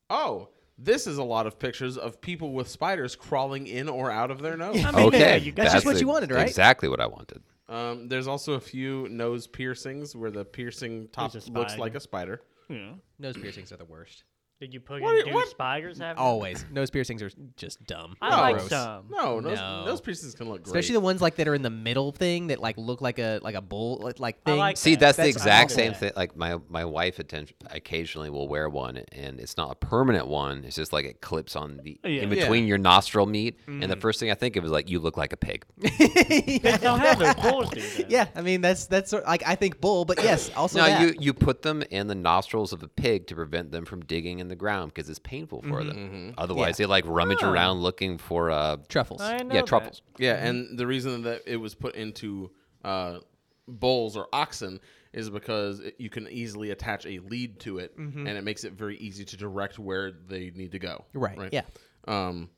[SPEAKER 2] Oh, this is a lot of pictures of people with spiders crawling in or out of their nose.
[SPEAKER 4] I mean, yeah,
[SPEAKER 1] Okay,
[SPEAKER 4] you
[SPEAKER 9] That's
[SPEAKER 4] guys.
[SPEAKER 9] just what you wanted, right?
[SPEAKER 1] Exactly what I wanted.
[SPEAKER 2] Um, there's also a few nose piercings where the piercing top
[SPEAKER 4] There's a
[SPEAKER 2] looks
[SPEAKER 4] spider.
[SPEAKER 2] like a spider.
[SPEAKER 4] Yeah.
[SPEAKER 9] Nose piercings are the worst.
[SPEAKER 4] Did you put
[SPEAKER 2] What-
[SPEAKER 4] in
[SPEAKER 2] what- Oh,
[SPEAKER 4] spiders have?
[SPEAKER 3] Always nose piercings are just dumb.
[SPEAKER 4] I like
[SPEAKER 3] Gross.
[SPEAKER 4] some.
[SPEAKER 2] No, nose,
[SPEAKER 3] No.
[SPEAKER 2] nose piercings can look great.
[SPEAKER 3] Especially the ones like that are in the middle thing that like look like a like a bull like, like
[SPEAKER 4] I
[SPEAKER 3] thing.
[SPEAKER 4] like
[SPEAKER 1] See, that's, the
[SPEAKER 4] That's
[SPEAKER 1] exact
[SPEAKER 4] awful.
[SPEAKER 1] same thing. Like my my wife atten- occasionally will wear one, and it's not a permanent one. It's just like it clips on the
[SPEAKER 4] Yeah.
[SPEAKER 1] in
[SPEAKER 4] Yeah.
[SPEAKER 1] between your nostril meat. And the first thing I think of is like, you look like a pig.
[SPEAKER 4] Pigs don't have those bulls do that.
[SPEAKER 3] yeah, I mean that's that's sort- like I think bull, but yes, also
[SPEAKER 1] no,
[SPEAKER 3] that.
[SPEAKER 1] you you put them in the nostrils of a pig to prevent them from digging in the ground because it's painful for them. Otherwise, they like rummage around looking for uh
[SPEAKER 3] truffles.
[SPEAKER 4] I know
[SPEAKER 1] yeah
[SPEAKER 4] that.
[SPEAKER 1] truffles.
[SPEAKER 2] Yeah,
[SPEAKER 3] Mm-hmm.
[SPEAKER 2] and the reason that it was put into uh, bulls or oxen is because it, you can easily attach a lead to it,
[SPEAKER 3] Mm-hmm.
[SPEAKER 2] and it makes it very easy to direct where they need to go.
[SPEAKER 3] Right, yeah.
[SPEAKER 2] Um,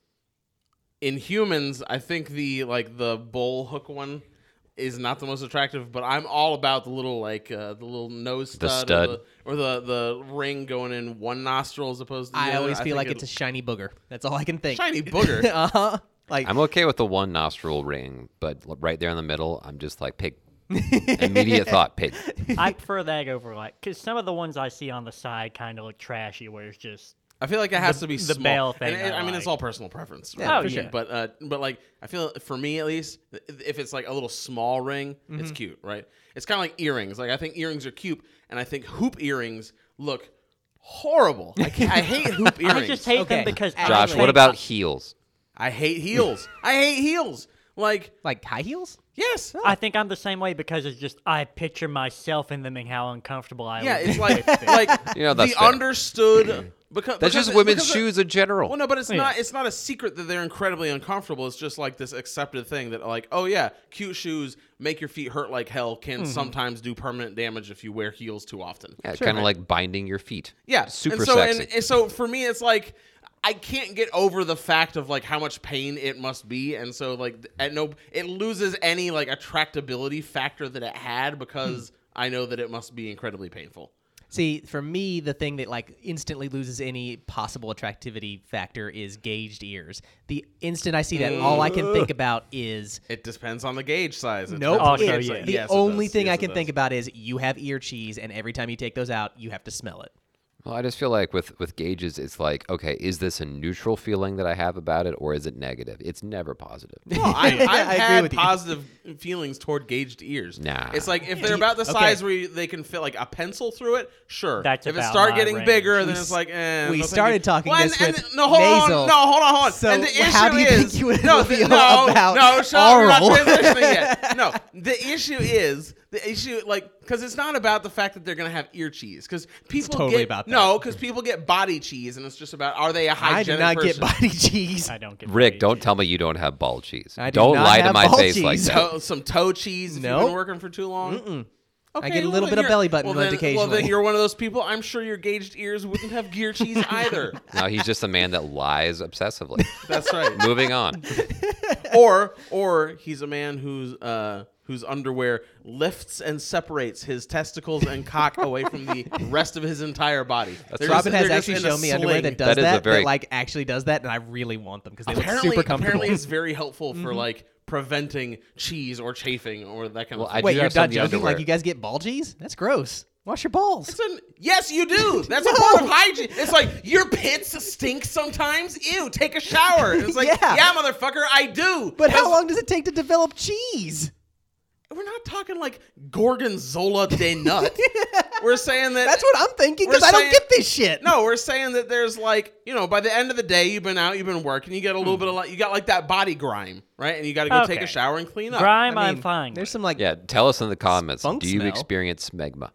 [SPEAKER 2] in humans, I think the like the bull hook one is not the most attractive, but I'm all about the little like uh, the little nose stud,
[SPEAKER 1] The
[SPEAKER 2] Or, the,
[SPEAKER 1] stud.
[SPEAKER 2] or the the ring going in one nostril as opposed to. The
[SPEAKER 3] I
[SPEAKER 2] other.
[SPEAKER 3] always feel
[SPEAKER 2] think
[SPEAKER 3] like
[SPEAKER 2] it-
[SPEAKER 3] it's a shiny booger. That's all I can think.
[SPEAKER 2] shiny booger.
[SPEAKER 3] uh huh. Like
[SPEAKER 1] I'm okay with the one nostril ring, but l- right there in the middle, I'm just like pig. Immediate thought, pig.
[SPEAKER 4] I prefer that over like because some of the ones I see on the side kind of look trashy, where it's just
[SPEAKER 2] I feel like it has to be
[SPEAKER 4] the
[SPEAKER 2] small.
[SPEAKER 4] bail thing
[SPEAKER 2] And it-
[SPEAKER 4] I
[SPEAKER 2] I, mean, it's
[SPEAKER 4] like.
[SPEAKER 2] all personal preference. Right?
[SPEAKER 4] Yeah, Oh, for sure. yeah.
[SPEAKER 2] But uh, but like I feel for me at least, i- if it's like a little small ring,
[SPEAKER 4] Mm-hmm.
[SPEAKER 2] it's cute, right? It's kind of like earrings. Like I think earrings are cute, and I think hoop earrings look horrible. I, ca- I hate hoop earrings.
[SPEAKER 4] I just hate
[SPEAKER 3] Okay.
[SPEAKER 4] them because I
[SPEAKER 1] Josh,
[SPEAKER 4] think-
[SPEAKER 1] what about heels?
[SPEAKER 2] I hate heels. I hate heels. Like
[SPEAKER 3] like high heels.
[SPEAKER 2] yes.
[SPEAKER 4] I think I'm the same way because it's just I picture myself in them and how uncomfortable I
[SPEAKER 2] yeah,
[SPEAKER 4] would
[SPEAKER 2] it's
[SPEAKER 4] be
[SPEAKER 2] like
[SPEAKER 4] with it.
[SPEAKER 2] like
[SPEAKER 1] You know,
[SPEAKER 2] the
[SPEAKER 1] that's fair.
[SPEAKER 2] understood because
[SPEAKER 1] That's
[SPEAKER 2] because
[SPEAKER 1] just
[SPEAKER 2] it-
[SPEAKER 1] women's
[SPEAKER 2] because it-
[SPEAKER 1] shoes in general.
[SPEAKER 2] Well, no, but it's not.
[SPEAKER 4] Yeah.
[SPEAKER 2] It's not a secret that they're incredibly uncomfortable. It's just like this accepted thing that, like, oh yeah, cute shoes make your feet hurt like hell. Can
[SPEAKER 4] Mm-hmm.
[SPEAKER 2] sometimes do permanent damage if you wear heels too often.
[SPEAKER 1] yeah, kind of like binding your feet.
[SPEAKER 2] Yeah,
[SPEAKER 1] super
[SPEAKER 2] and so,
[SPEAKER 1] sexy.
[SPEAKER 2] And, and so for me, it's like I can't get over the fact of like how much pain it must be, and so like th- at no, it loses any like attractability factor that it had
[SPEAKER 4] Hmm.
[SPEAKER 2] because I know that it must be incredibly painful.
[SPEAKER 3] See, for me, the thing that like instantly loses any possible attractivity factor is gauged ears. The instant I see that, all I can think about is
[SPEAKER 2] It depends on the gauge size. It
[SPEAKER 3] nope. Oh,
[SPEAKER 2] depends on
[SPEAKER 4] Also,
[SPEAKER 3] it's-
[SPEAKER 4] yeah.
[SPEAKER 3] The
[SPEAKER 2] Oh, Yes, it
[SPEAKER 3] only
[SPEAKER 2] does.
[SPEAKER 3] thing
[SPEAKER 2] Yes,
[SPEAKER 3] I
[SPEAKER 2] it
[SPEAKER 3] can
[SPEAKER 2] does.
[SPEAKER 3] think about is you have ear cheese, and every time you take those out, you have to smell it.
[SPEAKER 1] Well, I just feel like with with gauges, it's like, okay, is this a neutral feeling that I have about it, or is it negative? It's never positive.
[SPEAKER 2] No, I, I've
[SPEAKER 3] I agree
[SPEAKER 2] had
[SPEAKER 3] with you.
[SPEAKER 2] positive feelings toward gauged ears.
[SPEAKER 1] Nah.
[SPEAKER 2] It's like if they're about the size where you, they can fit like a pencil through it, sure.
[SPEAKER 4] That's
[SPEAKER 2] if it
[SPEAKER 4] about
[SPEAKER 2] start
[SPEAKER 4] my
[SPEAKER 2] getting
[SPEAKER 4] range.
[SPEAKER 2] bigger, then
[SPEAKER 3] We
[SPEAKER 2] it's
[SPEAKER 3] s-
[SPEAKER 2] like eh,
[SPEAKER 3] we
[SPEAKER 2] no, thank
[SPEAKER 3] started
[SPEAKER 2] you.
[SPEAKER 3] talking
[SPEAKER 2] and-
[SPEAKER 3] this
[SPEAKER 2] and-
[SPEAKER 3] with
[SPEAKER 2] no, hold
[SPEAKER 3] nasal.
[SPEAKER 2] on, no, hold on, hold on.
[SPEAKER 3] So
[SPEAKER 2] and the
[SPEAKER 3] how
[SPEAKER 2] issue
[SPEAKER 3] do you
[SPEAKER 2] is,
[SPEAKER 3] think you would
[SPEAKER 2] no,
[SPEAKER 3] feel
[SPEAKER 2] the, no,
[SPEAKER 3] about
[SPEAKER 2] no, shut up, we're not
[SPEAKER 3] oral?
[SPEAKER 2] transitioning yet. No, the issue is the issue like because it's not about the fact that they're gonna have ear cheese because people
[SPEAKER 3] totally
[SPEAKER 2] get
[SPEAKER 3] about that.
[SPEAKER 2] no because people get body cheese and it's just about are they a
[SPEAKER 3] I
[SPEAKER 2] hygienic
[SPEAKER 3] do not
[SPEAKER 2] person?
[SPEAKER 3] get body cheese.
[SPEAKER 4] I don't get
[SPEAKER 1] Rick,
[SPEAKER 4] paid.
[SPEAKER 1] don't tell me you don't have ball cheese.
[SPEAKER 3] I do
[SPEAKER 1] not
[SPEAKER 3] not
[SPEAKER 1] lie to
[SPEAKER 3] have
[SPEAKER 1] my
[SPEAKER 3] ball
[SPEAKER 1] face like
[SPEAKER 3] cheese. Oh,
[SPEAKER 1] that.
[SPEAKER 2] toe, Oh, some toe cheese if you've
[SPEAKER 3] Nope.
[SPEAKER 2] been working for too long. Okay,
[SPEAKER 3] I get a little
[SPEAKER 2] well, then
[SPEAKER 3] bit of
[SPEAKER 2] you're-
[SPEAKER 3] belly button
[SPEAKER 2] well,
[SPEAKER 3] rubbed
[SPEAKER 2] then- Well, then
[SPEAKER 3] occasionally.
[SPEAKER 2] you're one of those people. I'm sure your gauged ears wouldn't have gear cheese either.
[SPEAKER 1] No, he's just a man that lies obsessively.
[SPEAKER 2] That's right.
[SPEAKER 1] Moving on.
[SPEAKER 2] Or or he's a man who's uh whose underwear lifts and separates his testicles and cock away from the rest of his entire body. They're just-
[SPEAKER 3] Robin has
[SPEAKER 2] they're just
[SPEAKER 3] actually
[SPEAKER 2] in a
[SPEAKER 3] shown me underwear
[SPEAKER 2] sling.
[SPEAKER 3] that does
[SPEAKER 1] That is a
[SPEAKER 3] that,
[SPEAKER 1] very-
[SPEAKER 3] that like actually does that, and I really want them because they
[SPEAKER 2] Apparently,
[SPEAKER 3] look super comfortable. Mm-hmm.
[SPEAKER 2] apparently, it's very helpful for like preventing cheese or chafing or that kind
[SPEAKER 1] Well,
[SPEAKER 2] of.
[SPEAKER 1] I
[SPEAKER 2] thing.
[SPEAKER 3] Wait,
[SPEAKER 1] do
[SPEAKER 3] you're
[SPEAKER 1] have some
[SPEAKER 3] not
[SPEAKER 1] of the
[SPEAKER 3] joking?
[SPEAKER 1] underwear.
[SPEAKER 3] Like you guys get ball cheese? That's gross. Wash your balls.
[SPEAKER 2] It's an- yes, you do. That's a part of hygiene. It's like your pits stink sometimes. Ew, take a shower. And It's like,
[SPEAKER 3] Yeah.
[SPEAKER 2] yeah. motherfucker, I do.
[SPEAKER 3] But how
[SPEAKER 2] That's-
[SPEAKER 3] long does it take to develop cheese?
[SPEAKER 2] We're not talking like Gorgonzola de nut. we're saying that.
[SPEAKER 3] That's what I'm thinking
[SPEAKER 2] We're
[SPEAKER 3] because I don't
[SPEAKER 2] saying-
[SPEAKER 3] get this shit.
[SPEAKER 2] No, we're saying that there's like, you know, by the end of the day, you've been out, you've been working, you get a
[SPEAKER 3] Hmm.
[SPEAKER 2] little bit of like, you got like that body grime, right? And you got to go take a
[SPEAKER 4] Okay.
[SPEAKER 2] shower and clean up.
[SPEAKER 4] Grime,
[SPEAKER 3] I
[SPEAKER 4] I'm
[SPEAKER 3] mean,
[SPEAKER 4] fine.
[SPEAKER 3] There's some like,
[SPEAKER 1] Yeah, tell us in the comments.
[SPEAKER 3] Spunk
[SPEAKER 1] do you
[SPEAKER 3] smell.
[SPEAKER 1] experience smegma?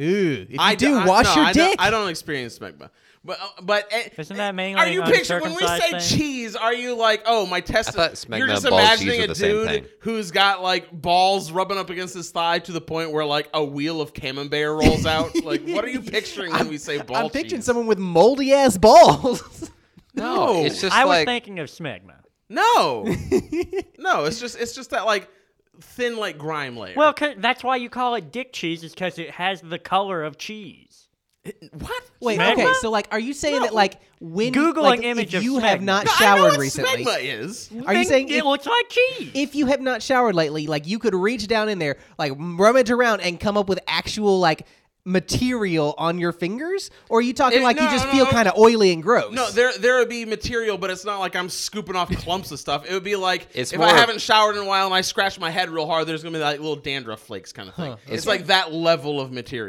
[SPEAKER 3] ooh, if you
[SPEAKER 2] I
[SPEAKER 3] do
[SPEAKER 2] I-
[SPEAKER 3] wash
[SPEAKER 2] no,
[SPEAKER 3] your
[SPEAKER 2] I
[SPEAKER 3] dick.
[SPEAKER 2] Don't, I don't experience smegma. But uh, but uh,
[SPEAKER 4] Isn't that mainly
[SPEAKER 2] Are you
[SPEAKER 4] on
[SPEAKER 2] picturing when we say
[SPEAKER 4] circumcised thing?
[SPEAKER 2] cheese? Are you like oh my
[SPEAKER 1] thought
[SPEAKER 2] testicles?
[SPEAKER 1] smegma
[SPEAKER 2] You're just
[SPEAKER 1] and ball cheese
[SPEAKER 2] imagining
[SPEAKER 1] were
[SPEAKER 2] a
[SPEAKER 1] the same
[SPEAKER 2] dude
[SPEAKER 1] thing.
[SPEAKER 2] who's got like balls rubbing up against his thigh to the point where like a wheel of camembert rolls out. like what are you picturing when we say ball?
[SPEAKER 3] I'm picturing
[SPEAKER 2] cheese?
[SPEAKER 3] someone with moldy ass balls.
[SPEAKER 2] No,
[SPEAKER 1] It's just
[SPEAKER 4] I was
[SPEAKER 1] like
[SPEAKER 4] thinking of smegma.
[SPEAKER 2] no, no. It's just it's just that like thin like grime layer.
[SPEAKER 4] Well, 'cause- that's why you call it dick cheese, is because it has the color of cheese.
[SPEAKER 2] what?
[SPEAKER 3] Wait,
[SPEAKER 4] Smegma?
[SPEAKER 3] okay, so like, are you saying that like when
[SPEAKER 4] Googling
[SPEAKER 3] like, if
[SPEAKER 4] image of
[SPEAKER 3] you have
[SPEAKER 4] smegma.
[SPEAKER 3] not
[SPEAKER 2] No, I know
[SPEAKER 3] showered
[SPEAKER 2] what
[SPEAKER 3] recently?
[SPEAKER 2] Smegma is.
[SPEAKER 3] Are you
[SPEAKER 4] Then
[SPEAKER 3] saying
[SPEAKER 4] it
[SPEAKER 3] if,
[SPEAKER 4] looks like cheese?
[SPEAKER 3] if you have not showered lately, like you could reach down in there, like rummage around, and come up with actual like material on your fingers, or are you talking
[SPEAKER 2] It-
[SPEAKER 3] like you
[SPEAKER 2] no,
[SPEAKER 3] just
[SPEAKER 2] no,
[SPEAKER 3] feel
[SPEAKER 2] no.
[SPEAKER 3] kind of oily and gross?
[SPEAKER 2] No, there there would be material, but it's not like I'm scooping off clumps of stuff. It would be like
[SPEAKER 1] It's
[SPEAKER 2] if
[SPEAKER 1] more-
[SPEAKER 2] I haven't showered in a while and I scratch my head real hard, there's gonna be like little dandruff flakes kind of thing. It's, like that level of material.